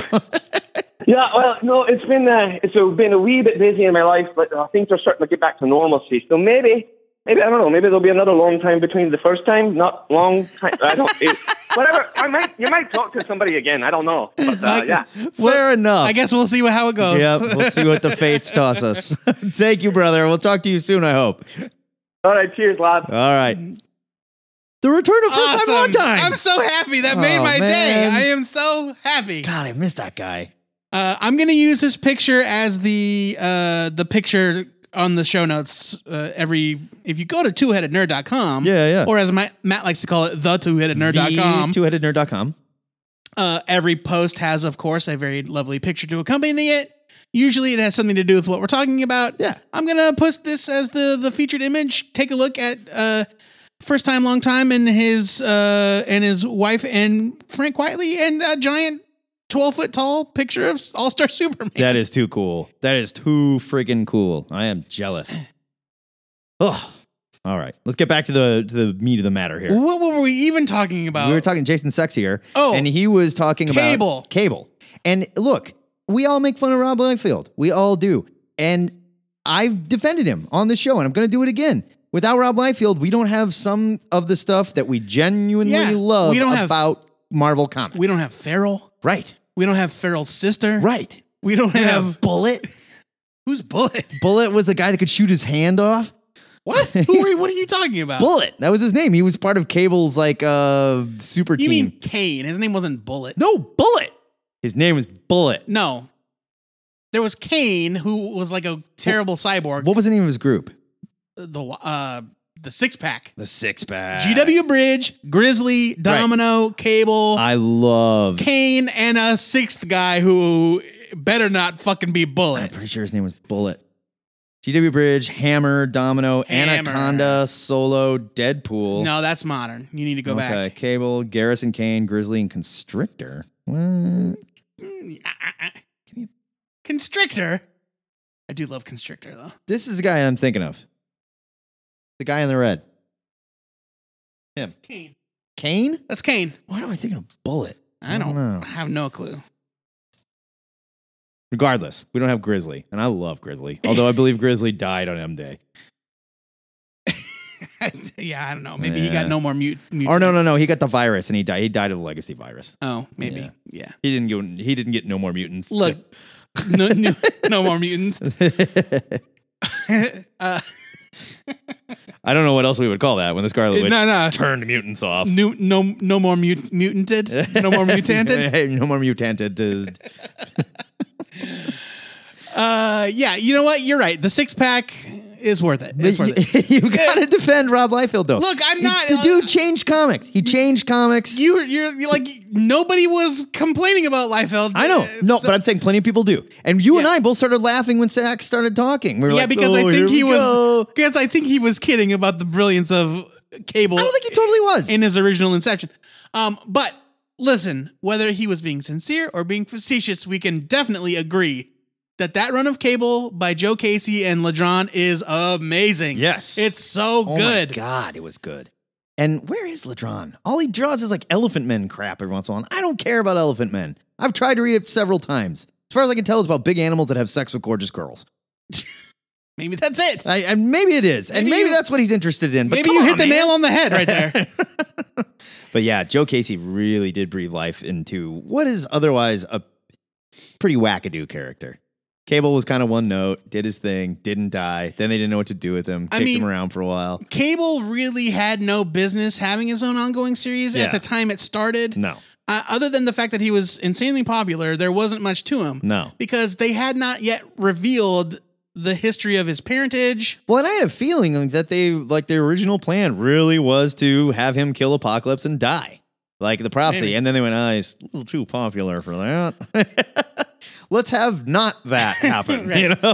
Speaker 15: Yeah, well, no, it's been uh, it's uh, been a wee bit busy in my life, but uh, things are starting to get back to normalcy. So maybe, maybe I don't know. Maybe there'll be another long time between the first time. Not long time. I don't. It, whatever. I might. You might talk to somebody again. I don't know. But uh, yeah.
Speaker 3: Fair enough.
Speaker 4: I guess we'll see how it goes.
Speaker 3: Yep, we'll see
Speaker 4: *laughs*
Speaker 3: what the fates toss us. *laughs* Thank you, brother. We'll talk to you soon. I hope.
Speaker 15: All right. Cheers, lad.
Speaker 3: All right. The return of first time, long
Speaker 4: Awesome.
Speaker 3: time.
Speaker 4: I'm so happy. That
Speaker 3: Oh,
Speaker 4: made my day.
Speaker 3: man.
Speaker 4: I am so happy.
Speaker 3: God, I miss that guy.
Speaker 4: Uh, I'm gonna use this picture as the uh, the picture on the show notes. Uh, every if you go to twoheadednerd.com,
Speaker 3: Yeah, yeah.
Speaker 4: or as my, Matt likes to call it, the twoheadednerd.com.
Speaker 3: Two-headednerd.com.
Speaker 4: Uh, every post has, of course, a very lovely picture to accompany it. Usually, it has something to do with what we're talking about. Yeah, I'm gonna post this as the the featured image. Take a look at uh, first time, long time, and his uh, and his wife and Frank Quietly and a giant, twelve foot tall picture of All Star *laughs* Superman.
Speaker 3: That is too cool. That is too freaking cool. I am jealous. Ugh. All right, let's get back to the to the meat of the matter here.
Speaker 4: What were we even talking about?
Speaker 3: We were talking Jason Sexier.
Speaker 4: Oh,
Speaker 3: and he was talking
Speaker 4: Cable.
Speaker 3: about cable. And look, we all make fun of Rob Liefeld. We all do. And I've defended him on the show, and I'm going to do it again. Without Rob Liefeld, we don't have some of the stuff that we genuinely
Speaker 4: Yeah,
Speaker 3: love
Speaker 4: we don't have-
Speaker 3: about Marvel comics.
Speaker 4: We don't have Farrell.
Speaker 3: Right.
Speaker 4: We don't have Farrell's sister.
Speaker 3: Right.
Speaker 4: We don't have,
Speaker 3: Bullet.
Speaker 4: Who's Bullet?
Speaker 3: Bullet was the guy that could shoot his hand off.
Speaker 4: What? Who are, what are you talking about?
Speaker 3: Bullet. That was his name. He was part of Cable's like uh super
Speaker 4: You
Speaker 3: team.
Speaker 4: mean Kane? His name wasn't Bullet.
Speaker 3: no bullet. His name was Bullet.
Speaker 4: No. There was Kane, who was like a terrible cyborg.
Speaker 3: What was the name of his group?
Speaker 4: The uh, the six pack.
Speaker 3: The Six Pack.
Speaker 4: GW Bridge, Grizzly, Domino, Cable,
Speaker 3: I love.
Speaker 4: Kane, and a sixth guy who better not fucking be Bullet.
Speaker 3: Pretty sure his name was Bullet. GW Bridge, Hammer, Domino,
Speaker 4: Hammer.
Speaker 3: Anaconda, Solo, Deadpool.
Speaker 4: No, that's modern. You need to go
Speaker 3: okay,
Speaker 4: back.
Speaker 3: Cable, Garrison Kane, Grizzly, and Constrictor. What?
Speaker 4: Constrictor. I do love Constrictor though.
Speaker 3: This is the guy I'm thinking of. The guy in the red. Him.
Speaker 4: Kane.
Speaker 3: Kane?
Speaker 4: That's Kane.
Speaker 3: Why am I thinking of Bullet?
Speaker 4: I don't.
Speaker 3: know.
Speaker 4: I have no clue. *laughs*
Speaker 3: Regardless, we don't have Grizzly, and I love Grizzly. Although I believe Grizzly died on M Day.
Speaker 4: yeah, I don't know. Maybe he
Speaker 3: Yeah.
Speaker 4: got no more mute. mute
Speaker 3: Or no, no, no, he got the virus and he died. He died of the legacy virus.
Speaker 4: Oh, maybe. yeah.
Speaker 3: He didn't go. He didn't get no more mutants.
Speaker 4: Look,
Speaker 3: *laughs*
Speaker 4: no, no, no more mutants. *laughs* uh,
Speaker 3: I don't know what else we would call that when the Scarlet Witch
Speaker 4: No, no.
Speaker 3: turned mutants off.
Speaker 4: new, no, no more mut- mutanted. *laughs* No more mutanted.
Speaker 3: *laughs* Hey, no more mutanted. to-
Speaker 4: Uh, yeah, you know what? You're right. The six pack is worth it. It's worth it.
Speaker 3: *laughs* you got to defend Rob Liefeld though.
Speaker 4: Look, I'm
Speaker 3: He-
Speaker 4: not- uh,
Speaker 3: The dude changed comics. He changed comics.
Speaker 4: You, you're, you're like nobody was complaining about Liefeld.
Speaker 3: I know. No, but I'm saying plenty of people do. And you and I both started laughing when Zach started talking. We were
Speaker 4: yeah,
Speaker 3: like,
Speaker 4: because
Speaker 3: "Oh,
Speaker 4: I
Speaker 3: here
Speaker 4: think he
Speaker 3: we
Speaker 4: was
Speaker 3: go."
Speaker 4: because I think he was kidding about the brilliance of Cable.
Speaker 3: I don't think he totally was.
Speaker 4: in his original Inception. Um, but listen, whether he was being sincere or being facetious, we can definitely agree that that run of Cable by Joe Casey and Ladron is amazing.
Speaker 3: Yes.
Speaker 4: it's so
Speaker 3: Oh my
Speaker 4: good.
Speaker 3: God, it was good. And where is Ladron? All he draws is like elephant men crap every once in a while. and I don't care about elephant men. I've tried to read it several times. As far as I can tell, it's about big animals that have sex with gorgeous girls. *laughs*
Speaker 4: Maybe that's it.
Speaker 3: I, and maybe it is. and
Speaker 4: Maybe
Speaker 3: maybe
Speaker 4: you-
Speaker 3: that's what he's interested in. But
Speaker 4: Maybe
Speaker 3: come
Speaker 4: you
Speaker 3: on,
Speaker 4: hit the
Speaker 3: man.
Speaker 4: nail on the head right there.
Speaker 3: But yeah, Joe Casey really did breathe life into what is otherwise a pretty wackadoo character. Cable was kind of one note, did his thing, didn't die. Then they didn't know what to do with him,
Speaker 4: I
Speaker 3: kicked him
Speaker 4: mean-
Speaker 3: around for a while.
Speaker 4: *laughs* Cable really had no business having his own ongoing series
Speaker 3: Yeah.
Speaker 4: at the time it started.
Speaker 3: No,
Speaker 4: Uh, other than the fact that he was insanely popular, there wasn't much to him
Speaker 3: no.
Speaker 4: because they had not yet revealed the *laughs* history of his parentage.
Speaker 3: Well, and I had a feeling that they like the original plan really was to have him kill Apocalypse and die, like the prophecy.
Speaker 4: Maybe.
Speaker 3: And then they went, "Ah, he's a little too popular for that. *laughs* Let's have not
Speaker 4: *laughs*
Speaker 3: that happen."
Speaker 4: Right.
Speaker 3: You know?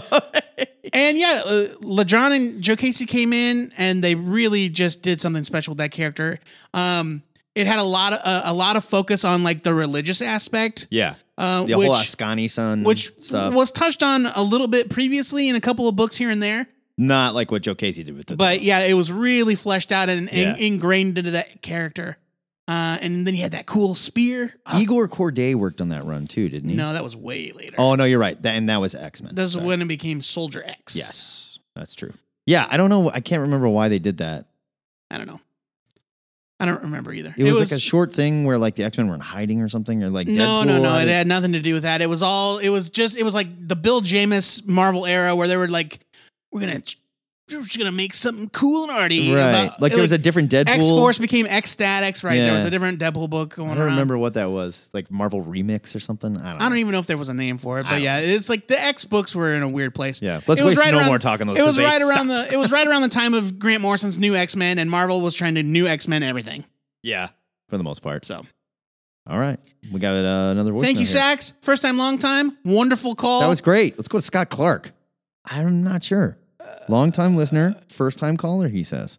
Speaker 4: And yeah, uh, LeJohn and Joe Casey came in, and they really just did something special with that character. Um, it had a lot of uh, a lot of focus on like the religious aspect,
Speaker 3: yeah,
Speaker 4: uh,
Speaker 3: the whole
Speaker 4: which
Speaker 3: Ascani son,
Speaker 4: which
Speaker 3: stuff,
Speaker 4: was touched on a little bit previously in a couple of books here and there.
Speaker 3: not like what Joe Casey did with the.
Speaker 4: But yeah, it was really fleshed out and, and
Speaker 3: Yeah.
Speaker 4: ingrained into that character. Uh, and then he had that cool spear. Oh,
Speaker 3: Igor Corday worked on that run too, didn't he?
Speaker 4: no, that was way later.
Speaker 3: Oh no, you're right. That, and that was X Men.
Speaker 4: This is when it became Soldier X.
Speaker 3: Yes, that's true. Yeah, I don't know. I can't remember why they did that.
Speaker 4: I don't know. I don't remember either.
Speaker 3: It, was, like a short thing where like the X Men were in hiding or something, or like
Speaker 4: No,
Speaker 3: Deadpool
Speaker 4: no, no.
Speaker 3: had
Speaker 4: It
Speaker 3: it.
Speaker 4: had nothing to do with that. It was all. It was just. It was like the Bill Jamis Marvel era where they were like, "We're gonna, we're just gonna make something cool and arty."
Speaker 3: right?
Speaker 4: about-
Speaker 3: like there was a different Deadpool.
Speaker 4: X Force became X Statics. Right. There was
Speaker 3: Yeah.
Speaker 4: a different Deadpool book going
Speaker 3: I
Speaker 4: around.
Speaker 3: don't remember what that was. It's Like Marvel Remix or something. I don't.
Speaker 4: I
Speaker 3: know.
Speaker 4: don't even know if there was a name for it,
Speaker 3: I
Speaker 4: but
Speaker 3: don't
Speaker 4: yeah, it's like the X books were in a weird place.
Speaker 3: Yeah, let's
Speaker 4: It was
Speaker 3: waste
Speaker 4: right
Speaker 3: no
Speaker 4: around-
Speaker 3: more talk on those.
Speaker 4: It was
Speaker 3: 'cause they
Speaker 4: right
Speaker 3: *laughs*
Speaker 4: around
Speaker 3: sucked.
Speaker 4: the it was right around the time of Grant Morrison's new X Men, and Marvel was trying to new X Men everything.
Speaker 3: yeah, for the most part.
Speaker 4: So
Speaker 3: All right. We got uh, another voice.
Speaker 4: Thank you,
Speaker 3: note here.
Speaker 4: Sax. First time, long time. Wonderful call.
Speaker 3: That was great. Let's go to Scott Clark. I'm not sure.
Speaker 4: Uh,
Speaker 3: Long time listener, first time caller, he says.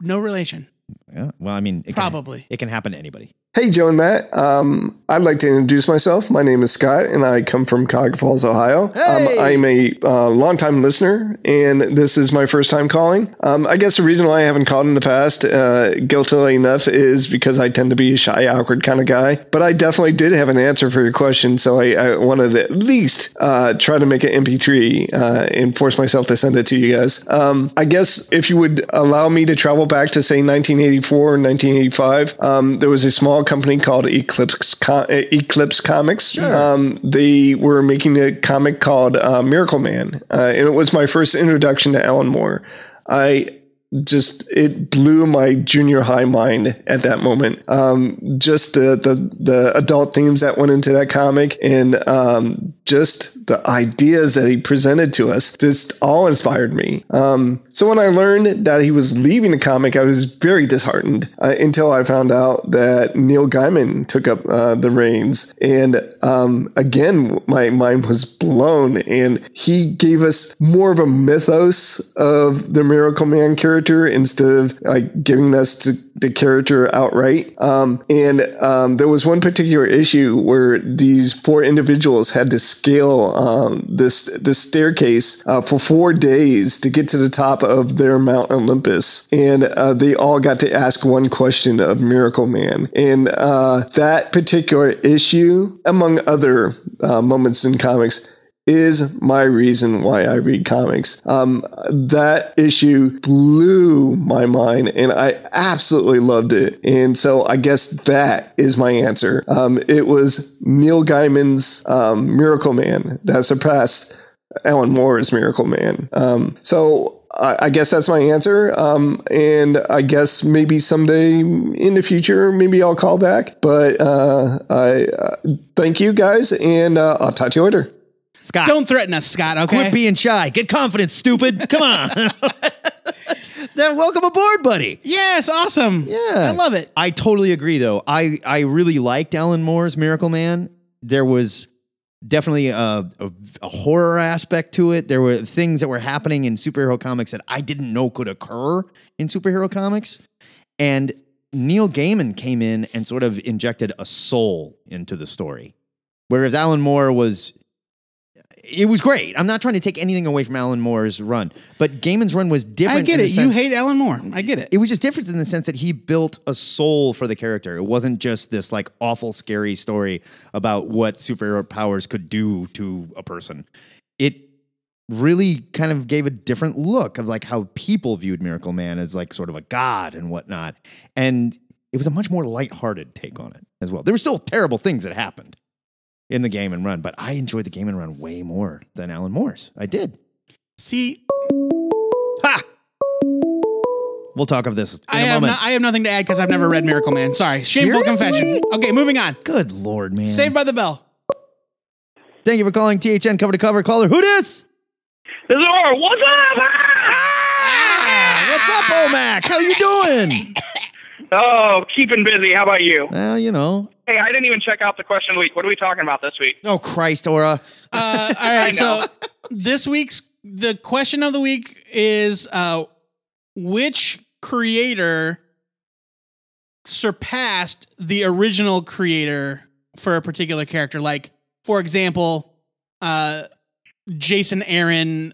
Speaker 4: no relation.
Speaker 3: Yeah. Well, I mean, it
Speaker 4: Probably.
Speaker 3: Can, it can happen to anybody.
Speaker 16: Hey, Joe and Matt. Um, I'd like to introduce myself. My name is Scott, and I come from Cog Falls, Ohio. Um, I'm a uh, longtime listener, and this is my first time calling. Um, I guess the reason why I haven't called in the past, uh, guiltily enough, is because I tend to be a shy, awkward kind of guy. But I definitely did have an answer for your question, so I, I wanted to at least uh, try to make an MP3 uh, and force myself to send it to you guys. Um, I guess if you would allow me to travel back to say 1984 and 1985, um, there was a small company called Eclipse Com- uh, Eclipse Comics. Um, they were making a comic called uh, Miracle Man, uh, and it was my first introduction to Alan Moore. I just it blew my junior high mind at that moment. Um, just the, the the adult themes that went into that comic, and um, just the ideas that he presented to us, just all inspired me. Um, so when I learned that he was leaving the comic, I was very disheartened uh, until I found out that Neil Gaiman took up uh, the reins, and um, again my mind was blown. And he gave us more of a mythos of the Miracle Man character instead of like giving us to the character outright. Um, and um, there was one particular issue where these four individuals had to scale um, this this staircase uh, for four days to get to the top of their Mount Olympus, and uh, they all got to ask one question of Miracle Man. And uh, that particular issue, among other uh, moments in comics, is my reason why I read comics. Um, that issue blew my mind and I absolutely loved it. And so I guess that is my answer. Um, it was Neil Gaiman's um, Miracle Man that surpassed Alan Moore's Miracle Man. Um, so I, I guess that's my answer. Um, and I guess maybe someday in the future, maybe I'll call back. But uh, I uh, thank you guys and uh, I'll talk to you later.
Speaker 3: Scott.
Speaker 4: Don't threaten us, Scott, okay?
Speaker 3: Quit being shy. Get confidence, stupid. Come on.
Speaker 4: *laughs*
Speaker 3: then welcome aboard, buddy.
Speaker 4: Yes, awesome.
Speaker 3: Yeah. I
Speaker 4: love it.
Speaker 3: I totally agree though. I I really liked Alan Moore's Miracle Man. There was definitely a, a, a horror aspect to it. There were things that were happening in superhero comics that I didn't know could occur in superhero comics. And Neil Gaiman came in and sort of injected a soul into the story. Whereas Alan Moore was it was great. I'm not trying to take anything away from Alan Moore's run, but Gaiman's run was different.
Speaker 4: I get
Speaker 3: in the
Speaker 4: it. You
Speaker 3: sense-
Speaker 4: hate Alan Moore. I get it.
Speaker 3: It was just different in the sense that he built a soul for the character. It wasn't just this like awful, scary story about what superhero powers could do to a person. It really kind of gave a different look of like how people viewed Miracle Man as like sort of a god and whatnot. And it was a much more lighthearted take on it as well. There were still terrible things that happened in the game and run, but I enjoyed the game and run way more than Alan Moore's. I did.
Speaker 4: See,
Speaker 3: We'll talk of this in
Speaker 4: I
Speaker 3: a
Speaker 4: have, no,
Speaker 3: moment.
Speaker 4: I have nothing to add because I've never read Miracle Man. Sorry. Shameful confession. Okay, moving on.
Speaker 3: Good lord, man.
Speaker 4: Saved by the Bell.
Speaker 3: Thank you for calling THN cover to cover. Caller, who dis?
Speaker 5: What's up?
Speaker 3: Ah! What's up, Omac? How you doing?
Speaker 17: Oh, keeping busy. How about you?
Speaker 3: Well, you know.
Speaker 17: Hey, I didn't even check out the question of the week. What are we talking about this week?
Speaker 3: Oh Christ, Aura.
Speaker 4: Uh, all right. So this week's the question of the week is uh, which creator surpassed the original creator for a particular character? Like, for example, uh, Jason Aaron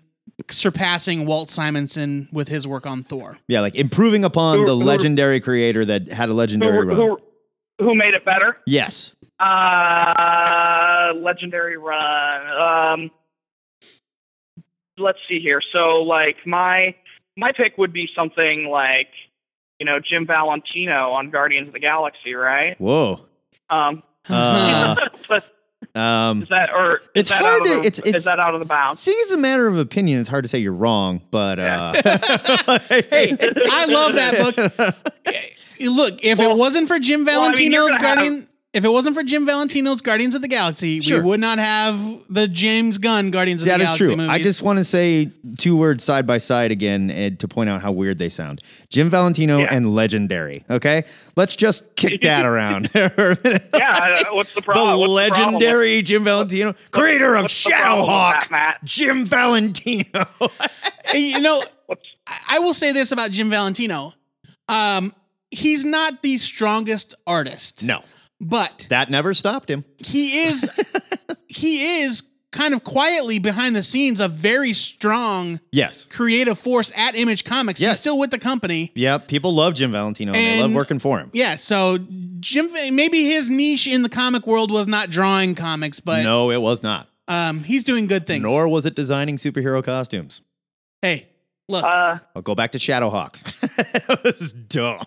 Speaker 4: surpassing Walt Simonson with his work on Thor.
Speaker 3: Yeah, like improving upon
Speaker 17: Who-
Speaker 3: the
Speaker 17: who-
Speaker 3: legendary creator that had a legendary
Speaker 17: Who,
Speaker 3: run.
Speaker 17: who, who made it better?
Speaker 3: Yes.
Speaker 17: Uh, legendary run. Um, let's see here. So, like my my pick would be something like you know Jim Valentino on Guardians of the Galaxy, right?
Speaker 3: Whoa.
Speaker 17: Um,
Speaker 3: Uh, *laughs* um,
Speaker 17: is that or is
Speaker 3: It's
Speaker 17: that out
Speaker 3: hard
Speaker 17: of
Speaker 3: to-
Speaker 17: the,
Speaker 3: it's- it's-
Speaker 17: is that out of the bounds?
Speaker 3: See, it's a matter of opinion. It's hard to say you're wrong, but uh, *laughs*
Speaker 4: *laughs* Hey, I love that book. Look, if it wasn't for Jim
Speaker 17: Well, I mean,
Speaker 4: Valentino's
Speaker 17: you're gonna have-
Speaker 4: Guardian, If it wasn't for Jim Valentino's Guardians of the Galaxy,
Speaker 3: Sure.
Speaker 4: we would not have the James Gunn Guardians of
Speaker 3: That
Speaker 4: the
Speaker 3: is
Speaker 4: Galaxy
Speaker 3: true.
Speaker 4: movies.
Speaker 3: I just want to say two words side by side again Ed, to point out how weird they sound. Jim Valentino and legendary. Okay, let's just
Speaker 4: *laughs*
Speaker 3: kick that around. *laughs*
Speaker 17: yeah, uh, what's the problem?
Speaker 3: the
Speaker 17: What's the problem?
Speaker 3: legendary Jim Valentino, creator of Shadowhawk,
Speaker 4: *laughs*
Speaker 3: Jim Valentino.
Speaker 4: you know, I- I will say this about Jim Valentino. Um, he's not the strongest artist,
Speaker 3: No,
Speaker 4: but
Speaker 3: that never stopped him.
Speaker 4: he
Speaker 3: *laughs*
Speaker 4: is he is kind of quietly behind the scenes a very strong
Speaker 3: Yes.
Speaker 4: creative force at Image Comics. He's
Speaker 3: Yes.
Speaker 4: still with the company.
Speaker 3: Yep. People love Jim Valentino. And they love
Speaker 4: And-
Speaker 3: working for him.
Speaker 4: Yeah, so Jim maybe his niche in the comic world was not drawing comics, but
Speaker 3: no, it was not.
Speaker 4: um he's doing good things.
Speaker 3: Nor was it designing superhero costumes.
Speaker 4: Hey, look.
Speaker 17: Uh,
Speaker 3: I'll go back to Shadowhawk. *laughs* that was dumb.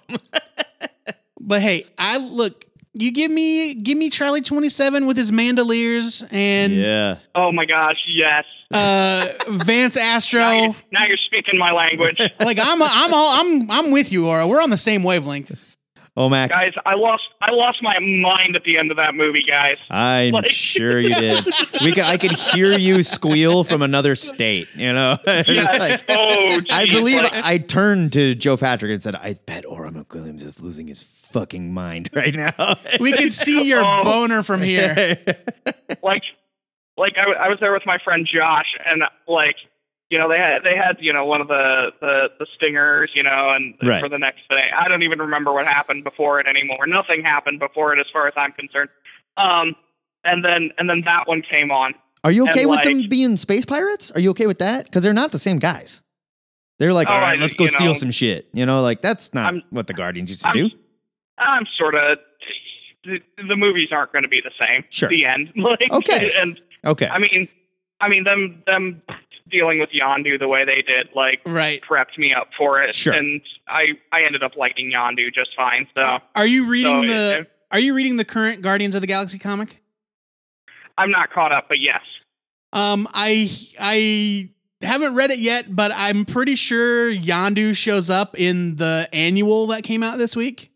Speaker 4: But hey, I look. You give me give me Charlie twenty seven with his mandoliers and
Speaker 3: yeah.
Speaker 17: Oh my gosh, yes.
Speaker 3: *laughs*
Speaker 4: uh, Vance Astro.
Speaker 17: Now you're speaking my language.
Speaker 4: *laughs* like I'm I'm all
Speaker 17: *laughs*
Speaker 4: I'm I'm with you, Aura. We're on the same wavelength.
Speaker 3: Oh Mac,
Speaker 17: guys, I lost I lost my mind at the end of that movie, guys.
Speaker 3: I'm
Speaker 17: Like- *laughs*
Speaker 3: sure you did. We could, I could hear you squeal from another state. You know, *laughs* It's like-
Speaker 17: oh,
Speaker 3: I
Speaker 17: geez,
Speaker 3: believe
Speaker 17: like-
Speaker 3: I turned to Joe Patrick and said, "I bet Aura McWilliams is losing his fucking mind *laughs* right now."
Speaker 4: *laughs* We can see your
Speaker 17: Oh.
Speaker 4: boner from here.
Speaker 17: like *laughs* like I, w- I was there with my friend Josh and like you know they had they had you know one of the the, the stingers you know and
Speaker 18: Right.
Speaker 17: for the next day I don't even remember what happened before it anymore nothing happened before it as far as I'm concerned um and then and then that one came on
Speaker 3: *laughs* Are you
Speaker 17: And,
Speaker 3: okay with
Speaker 17: like-
Speaker 3: them being space pirates? Are you okay with that? Because they're not the same guys. They're like,
Speaker 17: Oh,
Speaker 3: all right,
Speaker 17: I-
Speaker 3: let's go
Speaker 17: you
Speaker 3: steal
Speaker 17: know.
Speaker 3: some shit. You know, like that's not what the Guardians used to
Speaker 17: I'm-
Speaker 3: do.
Speaker 17: I'm sort of the, the movies aren't going to be the same
Speaker 3: Sure.
Speaker 17: the end *laughs* like
Speaker 3: Okay.
Speaker 17: and
Speaker 3: Okay.
Speaker 17: I mean I mean them them dealing with Yondu the way they did like
Speaker 4: right.
Speaker 17: prepped me up for it
Speaker 4: Sure.
Speaker 17: and I I ended up liking Yondu just fine so
Speaker 4: Are you reading
Speaker 17: So,
Speaker 4: the
Speaker 17: if-
Speaker 4: Are you reading the current Guardians of the Galaxy comic?
Speaker 17: I'm not caught up but yes
Speaker 4: Um, I I haven't read it yet, but I'm pretty sure Yandu shows up in the annual that came out this week.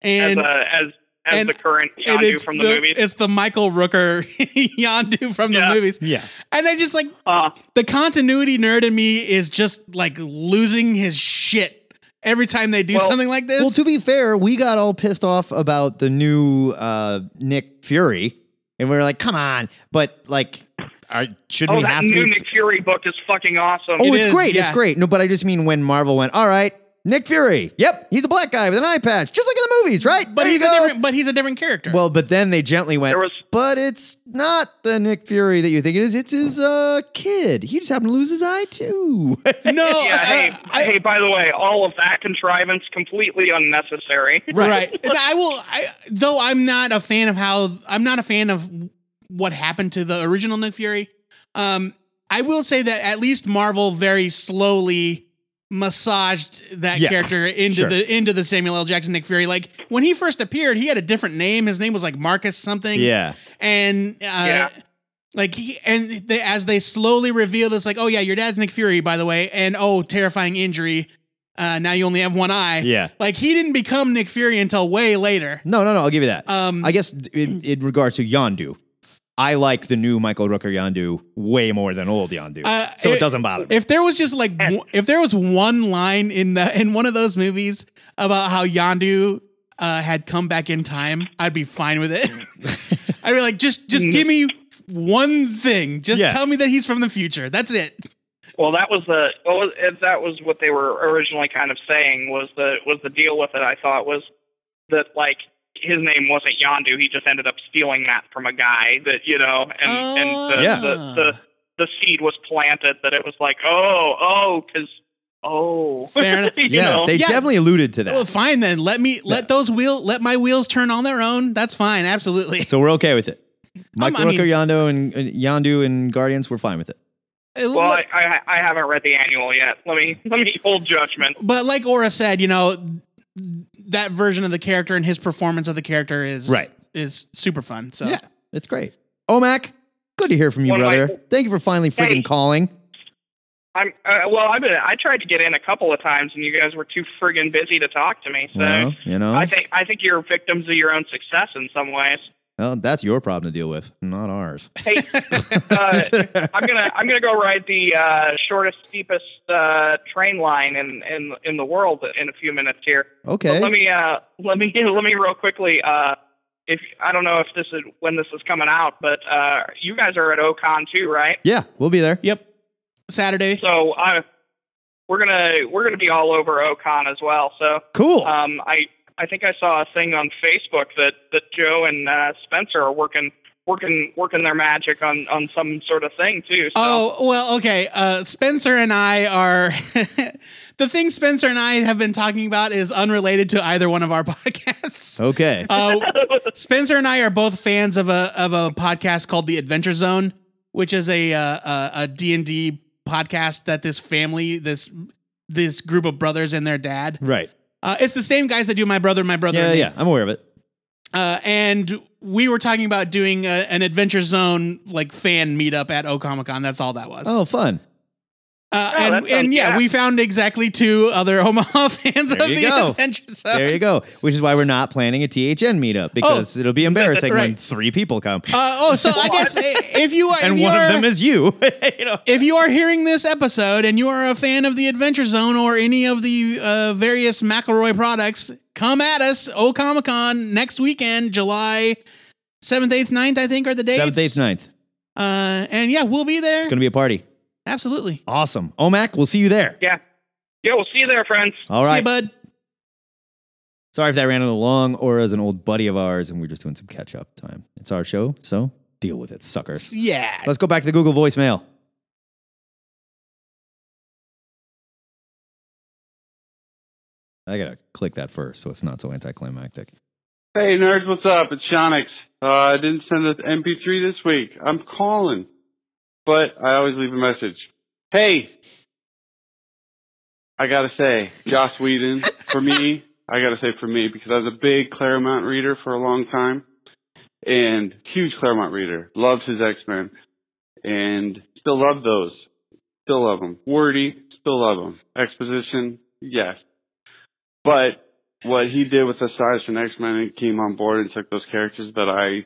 Speaker 4: And
Speaker 17: as a, as as
Speaker 4: and-
Speaker 17: the current
Speaker 4: and
Speaker 17: Yondu from the, movies.
Speaker 4: It's the Michael Rooker *laughs* Yondu from the movies.
Speaker 3: Yeah.
Speaker 4: And I just like
Speaker 17: Uh-huh.
Speaker 4: the continuity nerd in me is just like losing his shit every time they do something like this.
Speaker 3: Well, to be fair, we got all pissed off about the new uh, Nick Fury, and we were like, "Come on!" But like, are, shouldn't
Speaker 17: oh,
Speaker 3: we
Speaker 17: that
Speaker 3: have to?
Speaker 17: new
Speaker 3: be-
Speaker 17: Nick Fury book is fucking awesome.
Speaker 3: oh, it's great! It's *laughs* great. No, but I just mean when Marvel went, "All right, Nick Fury. Yep, he's a black guy with an eye patch, just like in the movies, right?"
Speaker 4: but
Speaker 3: There you
Speaker 4: he's a
Speaker 3: go."
Speaker 4: different but he's a different character.
Speaker 3: Well, but then they gently went, but it's not the Nick Fury that you think it is. It's his uh, kid. He just happened to lose his eye too. *laughs*
Speaker 4: No,
Speaker 17: Yeah, hey, hey, by the way, all of that contrivance completely unnecessary.
Speaker 3: *laughs*
Speaker 4: right. *laughs* And I will. I, though I'm not a fan of how I'm not a fan of what happened to the original Nick Fury. Um, I will say that at least Marvel very slowly massaged that
Speaker 3: Yeah. *laughs*
Speaker 4: character into
Speaker 3: Sure.
Speaker 4: the into the Samuel L. Jackson Nick Fury. Like when he first appeared, he had a different name. His name was like Marcus something.
Speaker 3: Yeah.
Speaker 4: and uh, like he and they, as they slowly revealed, it's like, oh yeah, your dad's Nick Fury, by the way, and oh, terrifying injury. Uh, now you only have one *laughs* eye.
Speaker 3: Yeah.
Speaker 4: like he didn't become Nick Fury until way later.
Speaker 3: No, no, no. I'll give you that.
Speaker 4: Um,
Speaker 3: I guess in, in regards to Yondu, I like the new Michael Rooker Yondu way more than old Yondu,
Speaker 4: Uh,
Speaker 3: so it,
Speaker 4: it-
Speaker 3: doesn't bother me.
Speaker 4: If there was just like one- if there was one line in the in one of those movies about how Yandu uh, had come back in time, I'd be fine with it.
Speaker 17: *laughs*
Speaker 4: I'd be like, just just give me one thing. Just
Speaker 17: Yeah.
Speaker 4: tell me that he's from the future. That's it.
Speaker 17: Well, that was the what was, if that was what they were originally kind of saying was the was the deal with it. I thought was that like his name wasn't Yondu. He just ended up stealing that from a guy that you know, and and the,
Speaker 3: Yeah.
Speaker 17: the, the the seed was planted that it was like oh oh because oh *laughs* You
Speaker 3: yeah,
Speaker 17: know?
Speaker 3: they definitely alluded to that.
Speaker 4: Well, fine then. Let me let those wheel let my wheels turn on their own. That's fine. Absolutely.
Speaker 3: so we're okay with
Speaker 4: *laughs*
Speaker 3: it. Michael
Speaker 4: Um, I mean-
Speaker 3: Rooker Yondu and, and Yondu and Guardians, we're fine with it.
Speaker 17: Well, I, I I haven't read the annual yet. Let me let me hold judgment.
Speaker 4: But like Aura said, you know, that version of the character and his performance of the character is
Speaker 3: Right.
Speaker 4: is super fun. So
Speaker 3: Yeah, it's great. Omac, good to hear from you,
Speaker 4: One of my-
Speaker 3: brother. Thank you for finally freaking calling.
Speaker 17: I'm uh, well. I've been. I tried to get in a couple of times, and you guys were too friggin' busy to talk to me. So
Speaker 3: Well, you know.
Speaker 17: I think I think you're victims of your own success in some ways.
Speaker 3: Well, that's your problem to deal with, not ours.
Speaker 17: Hey, uh, I'm
Speaker 3: *laughs*
Speaker 17: gonna I'm gonna go ride the uh, shortest, steepest uh, train line in, in in the world in a few minutes here.
Speaker 3: Okay.
Speaker 17: But let me uh, let me *laughs* let me real quickly. Uh, if I don't know if this is when this is coming out, but uh, you guys are at Ocon too, right?
Speaker 3: Yeah, we'll be there.
Speaker 4: Yep. Saturday.
Speaker 17: So I we're gonna we're gonna be all over Ocon as well. So
Speaker 3: Cool.
Speaker 17: Um, I I think I saw a thing on Facebook that that Joe and uh, Spencer are working working working their magic on on some sort of thing too. So
Speaker 4: Oh, well, okay. Uh, Spencer and I are. *laughs* the thing Spencer and I have been talking about is unrelated to either one of our *laughs* podcasts.
Speaker 3: Okay.
Speaker 4: *laughs* Uh, Spencer and I are both fans of a of a podcast called The Adventure Zone, which is a uh, d and D podcast that this family this this group of brothers and their dad.
Speaker 3: right.
Speaker 4: Uh, it's the same guys that do my brother, my brother.
Speaker 3: Yeah,
Speaker 4: and Me.
Speaker 3: yeah, I'm aware of it.
Speaker 4: Uh, and we were talking about doing a, an Adventure Zone like fan meetup at Ocomic Con. That's all that was.
Speaker 3: *laughs* Oh, fun.
Speaker 4: Uh, and and yeah, we found exactly two other Omaha *laughs* fans
Speaker 3: There
Speaker 4: of
Speaker 3: you
Speaker 4: the
Speaker 3: go.
Speaker 4: Adventure Zone.
Speaker 3: There you go. Which is why we're not planning a THN meetup because it'll be embarrassing when
Speaker 4: Oh, Right.
Speaker 3: three people come.
Speaker 4: Uh, oh, so I guess i- if you are,
Speaker 3: *laughs* and
Speaker 4: if you
Speaker 3: one
Speaker 4: are,
Speaker 3: of them is you. *laughs*
Speaker 4: if you are hearing this episode and you are a fan of the Adventure Zone or any of the uh, various McElroy products, come at us. O Comic Con next weekend, July seventh, eighth, 9th, I think are the dates.
Speaker 3: Seventh, eighth, ninth.
Speaker 4: Uh, and yeah, we'll be there.
Speaker 3: It's going to be a party.
Speaker 4: Absolutely.
Speaker 3: Awesome. Omac, we'll see you there.
Speaker 17: yeah, yeah. We'll see you there, friends.
Speaker 3: All right.
Speaker 4: bud.
Speaker 3: Sorry if that ran a little long. Aura's an old buddy of ours, and we're just doing some catch up time. It's our show, so deal with it, sucker.
Speaker 4: Yeah.
Speaker 3: Let's go back to the Google voicemail. I gotta click that first, so it's not so anticlimactic.
Speaker 18: Hey nerds, what's up? It's Shonix. Uh, I didn't send the MP3 this week. I'm calling, but I always leave a message. Hey, I gotta say, Joss Whedon for me. *laughs* I gotta say for me because I was a big Claremont reader for a long time, and huge Claremont reader. Loves his X Men, and still love those. Still love them. Wordy, still love them. Exposition, yes. But what he did with the size from X Men, it came on board and took those characters that I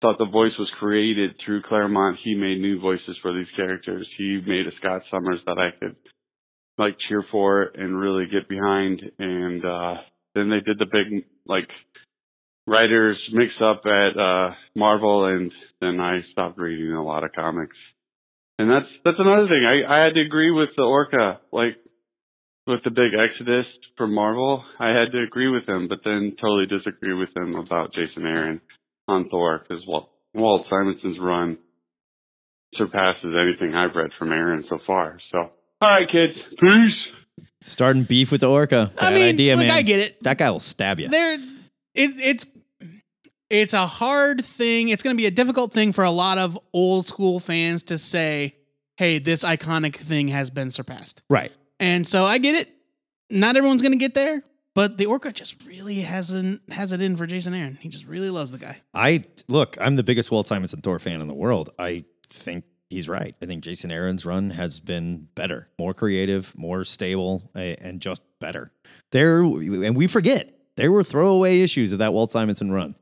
Speaker 18: thought the voice was created through Claremont. He made new voices for these characters. He made a Scott Summers that I could like cheer for and really get behind. And uh, then they did the big like writers mix up at uh, Marvel, and then I stopped reading a lot of comics. And that's that's another thing. I, I had to agree with the Orca. Like with the big exodus from Marvel, I had to agree with him, but then totally disagree with him about Jason Aaron on Thor because Walt, Walt Simonson's run surpasses anything I've read from Aaron so far. So, all right, kids, peace.
Speaker 3: Starting beef with the orca.
Speaker 4: I
Speaker 3: Bad
Speaker 4: mean,
Speaker 3: idea,
Speaker 4: look,
Speaker 3: man.
Speaker 4: I get it.
Speaker 3: That guy will stab you.
Speaker 4: There, it, it's it's a hard thing. It's going to be a difficult thing for a lot of old school fans to say, "Hey, this iconic thing has been surpassed."
Speaker 3: Right.
Speaker 4: And so I get it. Not everyone's going to get there, but the Orca just really has an has it in for Jason Aaron. He just really loves the guy.
Speaker 3: I look, I'm the biggest Walt Simonson Thor fan in the world. I think he's right. I think Jason Aaron's run has been better, more creative, more stable, a- and just better. There, and we forget there were throwaway issues of that Walt Simonson run.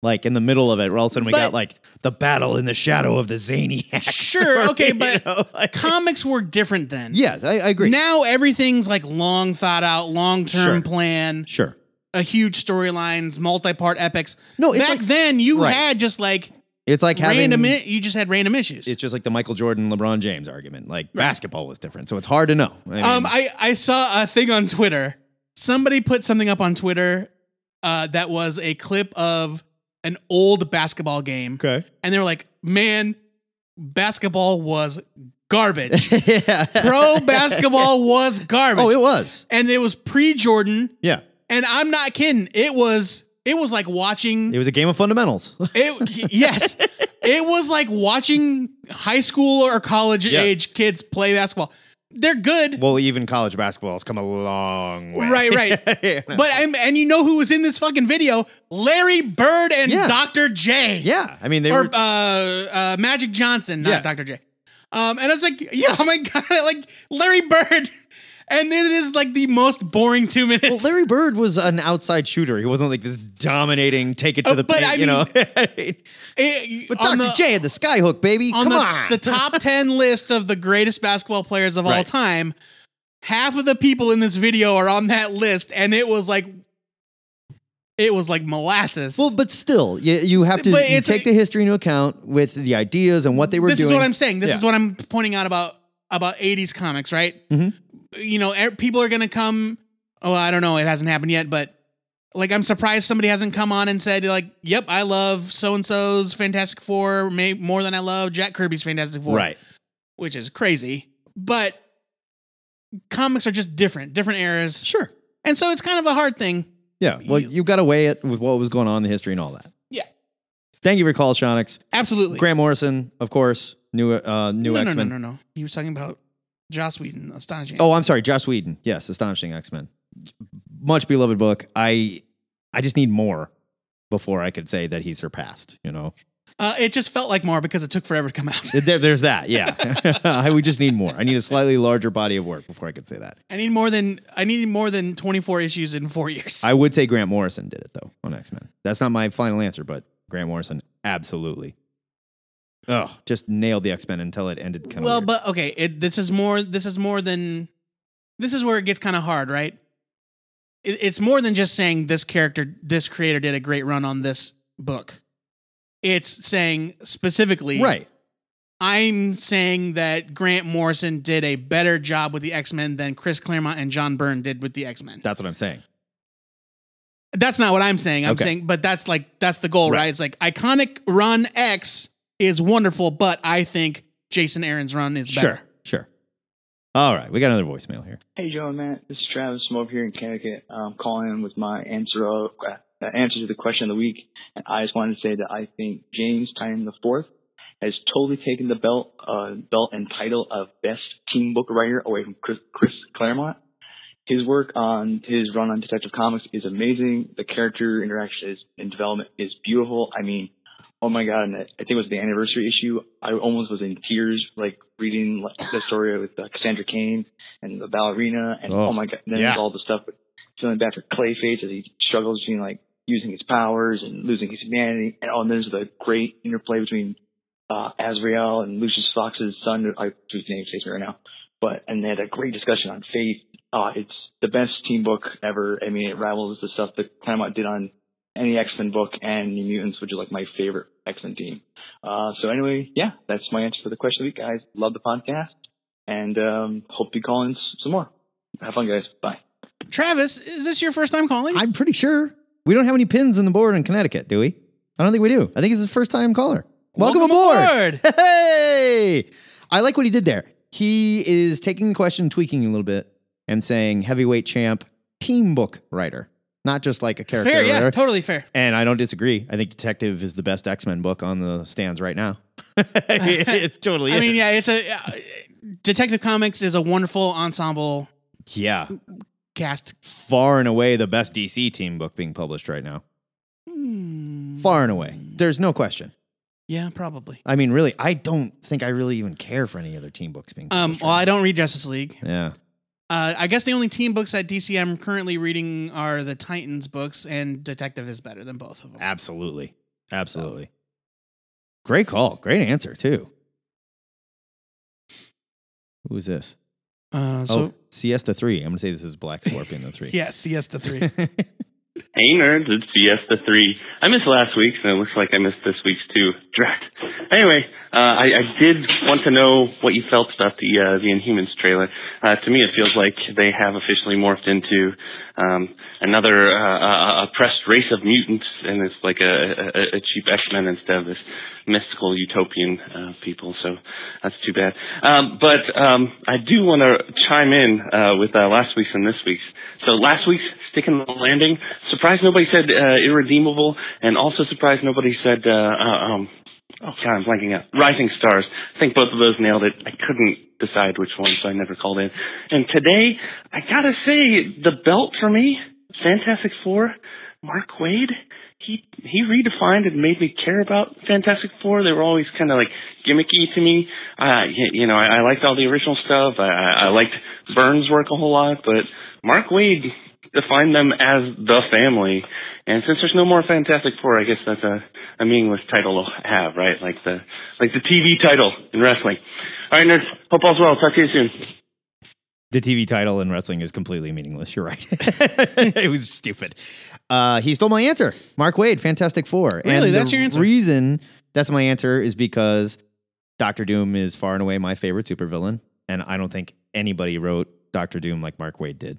Speaker 3: Like in the middle of it, all of a sudden we got
Speaker 4: But-
Speaker 3: like the battle in the shadow of the Zaniac.
Speaker 4: Sure,
Speaker 3: *laughs*
Speaker 4: okay, but comics were different then.
Speaker 3: Yes, I, I agree.
Speaker 4: Now everything's like long thought out, long term
Speaker 3: Sure.
Speaker 4: plan.
Speaker 3: Sure.
Speaker 4: a huge storylines, multi-part epics.
Speaker 3: No,
Speaker 4: back then you
Speaker 3: Right.
Speaker 4: had just like
Speaker 3: It's like having
Speaker 4: random. i- you just had random issues.
Speaker 3: It's just like the Michael Jordan, LeBron James argument. Like basketball was different, so it's hard to know. I mean,
Speaker 4: um, I I saw a thing on Twitter. Somebody put something up on Twitter uh, that was a clip of an old basketball game.
Speaker 3: Okay,
Speaker 4: and they were like, "Man, basketball was garbage.
Speaker 3: *laughs* yeah.
Speaker 4: Pro
Speaker 3: *laughs*
Speaker 4: basketball was garbage.
Speaker 3: Oh, it was.
Speaker 4: and it was pre Jordan.
Speaker 3: yeah,
Speaker 4: And I'm not kidding. It was." It was like
Speaker 3: *laughs*
Speaker 4: watching
Speaker 3: it was a game of
Speaker 4: *laughs*
Speaker 3: fundamentals.
Speaker 4: It yes, it was like watching high school or college
Speaker 3: Yes.
Speaker 4: age kids play basketball. They're good,
Speaker 3: well, even college basketball has come a long way. *laughs*
Speaker 4: right? Right. But I'm, and you know who was in this fucking video? Larry Bird and
Speaker 3: Yeah.
Speaker 4: Dr. J.
Speaker 3: Yeah, I mean they
Speaker 4: or
Speaker 3: were
Speaker 4: uh, uh, Magic Johnson, not
Speaker 3: Yeah.
Speaker 4: Dr. J. Um, and I was like, yeah, oh my *laughs* god, like Larry Bird. And then it is like the most boring two minutes.
Speaker 3: Well, Larry Bird was an outside shooter. He wasn't like this dominating take it to
Speaker 4: Oh, *laughs*
Speaker 3: the
Speaker 4: but
Speaker 3: pit,
Speaker 4: I
Speaker 3: you know.
Speaker 4: It-
Speaker 3: but
Speaker 4: eh, on
Speaker 3: Dr. J had the skyhook, baby.
Speaker 4: on
Speaker 3: Come
Speaker 4: the,
Speaker 3: on.
Speaker 4: the
Speaker 3: *laughs*
Speaker 4: top 10 list of the greatest basketball players of all
Speaker 3: Right.
Speaker 4: time, half of the people in this video are on that list, and it was like, it was like molasses.
Speaker 3: Well, but still, you, you have to
Speaker 4: But
Speaker 3: you
Speaker 4: it's
Speaker 3: take the history into account with the ideas and what they were
Speaker 4: this
Speaker 3: doing.
Speaker 4: is what I'm saying. This
Speaker 3: Yeah.
Speaker 4: is what I'm pointing out about about 80s comics, right?
Speaker 3: Mhm.
Speaker 4: You know, er, people are going to come. Oh, I don't know. It hasn't happened yet, but like, I'm surprised somebody hasn't come on and said, like, "Yep, I love so and so's Fantastic Four may, more than I love Jack Kirby's Fantastic Four.
Speaker 3: Right.
Speaker 4: which is crazy. But comics are just different, different eras.
Speaker 3: Sure.
Speaker 4: And so it's kind of a hard thing.
Speaker 3: Yeah. Well, you got to weigh it with what was going on in the history and all that.
Speaker 4: Yeah.
Speaker 3: Thank you for your call, Shonix.
Speaker 4: Absolutely.
Speaker 3: Graham Morrison, of course, new uh, new
Speaker 4: no,
Speaker 3: X Men.
Speaker 4: no, no, no, no. He was talking about Joss Whedon, astonishing.
Speaker 3: Oh, I'm sorry, Joss Whedon. Yes, Astonishing X Men. Much beloved book. I I just need more before I could say that he surpassed. You know,
Speaker 4: Uh, it just felt like more because it took forever to come out.
Speaker 3: there, there's that. Yeah, *laughs* I, we just need more. I need a slightly larger body of work before I could say that.
Speaker 4: I need more than I need more than 24 issues in four
Speaker 3: *laughs*
Speaker 4: years.
Speaker 3: I would say Grant Morrison did it though on X Men. That's not my final answer, but Grant Morrison absolutely. Oh, just nailed the X Men until it ended. Kind of
Speaker 4: well, but okay, it, this is more. This is more than. This is where it gets kind of hard, right? It, it's more than just saying this character, this creator did a great run on this book. It's saying specifically,
Speaker 3: right?
Speaker 4: I'm saying that Grant Morrison did a better job with the X Men than Chris Claremont and John Byrne did with the X Men.
Speaker 3: That's what I'm saying.
Speaker 4: That's not what I'm saying. I'm
Speaker 3: Okay.
Speaker 4: saying, but that's like that's the goal, right.
Speaker 3: Right.
Speaker 4: It's like iconic run X is wonderful, but I think Jason Aaron's run is better.
Speaker 3: Sure, sure. All right, we got another voicemail here.
Speaker 19: Hey, Joe and Matt. This is Travis from over here in Connecticut. Um, calling in with my answer uh, uh, answer to the question of the week, and I just wanted to say that I think James Tynion the Fourth has totally taken the belt uh, belt and title of best teen book writer away from Chris, Chris Claremont. His work on his run on Detective Comics is amazing. The character interaction is, and development is beautiful. I mean, oh my god! And I I think it was the anniversary issue. I almost was in tears, like reading like, the story with uh, Cassandra Cain and the ballerina, and oh,
Speaker 20: Oh,
Speaker 19: my god! And then
Speaker 20: yeah.
Speaker 19: there's all the stuff with feeling bad for Clayface as he struggles between like using his powers and losing his humanity, and oh, and there's the great interplay between uh, Azrael and Lucius Fox's son. I whose name escapes me right now, but and they had a great discussion on faith. Uh, it's the best team book ever. I mean, it rivals the stuff that Claremont did on any X Men book and New Mutants, which is like my favorite X Men team. Uh, so anyway, yeah, that's my answer for the question of the week, guys. Love the podcast, and um, hope you call in s- some more. Have fun, guys. Bye.
Speaker 4: Travis, is this your first time calling?
Speaker 3: I'm pretty sure we don't have any pins in the board in Connecticut, do we? I don't think we do. I think he's the first time caller. Welcome, aboard. *laughs* Hey, I like what he did there. He is taking the question, tweaking it a little bit, and saying heavyweight champ, team book writer, not just like a character.
Speaker 4: Fair, yeah,
Speaker 3: writer.
Speaker 4: totally fair.
Speaker 3: And I don't disagree. I think Detective is the best X Men book on the stands right
Speaker 4: *laughs*
Speaker 3: now. *laughs* it totally
Speaker 4: I
Speaker 3: is.
Speaker 4: mean, yeah, it's a uh, Detective Comics is a wonderful ensemble
Speaker 3: Yeah.
Speaker 4: cast.
Speaker 3: Far and away the best DC team book being published right now.
Speaker 4: Hmm.
Speaker 3: Far and away. There's no question.
Speaker 4: Yeah, probably.
Speaker 3: I mean, really, I don't think I really even care for any other team books being
Speaker 4: Um,
Speaker 3: published.
Speaker 4: well, I don't read Justice League.
Speaker 3: yeah.
Speaker 4: Uh, I guess the only team books at DC I'm currently reading are the Titans books, and Detective is better than both of them.
Speaker 3: Absolutely. Absolutely. Great call. Great answer, too. Who's this?
Speaker 4: Uh,
Speaker 3: oh,
Speaker 4: so-
Speaker 3: Siesta 3. I'm going to say this is Black Scorpion the 3.
Speaker 4: *laughs* Yeah, Siesta
Speaker 3: *laughs*
Speaker 4: 3.
Speaker 21: Hey nerds, it's Fiesta 3. I missed last week's, and it looks like I missed this week's too. Drat. Anyway, uh, I, I did want to know what you felt about the uh, the Inhumans trailer. Uh, to me, it feels like they have officially morphed into um, another uh, uh, oppressed race of mutants, and it's like a, a, a cheap X Men instead of this mystical utopian uh, people. So that's too bad. Um, but um, I do want to chime in uh, with uh, last week's and this week's. So last week's sticking the landing. Surprised nobody said uh, irredeemable, and also surprised nobody said uh, uh, um, Oh God, I'm blanking out. Rising Stars. I think both of those nailed it. I couldn't decide which one, so I never called in. And today, I gotta say, the belt for me, Fantastic Four, Mark Wade, he he redefined and made me care about Fantastic Four. They were always kind of like gimmicky to me. Uh, you, you know, I, I liked all the original stuff. I- I, I liked Burns' work a whole lot, but Mark Wade defined them as the family. And since there's no more Fantastic Four, I guess that's a, a meaningless title to have, right? Like the like the TV title in wrestling. All right, nerds. Hope all's well. Talk to you soon.
Speaker 3: The TV title in wrestling is completely meaningless. You're right. *laughs* it was stupid. Uh, he stole my answer. Mark Wade, Fantastic Four.
Speaker 4: Really? That's
Speaker 3: the
Speaker 4: your answer?
Speaker 3: Reason that's my answer is because Doctor Doom is far and away my favorite supervillain, and I don't think anybody wrote Doctor Doom like Mark Wade did.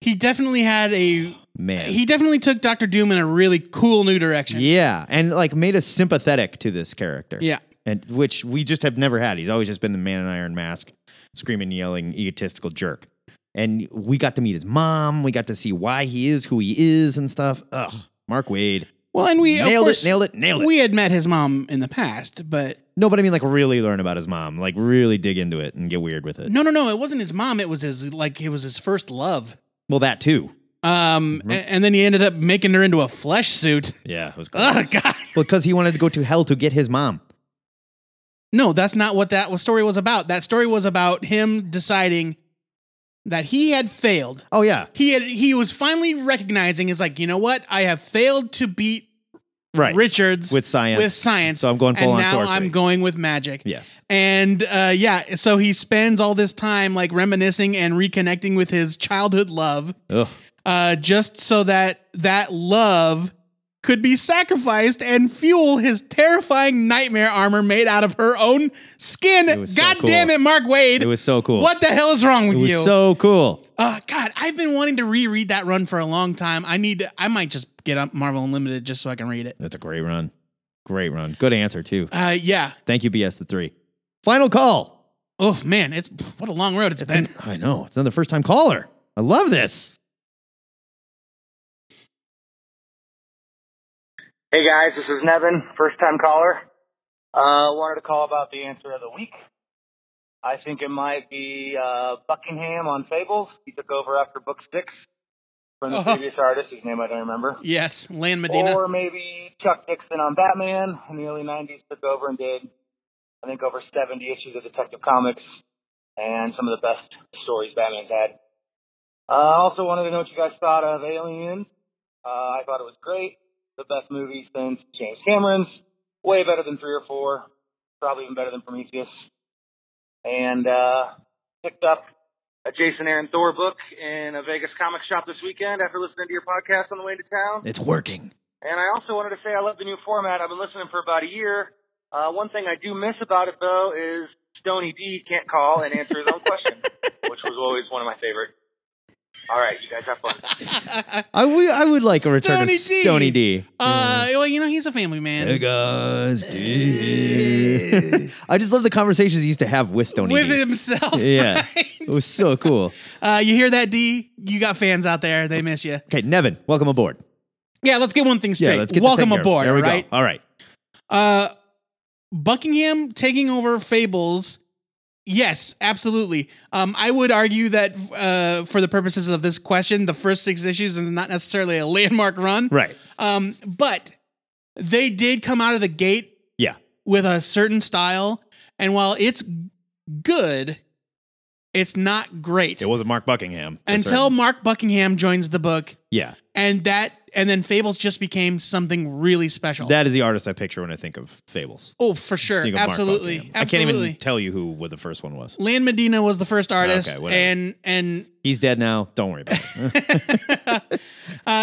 Speaker 4: He definitely had a.
Speaker 3: Man,
Speaker 4: He definitely took Doctor Doom in a really cool new direction.
Speaker 3: yeah, and like made us sympathetic to this character.
Speaker 4: Yeah.
Speaker 3: and which we just have never had. He's always just been the man in iron mask, screaming, yelling, egotistical jerk. And we got to meet his mom. We got to see why he is who he is and stuff. Ugh, Mark Wade.
Speaker 4: Well, and we of
Speaker 3: nailed
Speaker 4: course,
Speaker 3: it, nailed it, nailed it.
Speaker 4: We had met his mom in the past, but
Speaker 3: no, but I mean, like, really learn about his mom. Like, really dig into it and get weird with it.
Speaker 4: no, no, no. It wasn't his mom. It was his like it was his first love.
Speaker 3: Well, that too. Mm-hmm.
Speaker 4: Um, a- and, then he ended up making her into a flesh suit.
Speaker 3: *laughs* Yeah, it was.
Speaker 4: *laughs* Oh God!
Speaker 3: Because he wanted to go to hell to get his mom.
Speaker 4: No, that's not what that was- story was about. That story was about him deciding that he had failed.
Speaker 3: Oh yeah,
Speaker 4: he had. He was finally recognizing. Is like, you know what? I have failed to beat
Speaker 3: Right.
Speaker 4: Richards
Speaker 3: With science.
Speaker 4: With science.
Speaker 3: So I'm going full
Speaker 4: and
Speaker 3: on
Speaker 4: now
Speaker 3: sorcery.
Speaker 4: I'm going with magic.
Speaker 3: Yes.
Speaker 4: And uh, yeah, so he spends all this time like reminiscing and reconnecting with his childhood love,
Speaker 3: Ugh.
Speaker 4: uh, just so that that love could be sacrificed and fuel his terrifying nightmare armor made out of her own skin. God
Speaker 3: so cool.
Speaker 4: damn it, Mark Wade!
Speaker 3: It was so cool.
Speaker 4: What the hell is wrong with
Speaker 3: it was
Speaker 4: you?
Speaker 3: So cool.
Speaker 4: Uh, God, I've been wanting to reread that run for a long time. I need. I might just get up Marvel Unlimited just so I can read it.
Speaker 3: That's a great run. Great run. Good answer too.
Speaker 4: Uh, yeah.
Speaker 3: Thank you, BS the three. Final call.
Speaker 4: Oh man, it's what a long road it's been.
Speaker 3: I know. It's another first time caller. I love this.
Speaker 20: Hey guys, this is Nevin, first time caller. Uh, wanted to call about the answer of the week. I think it might be uh, Buckingham on Fables. He took over after book six from
Speaker 3: *laughs*
Speaker 20: the
Speaker 4: Oh.
Speaker 20: previous artist, whose name I don't remember.
Speaker 4: Yes, Lan Medina.
Speaker 20: Or maybe Chuck Dixon on Batman in the early 90s took over and did, I think, over 70 issues of Detective Comics and some of the best stories Batman's had. I uh, also wanted to know what you guys thought of Alien. Uh, I thought it was great. The best movie since James Cameron's. Way better than three or four. Probably even better than Prometheus. And uh, picked up a Jason Aaron Thor book in a Vegas comic shop this weekend after listening to your podcast on the way to town.
Speaker 3: It's working.
Speaker 20: And I also wanted to say I love the new format. I've been listening for about a year. Uh, one thing I do miss about it, though, is Stony D can't call and answer his own
Speaker 3: *laughs*
Speaker 20: question, which was always one of my favorite. All right, you guys have fun.
Speaker 4: Uh,
Speaker 3: I would I would like a return
Speaker 4: Stoney
Speaker 3: of
Speaker 4: D.
Speaker 3: Stony D.
Speaker 4: Uh, well, you know he's a family man. *laughs*
Speaker 3: Hey guys, D. *laughs* I just love the conversations he used to have with Stony
Speaker 4: With
Speaker 3: D.
Speaker 4: himself, *laughs*
Speaker 3: Yeah. It was so cool.
Speaker 4: Uh, you hear that, D? You got fans out there. They miss you.
Speaker 3: Okay, Nevin, welcome aboard.
Speaker 4: Yeah, let's get one thing straight.
Speaker 3: Yeah, let's get this
Speaker 4: Welcome
Speaker 3: thing going.
Speaker 4: aboard.
Speaker 3: There we
Speaker 4: all right?
Speaker 3: go. All right.
Speaker 4: Uh, Buckingham taking over Fables. Yes, absolutely. Um, I would argue that uh, for the purposes of this question, the first six issues is not necessarily a landmark run.
Speaker 3: Right.
Speaker 4: Um, but they did come out of the gate
Speaker 3: Yeah.
Speaker 4: with a certain style. And while it's good, it's not great.
Speaker 3: It wasn't Mark Buckingham. for
Speaker 4: Until
Speaker 3: certain.
Speaker 4: Mark Buckingham joins the book.
Speaker 3: Yeah.
Speaker 4: And that and then Fables just became something really special.
Speaker 3: That is the artist I picture when I think of Fables.
Speaker 4: oh, for sure.
Speaker 3: Think of Mark
Speaker 4: Absolutely.
Speaker 3: Buckingham.
Speaker 4: Absolutely.
Speaker 3: I can't even tell you who what the first one was.
Speaker 4: Lan Medina was the first artist,
Speaker 3: Okay, whatever.
Speaker 4: and and
Speaker 3: He's dead now. Don't
Speaker 4: *laughs*
Speaker 3: worry about it.
Speaker 4: uh,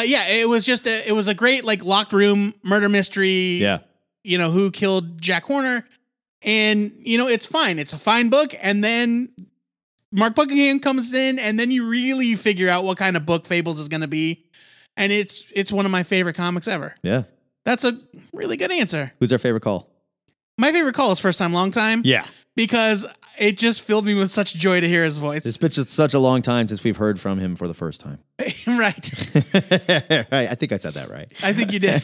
Speaker 4: yeah, it was just a, it was a great like locked room murder mystery.
Speaker 3: Yeah.
Speaker 4: you know who killed Jack Horner, and you know it's fine. It's a fine book, and then Mark Buckingham comes in, and then you really figure out what kind of book Fables is going to be, and it's it's one of my favorite comics ever.
Speaker 3: Yeah.
Speaker 4: That's a really good answer.
Speaker 3: Who's our favorite call?
Speaker 4: My favorite call is first time, long time.
Speaker 3: Yeah.
Speaker 4: because it just filled me with such joy to hear his voice.
Speaker 3: *laughs* It's been just such a long time since we've heard from him for the first time.
Speaker 4: *laughs*
Speaker 3: *laughs*
Speaker 4: right.
Speaker 3: right. I think I said that right.
Speaker 4: I think you
Speaker 3: *laughs*
Speaker 4: did.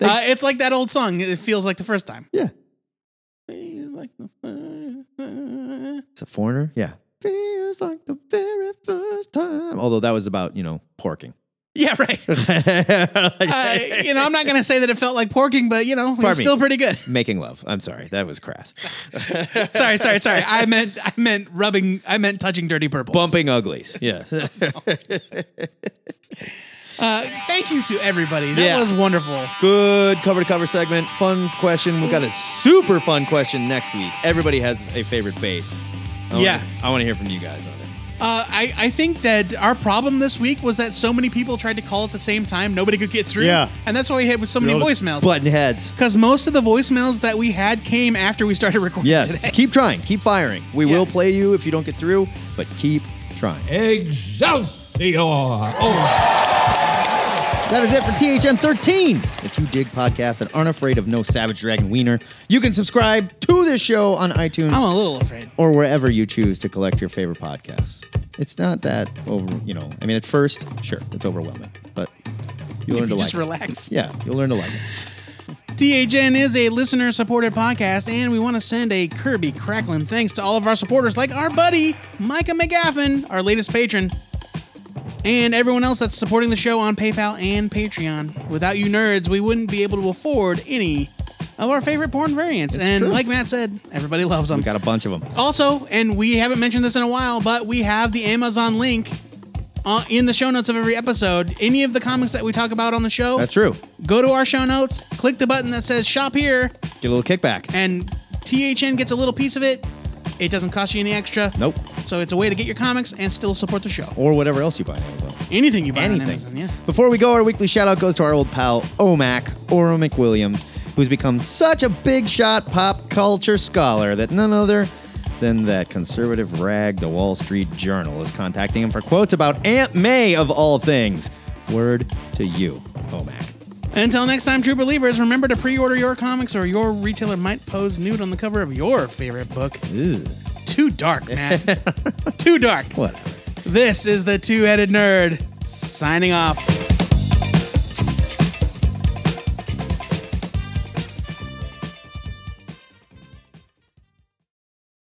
Speaker 4: uh, it's like that old song. It feels like the first time.
Speaker 3: Yeah.
Speaker 4: Like the
Speaker 3: It's a foreigner. Yeah. Feels like the very first time. Although that was about, you know, porking.
Speaker 4: Yeah,
Speaker 3: *laughs*
Speaker 4: right. uh, you know, I'm not going to say that it felt like porking, but you know, it was
Speaker 3: Pardon me.
Speaker 4: still pretty
Speaker 3: *laughs*
Speaker 4: good.
Speaker 3: Making love. I'm sorry. That was crass.
Speaker 4: *laughs* sorry, sorry, sorry. I meant, I meant rubbing. I meant touching dirty purple.
Speaker 3: Bumping uglies.
Speaker 4: *laughs*
Speaker 3: Yeah. *laughs*
Speaker 4: Uh, thank you to everybody. That
Speaker 3: Yeah.
Speaker 4: was wonderful.
Speaker 3: Good cover to cover segment. Fun question. We've got a super fun question next week. Everybody has a favorite base. I wanna-
Speaker 4: Yeah.
Speaker 3: I want to hear from you guys on it.
Speaker 4: Uh, I, I think that our problem this week was that so many people tried to call at the same time. Nobody could get through.
Speaker 3: Yeah.
Speaker 4: And that's why we had with so many voicemails.
Speaker 3: Button heads.
Speaker 4: Because most of the voicemails that we had *laughs* came after we started recording
Speaker 3: Yes.
Speaker 4: today.
Speaker 3: Keep trying. Keep firing. We will play you if you don't get through, but keep trying.
Speaker 22: Excelsior! Oh.
Speaker 3: That is it for THN 13. If you dig podcasts and aren't afraid of no Savage Dragon Wiener, you can subscribe to this show on iTunes.
Speaker 4: I'm a little afraid.
Speaker 3: Or wherever you choose to collect your favorite podcasts. It's not that over, you know. I mean, at first, sure, it's overwhelming, but you'll
Speaker 4: If
Speaker 3: learn
Speaker 4: you
Speaker 3: to
Speaker 4: just
Speaker 3: like
Speaker 4: relax.
Speaker 3: It. Yeah, you'll learn to like it.
Speaker 4: THN is a listener supported podcast, and we want to send a Kirby crackling thanks to all of our supporters, like our buddy Micah McGaffin, our latest patron, and everyone else that's supporting the show on PayPal and Patreon. Without you nerds, we wouldn't be able to afford any of our favorite porn variants. and
Speaker 3: true.
Speaker 4: like Matt said, everybody loves them.
Speaker 3: We got a bunch of them.
Speaker 4: Also, and we haven't mentioned this in a while, but we have the Amazon link uh, in the show notes of every episode. Any of the comics that we talk about on the show,
Speaker 3: That's true.
Speaker 4: go to our show notes, click the button that says shop here,
Speaker 3: Get a little kickback.
Speaker 4: and THN gets a little piece of it. It doesn't cost you any extra.
Speaker 3: Nope.
Speaker 4: So it's a way to get your comics and still support the show.
Speaker 3: Or whatever else you buy on Amazon.
Speaker 4: Anything you buy
Speaker 3: Anything.
Speaker 4: on Amazon, yeah.
Speaker 3: Before we go, our weekly shout out goes to our old pal Omac, Oro McWilliams, who's become such a big shot pop culture scholar that none other than that conservative rag, the Wall Street Journal, is contacting him for quotes about Aunt May of all things. Word to you, Omac.
Speaker 4: Until next time, true believers, remember to pre-order your comics or your retailer might pose nude on the cover of your favorite book. Too dark, man. Too dark.
Speaker 3: Whatever.
Speaker 4: This is the Two-Headed Nerd signing off.